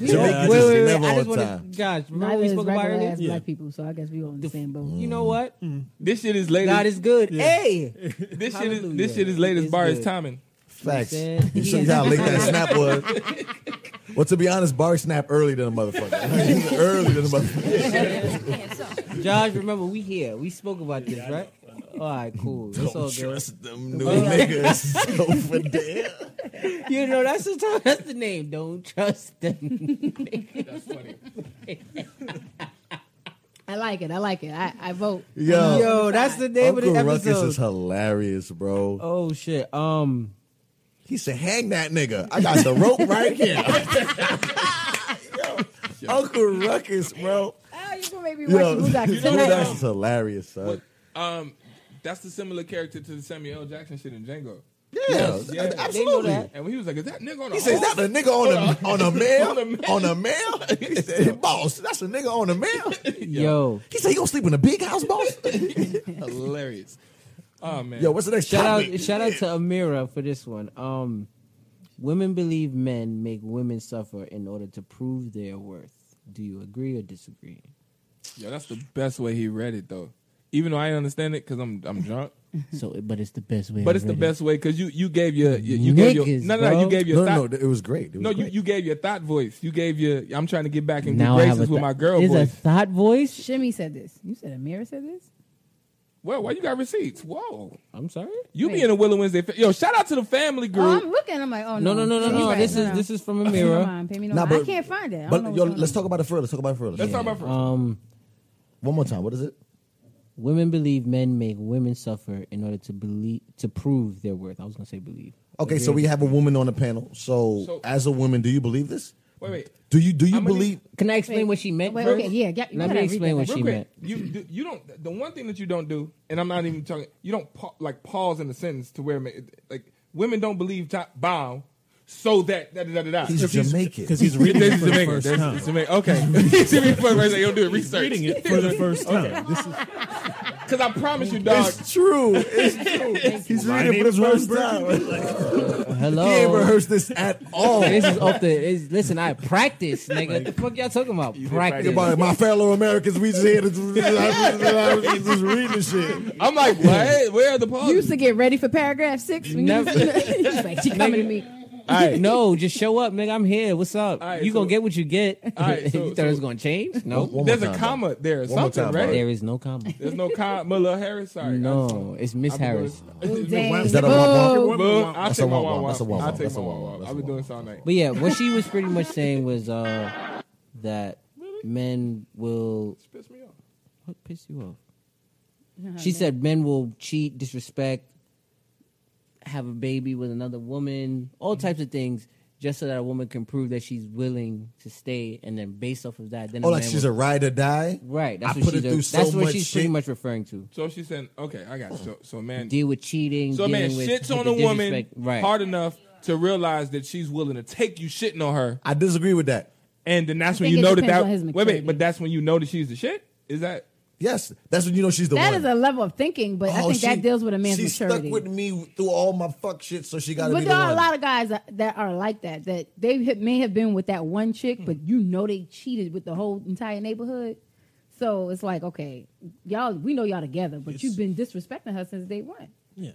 wait, did. wait, Never I on just want to, time. Josh, remember Neither what we is spoke about regular earlier? ass black people, so I guess we all in the same boat. Mm. You know what? This shit is late. God as- is good. Hey, This shit is Hallelujah. this shit is late as It's Barry's good. timing. Facts. said You he see is- how late that snap was. [laughs] Well, to be honest, Barry snapped early than a motherfucker. early than a motherfucker. Josh, remember we here. We spoke about this, right? All right, [laughs] cool. That's all Don't good. trust them new [laughs] niggas over there. You know that's the time, that's the name. Don't trust them. That's funny. I like it. I like it. I, I vote. Yo, Yo, that's the name Uncle of the Ruckus is episode. hilarious, bro. Oh shit. Um, He said, "Hang that nigga. I got the rope right here." [laughs] [laughs] Yo, Uncle Ruckus, bro. Oh, you gonna make me watch Yo, the Boondocks tonight? that's hilarious, son. Um, that's the similar character to the Samuel L. Jackson shit in Django. Yeah, yeah. a- They know absolutely. that. And when he was like, "Is that nigga on?" He says, "That's a nigga on a on a On a mail man. on a mail." He said, "Boss, that's a nigga on a mail." yo, He said, "You gonna sleep in a big house, boss?" hilarious. Oh man, Yo, what's the next shout topic? out, shout out to Amira for this one. Um, women believe men make women suffer in order to prove their worth. Do you agree or disagree? yo, that's the best way he read it though. Even though I didn't understand it because I'm I'm drunk, So, but it's the best way. but I it's the read it. best way because you you gave your you, you gave your Niggas, no no, no bro. you gave your No, thought, no, no, it was great. It was No, you, great. you gave your thought voice. You gave your I'm trying to get back into Now I graces have a with thought- my girl Is a voice. thought voice? Shimmy said this. You said Amira said this. well, why you got receipts? Whoa, I'm sorry. you Wait. be in a Willow Wednesday. fa- Yo, shout out to the family group. Oh, I'm looking. I'm like, oh No, no, no, no, no, She's no. right. This is this is from Pay me no Amira. mind. Pay me no Nah, mind. I but- can't find it. I don't know But what's yo, going let's on. talk about it further. Let's talk about it further. Let's talk about first. One more time. What is it? um, Women believe men make women suffer in order to believe to prove their worth. I was gonna say believe. Okay, so we have a woman on the panel. So, So- as a woman, do you believe this? Wait, wait. Do you do you I'm gonna- believe? Can I explain what she meant? Wait, first? okay, yeah, get- you Let gotta me read explain that what back. she Real meant. quick, you do, you don't. The one thing that you don't do, and I'm not even talking. You don't pa- like pause in the sentence to where ma- like women don't believe top bow, so that da da da da. da. He's Jamaican. because he's reading This it is for the Jamaican. first This time. is Jamaican. Okay, [laughs] He's Jamaican for the first time. You don't do He's reading research it for the first time. This is because I promise you, dog. It's true. It's true. He's My reading for name's the Ron first time. Burgundy. Like, Hello. Oh, He ain't rehearsed this at [laughs] all. this is off the. It's, listen, I practice, nigga. what the fuck y'all talking about? Practice. Everybody, my fellow Americans, we just here to [laughs] just reading this shit. I'm like, what? Where are the pauses? You used to get ready for paragraph six. When [laughs] you Never. used to- He's like, she coming to me. No, just show up, nigga. I'm here. What's up? Alright, you so- gonna get what you get. Alright, [laughs] you so- thought it was so- gonna change? No. One more There's a time, comma there. One more Something, time, right? Bob. there is [laughs] no comma. There's no comma. Lil Harris. Sorry. No, it's Miss I'm going- Harris. [laughs] Dang. Is that a Whoa. womp womp? Well, I'll That's take a my wah-wah. wah-wah. That's a wah-wah. I'll take That's my a wah-wah. wah-wah. I've been doing this all night. But yeah, what she was pretty much saying was uh, that men will Piss me off. what piss you off. She said men will cheat, disrespect, have a baby with another woman, all types of things, just so that a woman can prove that she's willing to stay, and then based off of that, then Oh, a like man she's will- a ride or die. right. That's I what put she's her a- through so that's what much she's pretty shit. much referring to. So she said, okay, I got it. So, so man, Deal with cheating. so man dealing with shits on the a woman disrespect. right? hard enough to realize that she's willing to take you shitting on her, I disagree with that. and then that's I when think you it know that depends that on his wait, wait, maturity. but that's when you know that she's the shit. Is that Yes, that's when you know she's the That one. is a level of thinking, but I Oh, think she- that deals with a man's she maturity. stuck with me through all my fuck shit, so she got to but be the there are one. a lot of guys that, that are like that. That they ha- may have been with that one chick, but you know they cheated with the whole entire neighborhood. So it's like, okay, y'all, we know y'all together, but It's- you've been disrespecting her since day one. yeah,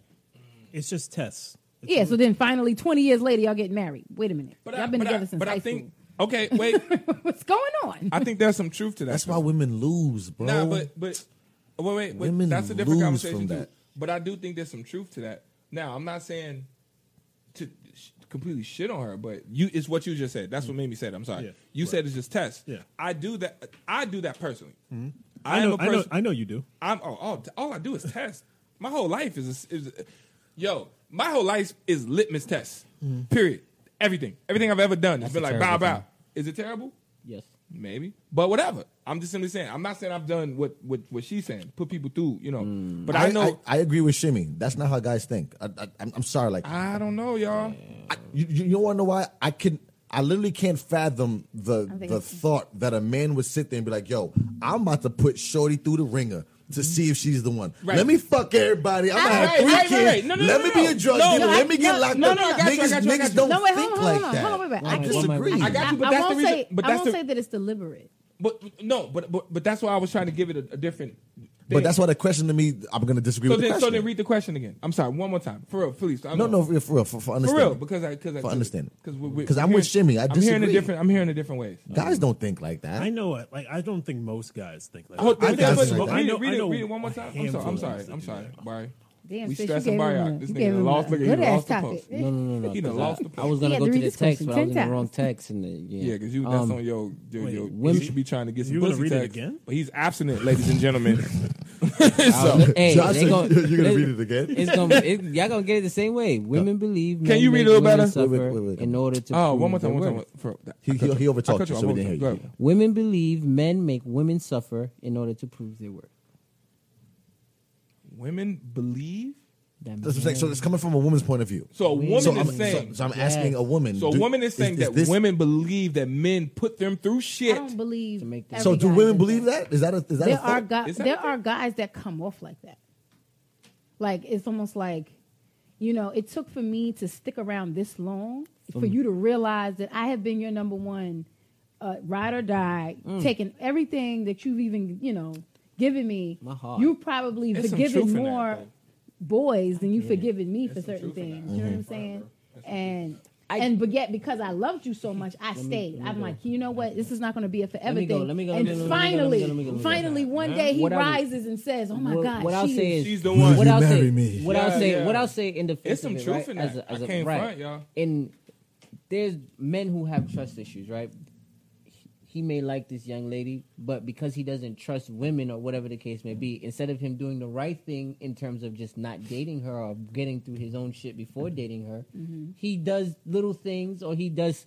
it's just tests. It's Yeah. So then finally, twenty years later, y'all get married. Wait a minute, But y'all I, been but together I, since but high I think okay, wait, school. [laughs] What's going on? I think there's some truth to that. That's why women lose, bro. Nah, but but wait, wait, wait Women that's a different lose conversation from too. that. But I do think there's some truth to that. Now, I'm not saying to sh- completely shit on her, but you it's what you just said. That's what made me say it. I'm sorry. Mm. Yeah, you said it's just test. Yeah. Mm-hmm. I do that. I do that personally. I, I am know, a I know, person. I know you do. I'm oh, all all I do is test. My whole life is is yo. My whole life is litmus tests. Mm-hmm. Period. Everything. Everything I've ever done has been a like bow terrible thing. bow. Is it terrible? Yes. Maybe, but whatever. I'm just simply saying. I'm not saying I've done what what, what she's saying. Put people through, you know. But I, know. Mm. I, agree with Shimmy. That's not how guys think. I, I, I'm, I'm sorry. Like, I, don't know, y'all. I, you, you know, want to know why? I can. I literally can't fathom the think the it's- thought that a man would sit there and be like, "Yo, I'm about to put Shorty through the ringer." To see if she's the one. Mm-hmm. Right. Let me fuck everybody. I'm gonna Right, have three right, right, kids. right. No, no, Let no, me no, be a drug no. dealer. No, Let me I- get no, locked no, up. no, I got you, I niggas got you, I got niggas you. don't No, wait, think hold on, like hold on, that. hold on, wait, wait. I I got you. disagree. I I, got you, but I that's the won't reason- say but I that's won't the- say that it's deliberate. But no, but but but that's why I was trying to give it a, a different. Thing. But that's why the question to me, I'm gonna disagree So with the then, so question. then, read the question again. I'm sorry, one more time, for real, please. I'm no, no, for, for real, for, for for understanding. real, because I because I For understanding. because we- we- 'Cause I'm we're with hearing- Shimmy. I I'm hearing it disagree. different. I'm hearing it different ways. guys don't think like that. I know it. Like I don't think most guys think like. Oh, that. I think read it- that's read it- like that. I know- read I it- know read it one more time. a I'm sorry. handful I'm of sorry. guys that I'm do sorry. that. Barry. Damn, we sis, you stressing gave Barry him out. a- This you nigga gave done him lost. a Look at good him. ass Lost the topic. post. No, no, no, no. He done 'cause lost I, the I was point. gonna He had go to to read the this text, question but I was in 10 the wrong times. text, and then yeah. Um, Yeah, because you um, that's on your, your, your women- you should be trying to get some You wanna pussy read it text, again? But he's abstinent, ladies [laughs] and gentlemen. I'll- so, hey, Josh they said, [laughs] gon- "You're gonna they- read it again?" It's gonna, it, y'all gonna get it the same way. Women believe. men you read make a little women better? Suffer Wait, wait, wait, wait. In order to. oh, prove one more time, their one more time. worth. For, that- He- I cut he- he you. overtalked I cut you, I so we didn't overtalked hear you. Go ahead. Women believe men make women suffer in order to prove their worth. Women believe. That That's what I'm saying. So man- it's coming from a woman's point of view. So a woman so is I'm, So, so saying. So, I'm asking a woman. a do- woman is saying that this- women believe that men put them through I shit. don't believe. To make that- every So do guy women does believe that? Is that a is that a There are thought? guys. Is that There a are guys that come off like that. Like it's almost like, you know, it took for me to stick around this long Mm. for you to realize that I have been your number one, uh, ride or die, Mm. taking everything that you've even you know given me. My heart. You've probably There's some forgiven truth in that, more though. boys than you've forgiven me for some certain truth in that. things. You know what I'm saying? And I- and but yet because I loved you so much, I stayed. I'm like, you know what? This is not going to be a forever me go, thing. let me go, let And me go, let me go, let me go, finally, let me go, let me go. finally, one day he What I would- rises and says, "Oh my what, God, what I'll she say is- is She's the one. What I'll You say, marry me. what I'll Yeah, say, yeah. what I'll say in defense There's some of it, truth right? in as that. a, as I a, can't right? front, y'all. In there's men who have trust issues, right? he may like this young lady, but because he doesn't trust women or whatever the case may be, instead of him doing the right thing in terms of just not dating her or getting through his own shit before dating her, Mm-hmm. he does little things or he does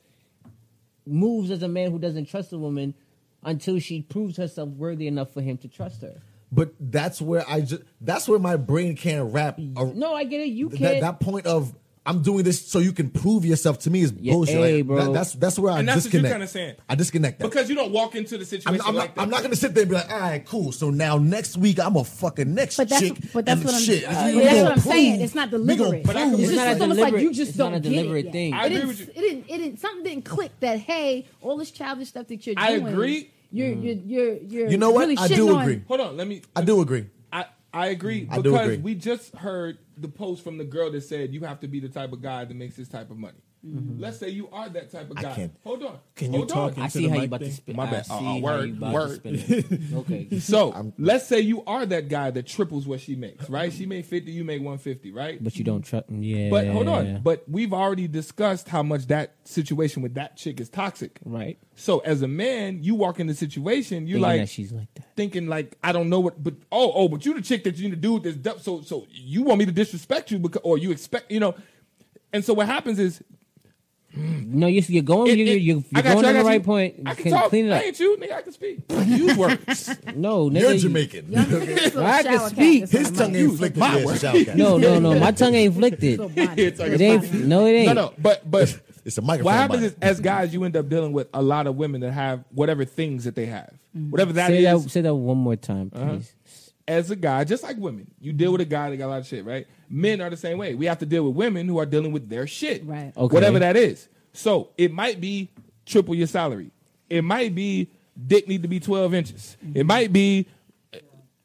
moves as a man who doesn't trust a woman until she proves herself worthy enough for him to trust her. But that's where I just that's where my brain can't wrap. a- No, I get it. You th- can't. that, that point of I'm doing this so you can prove yourself to me is Yeah, bullshit. hey, Like, bro. that- that's that's where I And that's what you're disconnect. kinda saying. I disconnect that. Because you don't walk into the situation I'm, I'm like not, that. I'm not gonna sit there and be like, all right, cool. So now next week I'm a fucking next But that's- chick. but that's and what I'm- shit. We uh, yeah, that's gonna what I'm saying. prove- It's not we gonna deliberate. But I can prove It's It's this not just a shit. almost like deliberate- you just it's don't not a get deliberate it yet. thing. I It agree didn't, with you. it didn't. It didn't. Something didn't click. That hey, all this childish stuff that you're I doing. agree. You're you're you're you're. You know what? Really I shitting do on- agree. Hold on, let me. I do agree. I, I agree I do because agree. we just heard the post from the girl that said you have to be the type of guy that makes this type of money. Let's say you are that type of I guy. can't- Hold on. Mm-hmm. Can you Hold talk On. I into see the how you mic about to thing? spit. My bad. I Uh, uh, see how you word, about to word. spit [laughs] it. Okay. So let's say you are that guy that triples what she makes, right? She made fifty, you make one fifty, right? But you don't trust. Yeah. But hold on. But we've already discussed how much that situation with that chick is toxic. right. So as a man, you walk in the situation, you Thinking like that she's like that. thinking like I don't know what, but oh oh, but you the chick that you the dude that's dumb, so so you want me to disrespect you because or you expect you know, and so what happens is No, you're, you're going. it- you're it- you're, I Oh, you're got going you, I to the got right you. point. I You can, can talk. clean it I up. ain't you, nigga. I can speak. [laughs] You [laughs] words. No, nigga, You're you- Jamaican. [laughs] I can shower speak. cat. His tongue ain't flicked. my My word. [laughs] No, no, no. [laughs] My tongue ain't flicked. So bonnet. It ain't. No, it ain't. No, no, but but It's a microphone. what happens button. is as guys, you end up dealing with a lot of women that have whatever things that they have, Mm-hmm. whatever that say is. Uh-huh. that. Say that one more time, please. as a guy, just like women, you deal with a guy that got a lot of shit, right? Men are the same way. We have to deal with women who are dealing with their shit, Right. Okay. Whatever that is. So it might be triple your salary. It might be dick need to be twelve inches. Mm-hmm. It might be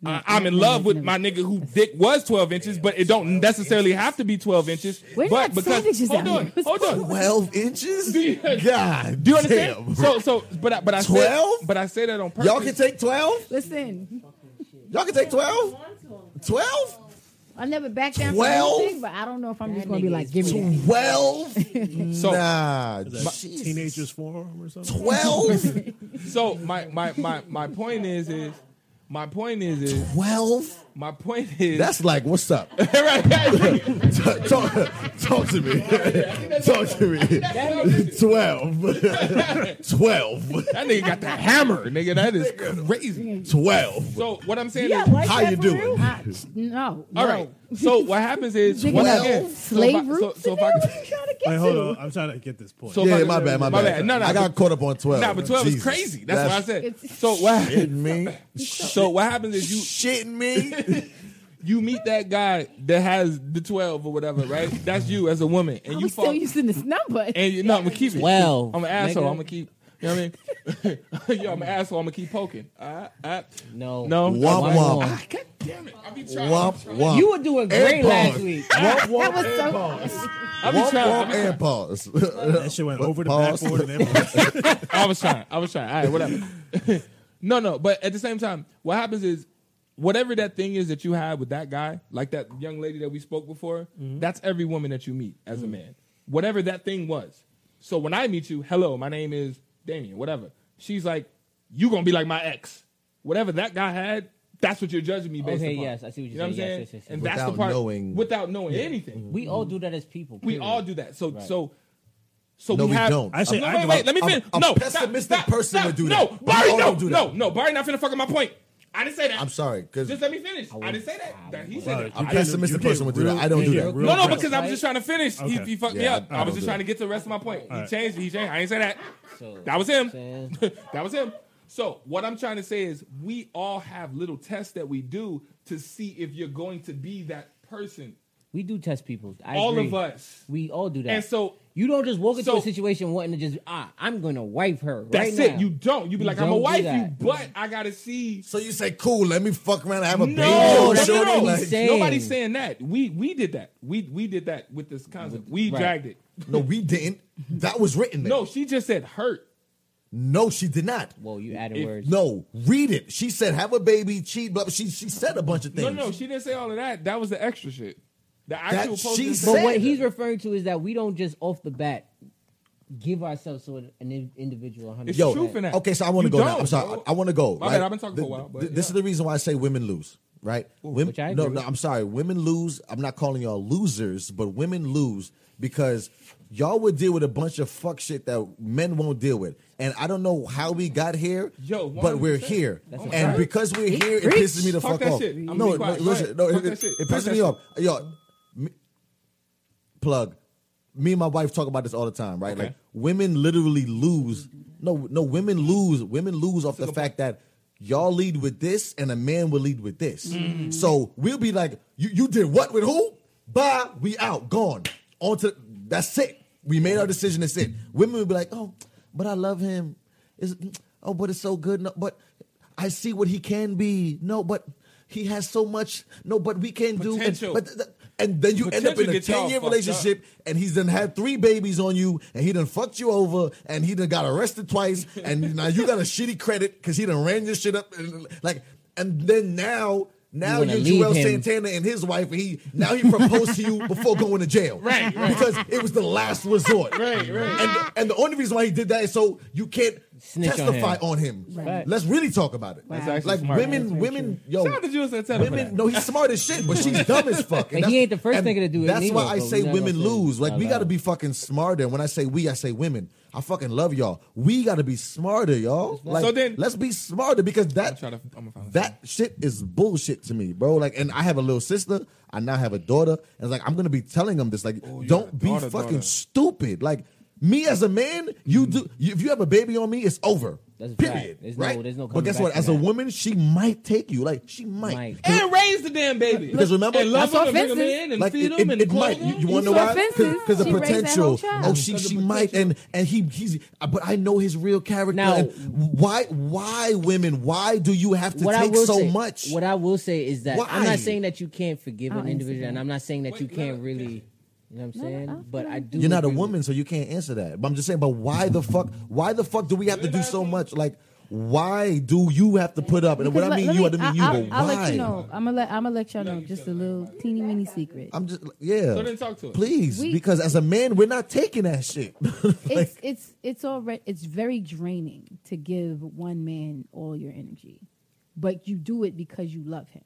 uh, I'm in love with my nigga who dick was twelve inches, but it don't necessarily have to be twelve inches. We're but not because savages hold out on, here. [laughs] hold on, Twelve inches. [laughs] Do you- God, do you understand? damn. So so, but I, but I said- 12? but I say that on purpose. Y'all can take twelve. Listen, Y'all can take twelve. Twelve. I never back down from Twelve? anything, but I don't know if I'm just gonna be like, give me that. Twelve. [laughs] so Nah. Is that Jesus. teenagers forum or something. Twelve. [laughs] So my my my my point is is my point is is Twelve. my point is That's like, what's up? [laughs] [laughs] right. right. talk, talk, talk to me. [laughs] talk to me. [laughs] 12. [laughs] 12. that nigga got the hammer, nigga. That is crazy. 12. So what I'm saying Yeah, is like How that you for doing? real? I- no, all no. right. So what happens is Digging once Well- again, slave so if I- roots. so, so in [laughs] if I there? What are could, you trying to get Wait, hold on. to? I'm trying to get this point. So- Yeah, my bad, my, Oh, My bad. bad. No, no, I got but- caught up on 12. nah, but twelve is Jesus. crazy. That's, what I said. It's- So what Shitting me. so what happens is [laughs] you Shitting [laughs] me. you meet that guy that has the twelve or whatever, right? That's you as a woman, and I you was fall still using this number. and you no, I'm gonna keep it. 12, I'm an asshole. nigga. I'm gonna keep. You know what I mean? [laughs] Yo, I'm an asshole. I'm gonna keep poking. Uh, uh, No. no. Oh. Womp Why womp. won't? Ah, God damn it. I be trying. Womp womp. You were doing great And last pause. week. Womp womp. that was so. I be [laughs] Womp trying. I womp be trying. and pause. [laughs] that shit went uh, But over the pause. backboard [laughs] and everything. I was trying. I was trying. All right, whatever. [laughs] no, no. But at the same time, what happens is whatever that thing is that you had with that guy, like that young lady that we spoke before, Mm-hmm. that's every woman that you meet as a man. Whatever that thing was. So when I meet you, hello, my name is Damien, whatever. She's like, you gonna be like my ex. Whatever that guy had, that's what you're judging me based Okay, upon. yes, I see what you're You know I'm saying. Yes, yes, Mm-hmm. yes, yes. And that's the Without part knowing- without knowing anything. We all do that as people. We period. all do that. So Right. so so No, we have, don't. Actually, no, I wait, do. wait, let me I'm- finish. I'm no, pessimistic stop, stop, person stop. would do no, that. Barry, We all no, don't do no, that. no, Barry, not finna fucking my point. I didn't say that. I'm sorry. Because Just let me finish. I didn't say that. That he said that. I'm pessimistic person would do that. I don't do that. No, no, because I was just trying to finish. He, Okay. he fucked me Yeah, up. I- I, I was don't just do trying to that. get to the rest of my point. He changed. He changed. I ain't say that. So, That was him. saying- [laughs] that was him. So what I'm trying to say is, we all have little tests that we do to see if you're going to be that person. we do test people. I all agree. of us. We all do that. And so- you don't just walk into so- a situation wanting to just ah, I'm going to wife her. That's right it. Now. You don't. You be You like, I'm a don't do wife you, that. but I gotta see. So you say, cool, let me fuck around and have a baby. No, that's shorty, no, no, what like- he's saying. nobody's saying that. We we did that. We we did that with this concept. We right. dragged it. no, we didn't. That was written there. No, she just said hurt. No, she did not. Well, you added If- words. No, read it. She said, have a baby, cheat, but she she said a bunch of things. No, no, she didn't say all of that. That was the extra shit. The actual post she is- said- But what he's referring to is that we don't just off the bat give ourselves to an, an individual 100. It's percent. true for that. Okay, so I want to You go now. don't, I'm sorry. bro. I, want to go. My right? bad, I've been talking for a Th- while, but th- this yeah. is the reason why I say women lose, right? Women, which I no, agree no, with. I'm sorry. Women lose. I'm not calling y'all losers, but women lose because y'all would deal with a bunch of fuck shit that men won't deal with. And I don't know how we got here, Yo, but we're 100%. here. That's and a fact. because we're here, it Preach. pisses me the Talk fuck that off. shit. I'ma No, be quiet. no, Go listen, ahead. no, Talk it, that it, shit. it Talk pisses that me shit. off. Yo, me, plug. Me and my wife talk about this all the time, right? Okay. Like women literally lose. No, no, women lose. Women lose off the fact that y'all lead with this and a man will lead with this. Mm. So we'll be like, you, you did what with who? Bye, we out, gone. On to that's it. We made our decision, that's it. Women will be like, oh, but I love him. It's, oh, but it's so good. No, but I see what he can be. No, but he has so much. No, but we can Potential. do. And, but th- th- and then you end up Potential in a gets y'all 10 year fucked up. relationship and he's done had three babies on you, and he done fucked you over, and he done got arrested twice, and now you got a shitty credit because he done ran your shit up, and, like, and then now. Now wanna you're leave Joel him. Santana and his wife, and he now he proposed to you before going to jail, right? Because it was the last resort, right? Right. And, and the only reason why he did that is so you can't Snitch on testify him. on him. Right. Let's really talk about it. That's actually like smart. women, women, yo, Shout out to Jules Santana for women. that. No, he's smart as shit, but she's dumb as fuck. And he ain't the first and nigga to do it That's neither, why I but say we not women gonna say lose. Like out we got to loud. be fucking smarter. And when I say we, I say women. I fucking love y'all. We got to be smarter, y'all. Like, So then- let's be smarter because I'm that trying to- I'm gonna find a that shit is bullshit to me, bro. Like, and I have a little sister. I now have a daughter, and like I'm gonna be telling them this. Like, you got don't a be Oh, daughter, fucking daughter. stupid. Like. Me as a man, you do. You, if you have a baby on me, it's over. Mm. That's a fact. Period. There's no- right? there's no But coming guess back what? from As a that. woman, she might take you. Like she might. Might. And raise the damn baby. Because remember- and love him That's and bring offensive. him in and like feed it, him it, and it might. You, you want to know He's so why? offensive. Because the She raised that whole potential. child. Oh, she Because she the might. And and he he's. But I know his real character. Now- and why why women? Why do you have to what I take will so say, much? What I will say is that I'm Why? not saying that you can't forgive I'll an answer individual, that. and I'm not saying that Wait, you can't no, really. You know what I'm no, saying? I but feel I you. do. You're not a agree with- woman, so you can't answer that. But I'm just saying. But why the fuck? Why the fuck do we have to do so much? Like, why do you have to put up? And when I Let- mean let you, I me- don't I- mean you. I'll, But I'll let you why? know. I'm gonna let I'm gonna let y'all know just a little teeny [laughs] weeny secret. I'm just yeah. So then talk to us. Please, We- because as a man, we're not taking that shit. it's it's it's already it's very draining to give one man all your energy, but you do it because you love him.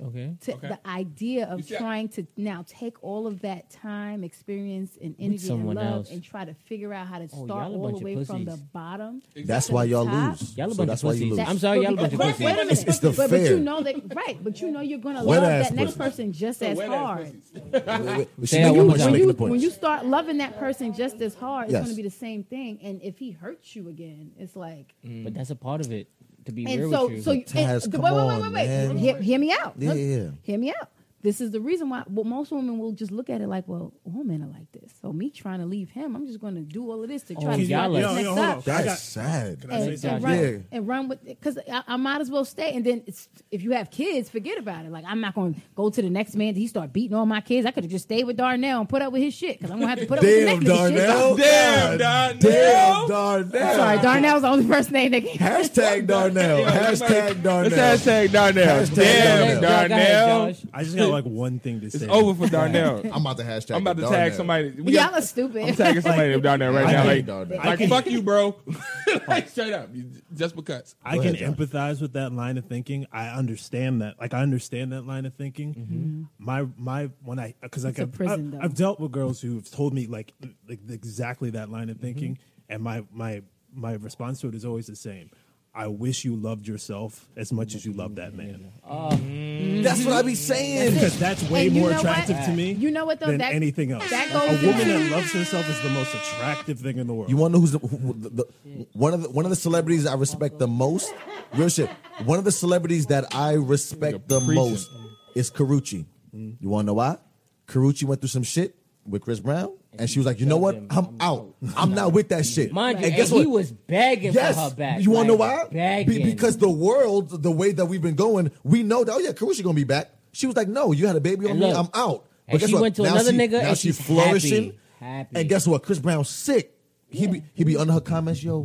Okay. To Okay. The idea of You see, I- trying to now take all of that time, experience, and energy and someone love, else. and try to figure out how to Oh, start y'all a all bunch the of way from the pussies. bottom. That's why y'all Top. lose. Y'all a So bunch that's of why you pussies. lose. I'm sorry, but y'all a bunch of because- pussies. Wait a minute, It's- it's the but, but fair. you know that right, but you know you're gonna Wet love ass that next pussy. person just as wet ass hard. pussies. Wait, wait, Say that one more she's time. when making you, the point. when you start loving that person just as hard, it's Yes. going to be the same thing. And if he hurts you again, it's like. Mm, But that's a part of it. To be real Mm. And so, with you. so and, Taz, the- come wait, wait, on, wait, wait, man. wait. Hear, hear me out. Yeah, Look, yeah. Hear me out. This is the reason why. Well, most women will just look at it like, well, all men are like this. So me trying to leave him, I'm just going to do all of this to Oh, try to y'all start are- this Yo, next hold on. up. That's I got- sad. Can I And, say and something? run Yeah. and run with because I, I might as well stay. And then it's, if you have kids, forget about it. Like I'm not going to go to the next man. He start beating all my kids. I could have just stayed with Darnell and put up with his shit because I'm gonna have to put up Damn, with the next nigga's shit. Darnell. Damn, God, Darnell. Damn, Darnell. I'm sorry, Darnell's the only first name that [laughs] came. Hashtag Darnell. Hashtag Darnell. Darnell. Hashtag Darnell. Damn, Y'all go ahead, Josh. I just got like one thing to say. It's over for Darnell. I'm about to hashtag. I'm about to Darnell. tag somebody. We Y'all got, are stupid. I'm tagging somebody up Darnell right I now. hate Like, Darnell. like fuck you, bro. [laughs] like, straight up. You- Just because. I Go can ahead, empathize with that line of thinking. I understand that. Like I understand that line of thinking. My my when I because like Mm-hmm. a I've, prison, I've, though. I've dealt with girls who've told me like like exactly that line Mm-hmm. of thinking, and my my my response to it is always the same. I wish you loved yourself as much as you love that man, That's what I be saying. because that's way And you more know what? attractive to me. You know what, though? than That- anything else. that a goes woman into- that loves herself is the most attractive thing in the world. You want to know who's the, who, the, the one of the one of the celebrities I respect the most? Real shit. One of the celebrities that I respect the preacher. most is Carucci. You want to know why? Carucci went through some shit with Chris Brown, and she was like, "You know told what? him, I'm "I'm out. I'm not with that shit." Mind you, And guess and he what? was begging Yes. for her back. You want to know like, why? Be- Begging. because the world, the way that we've been going, we know that. Oh yeah, Carisha gonna be back. She was like, "No, you had a baby on And me. look, I'm out." But and guess she what? went to Now another she- nigga Now and she's she's flourishing. happy, happy. And guess what? Chris Brown's sick. He be he be under her comments, [laughs] yo.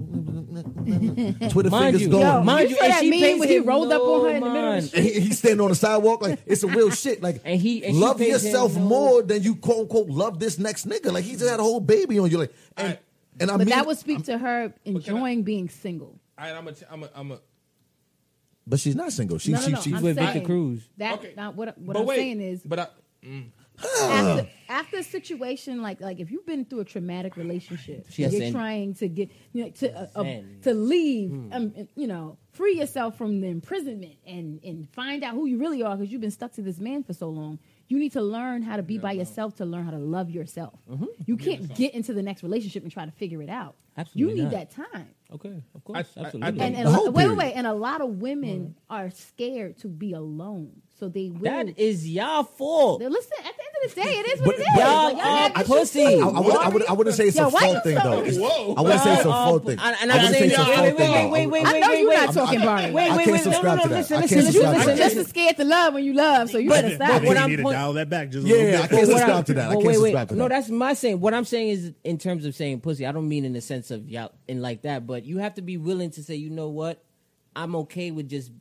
Twitter mind fingers you, going. Yo, mind you you, saw and that she meme pays when he him rolled up on no her in the middle mind. of the And he, he's standing on the sidewalk like it's some real shit. Like And he- and she love pays him yourself no- more than you quote unquote love this next nigga. Like he's had a whole baby on you. Like and And I but mean, that would speak to her enjoying being single. I, I'm a, I'm a, I'm a. but she's not single. She, No, no, she, no, she, I'm with Victor saying Cruz. That Okay. not what what but I'm wait, saying is but I, after, after a situation like like if you've been through a traumatic relationship, She you're has to end- trying to get you know, to uh, uh, Zen. to leave, Hmm. um, you know, free yourself from the imprisonment and and find out who you really are because you've been stuck to this man for so long. You need to learn how to be by yourself to learn how to love yourself. Mm-hmm. You can't get into the next relationship and try to figure it out. Absolutely you need not. that time. Okay, of course, I- I absolutely. think- And, and The a whole lot- wait, wait, period. wait. And a lot of women are scared to be alone, so they will. Mm-hmm. that is y'all fault. Now, Listen, at the end of the day, it is But- what it is. but- Like, Y'all had are what you pussy. see. I, I would, I would, I wouldn't say it's Yo, a why fault you thing so- though. It's- Whoa. I wouldn't say it's a Y'all are- fault thing. Um, And, and I I'm wouldn't say saying, it's a wait, fault wait, thing wait, though. wait, wait, I wait, know wait, you're wait. not talking about it. Wait, I can't wait, wait. No, no, subscribe no. to that. Listen, I listen, can't listen, subscribe to listen, I'm that. just as listen. scared to love when you love, so you better I stop. think I'm you need to point- dial that back just a Yeah, little bit. I can't But what subscribe I'm- to that. I Well, can't wait, wait. subscribe to No, that. that's my saying. What I'm saying is in terms of saying pussy. I don't mean in the sense of y'all in like that, but you have to be willing to say, you know what, I'm okay with just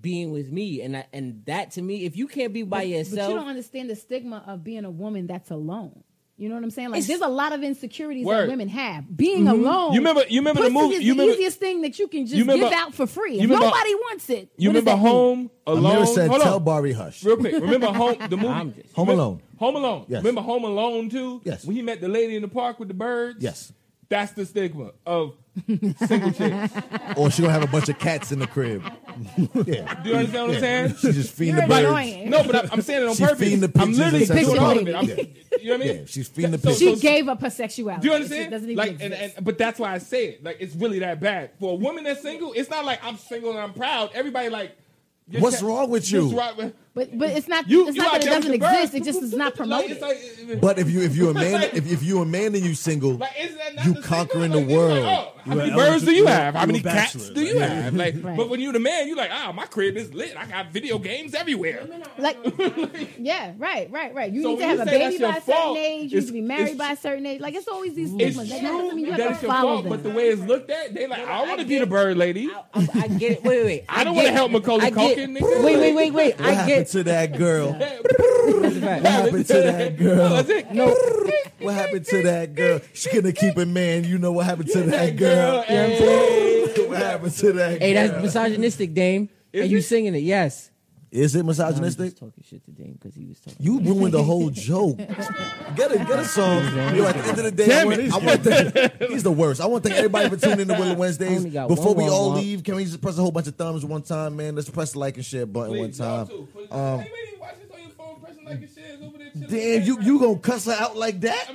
being with me, and I, and that to me, if you can't be by But you don't yourself, understand the stigma of being a woman that's alone. You know what I'm saying? Like, It's- there's a lot of insecurities Word. Mm-hmm. that women have. Being alone. You remember- you remember the pussy movie- Is you the remember- easiest thing that you can just you remember- give out for free. you If remember- nobody wants it. you what does remember that mean? Home Alone? Amir said, Hold on. "Tell Bari hush." Real quick, remember Home [laughs] the movie I'm just- Home Remem- Alone. Home Alone. Yes. Remember Home Alone too? Yes. When he met the lady in the park with the birds? Yes. That's the stigma of single chicks. Or she gonna have a bunch of cats in the crib. yeah. Do you understand what I'm Yeah. saying? She just feeding You're the birds. annoying. No, but I'm, I'm saying it on She purpose. feeding the I'm pigeons literally and sex doing all of it. I'm, workers. You know what I mean? Yeah, she's feeding the So- pigeons. so- She gave up her sexuality. Do you It understand? doesn't even like, exist. and, and but that's why I say it. Like, it's really that bad for a woman that's single. It's not like I'm single and I'm proud. Everybody like, you're What's te- wrong with you're you? right with- but but it's not. You, it's you not out that it there with doesn't the exist. birds. It just is not Like, promoted. it's like, uh, But if you if you a [laughs] man Like- if, if you a man and you single, Like, isn't that not You the same conquering the thing? Like, world. it's like, oh, how You many are birds do eligible- you have? How you many a cats bachelor, do you have? Like, Right. but when you're the man, you're like, ah, my crib is lit. I got video games everywhere. [laughs] like yeah right right right you So need to when have you a say baby that's by your a fault, certain age you it's- need to be married it's- by a certain age like it's always these It's stigmas that true doesn't mean you that have it's to your follow fault, them but the way it's looked at, they like, I don't want to be the bird lady. [laughs] I, I, I get it. Wait, wait, wait. I don't wanna get- help Macaulay I get- Culkin, nigga. Wait, wait, wait, wait. what I happened get. to that girl? Right. What happened to that girl? That's it. No, What happened to that girl? She couldn't keep it man. You know what happened to [laughs] that girl? hey. What happened to that Hey, that's girl? misogynistic, Dame. and you it? singing it? Yes. Is it I'm just misogynistic? talking shit to Dame because he was talking. [laughs] You ruined the whole joke. Get a get a song. Yo, at the end of the day, I Damn want, it. I want [laughs] the, he's the worst. I want to thank everybody for tuning in to Willow Wednesdays. Only got Before one, we one, all one. leave, can we just press a whole bunch of thumbs one time, man? Let's press the like and share button one time. Um, damn, you you gonna cuss her out like that?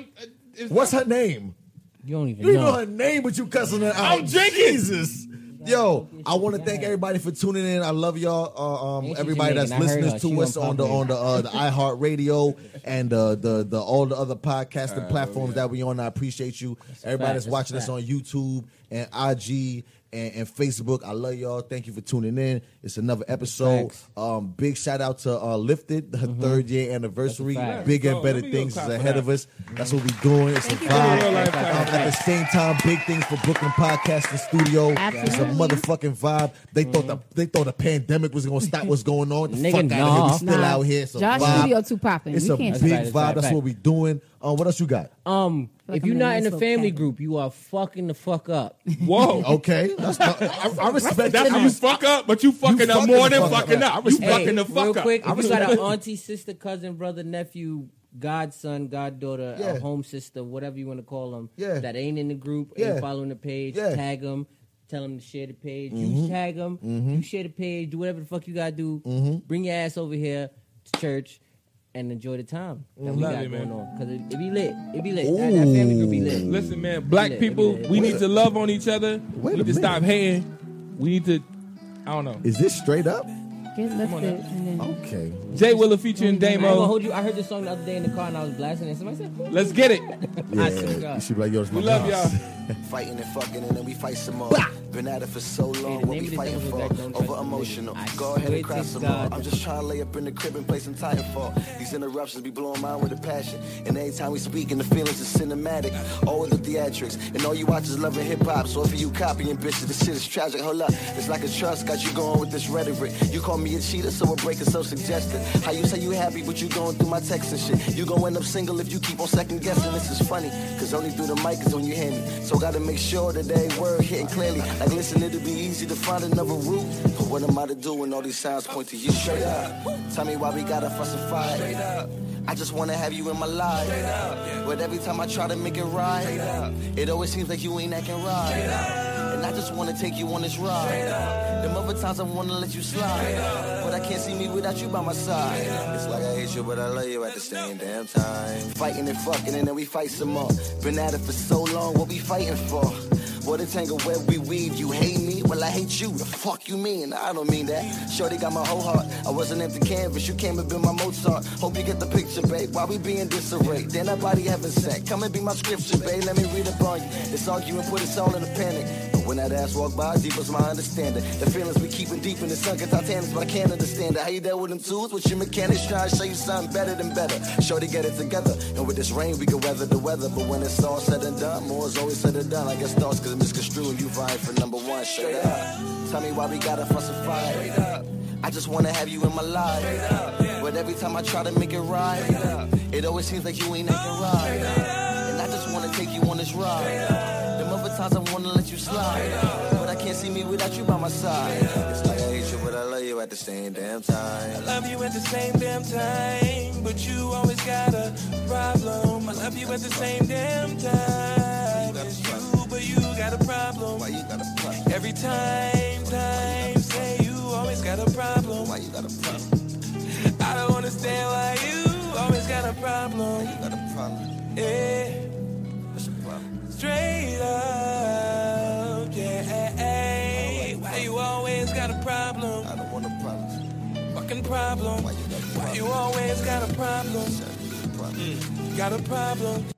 What's her name? You don't even You know. know her name, but you cussing her out. I'm drinking. Jesus. Yo, I want to thank everybody for tuning in. I love y'all. Uh, um, Ain't she everybody that's Jamaican? I heard listening her. She to us on on the Pop on the uh, the iHeart Radio and uh, the the all the other podcasting Uh, platforms that we on. I appreciate you. everybody fact. that's That's a watching us fact. on YouTube and IG and, and Facebook. I love y'all. Thank you for tuning in. It's another episode. Facts. Um, big shout out to uh, Lifted, her third year anniversary. Mm-hmm. fact. Bigger and Let's better go. Let me go things is clap for ahead that. of us. That's what we're doing. It's Thank a vibe. you guys. Real life Um, at the same time, big things for Brooklyn Podcasting Studio. It's a Absolutely. motherfucking vibe. They thought the they thought the pandemic was gonna stop what's going on. The Nigga, fuck out nah. here. We still Nah. out here. It's a Josh vibe. studio too popping It's we a big can't That's vibe. right, that's right, That's that's what we doing. Um, what else you got? Um, like if I'm you're in a not in nice a little family cabin. group, you are fucking the fuck up. Whoa. Okay, that's not, I, I respect That's how you that. fuck up, but you fucking up fucking more the than fuck up. fucking up. I was Hey, fucking the real fuck up. quick, I if was- you [laughs] got an auntie, sister, cousin, brother, nephew, godson, goddaughter, Yeah. a home sister, whatever you want to call them, Yeah. that ain't in the group, Yeah. ain't following the page, Yeah. Mm-hmm. tag them, tell them to share the page. You tag them, you share the page, do whatever the fuck you got to do. Mm-hmm. Bring your ass over here to church and enjoy the time that Mm-hmm. we Love got it, going man. on. Because it, it be lit. It be lit. That, that family group be lit. Listen, man, black Wait a- people, wait a- we wait need a- to love on each other. Wait We a need to minute. stop hating. We need to, I don't know. Is this straight up? get on lifted now. and then Okay, Jay Willa featuring I ain't gonna Damo. hold you. I heard this song the other day in the car and I was blasting it. Somebody said, "Who Let's get it. yeah. swear to God. You should be like, yo, it's my We love house. y'all. Fighting and fucking and then we fight some more. Been at it for so long, the what name we of the fighting devil for? is that don't touch Over the emotional. living. I Go ahead swear and cry to some God. more. I'm just trying to lay up in the crib and play some tire for. These interruptions be blowing mine with a passion. And anytime we speak, and the feelings is cinematic. All with the theatrics. And all you watch is love and hip hop. So if you copying bitches, this shit is tragic. Hold up. It's like a trust got you going with this rhetoric. You call me a cheater, so a break is so suggested. How you say you happy, but you going through my text and shit. You gon' end up single if you keep on second guessing. This is funny, cause only through the mic is when you hear me. So Gotta make sure that they word hitting clearly. Like, listen, it'd be easy to find another route. But what am I to do when all these signs point to you? Straight up. Tell me why we gotta fuss and fight. Straight up. I just wanna have you in my life. Straight up. But every time I try to make it right, it always seems like you ain't acting right. And I just wanna take you on this ride. Them other times I wanna let you slide. But I can't see me without you by my side. It's like I hate you, but I love you at the same damn time. Fighting and fucking, and then we fight some more. Been at it for so long, what we fighting for? What a tangle web we weave. You hate me? Well, I hate you. The fuck you mean? I don't mean that. Shorty got my whole heart. I was an empty canvas. You came and been my Mozart. Hope you get the picture, babe. Why we be in disarray? Then our body having sex. Come and be my scripture, babe. Let me read up on you. This argument put us all in a panic. But when that ass walk by, deep is my understanding. The feelings we keeping deep in the sunken Titanic, but I can't understand it. How you dealt with them tools? With your mechanics trying to show you something better than better. Shorty get it together. And with this rain, we can weather the weather. But when it's all said and done, more is always said and done. I guess thoughts cause misconstrued. You vying for number one. Straight up. Tell me why we gotta fuss and fight. I just wanna have you in my life. But every time I try to make it right, it always seems like you ain't acting right. And I just wanna take you on this ride. Them other times I wanna let you slide. But I can't see me without you by my side. It's like I hate you, but I love you at the same damn I time. love you at the same damn time, but you always got a problem. I love you at the same damn time. It's you, but you got a problem. Why you gotta fuck? Every time, time, say you always got a problem. Why you gotta fuck? I don't understand why you always got a problem. You got a problem? Yeah, What's your problem? straight up, yeah. Why you always got a problem? I don't want a problem. Fucking problem. Why you got a Why you problem? always got a problem? Mm. Why you got Got a problem? a problem.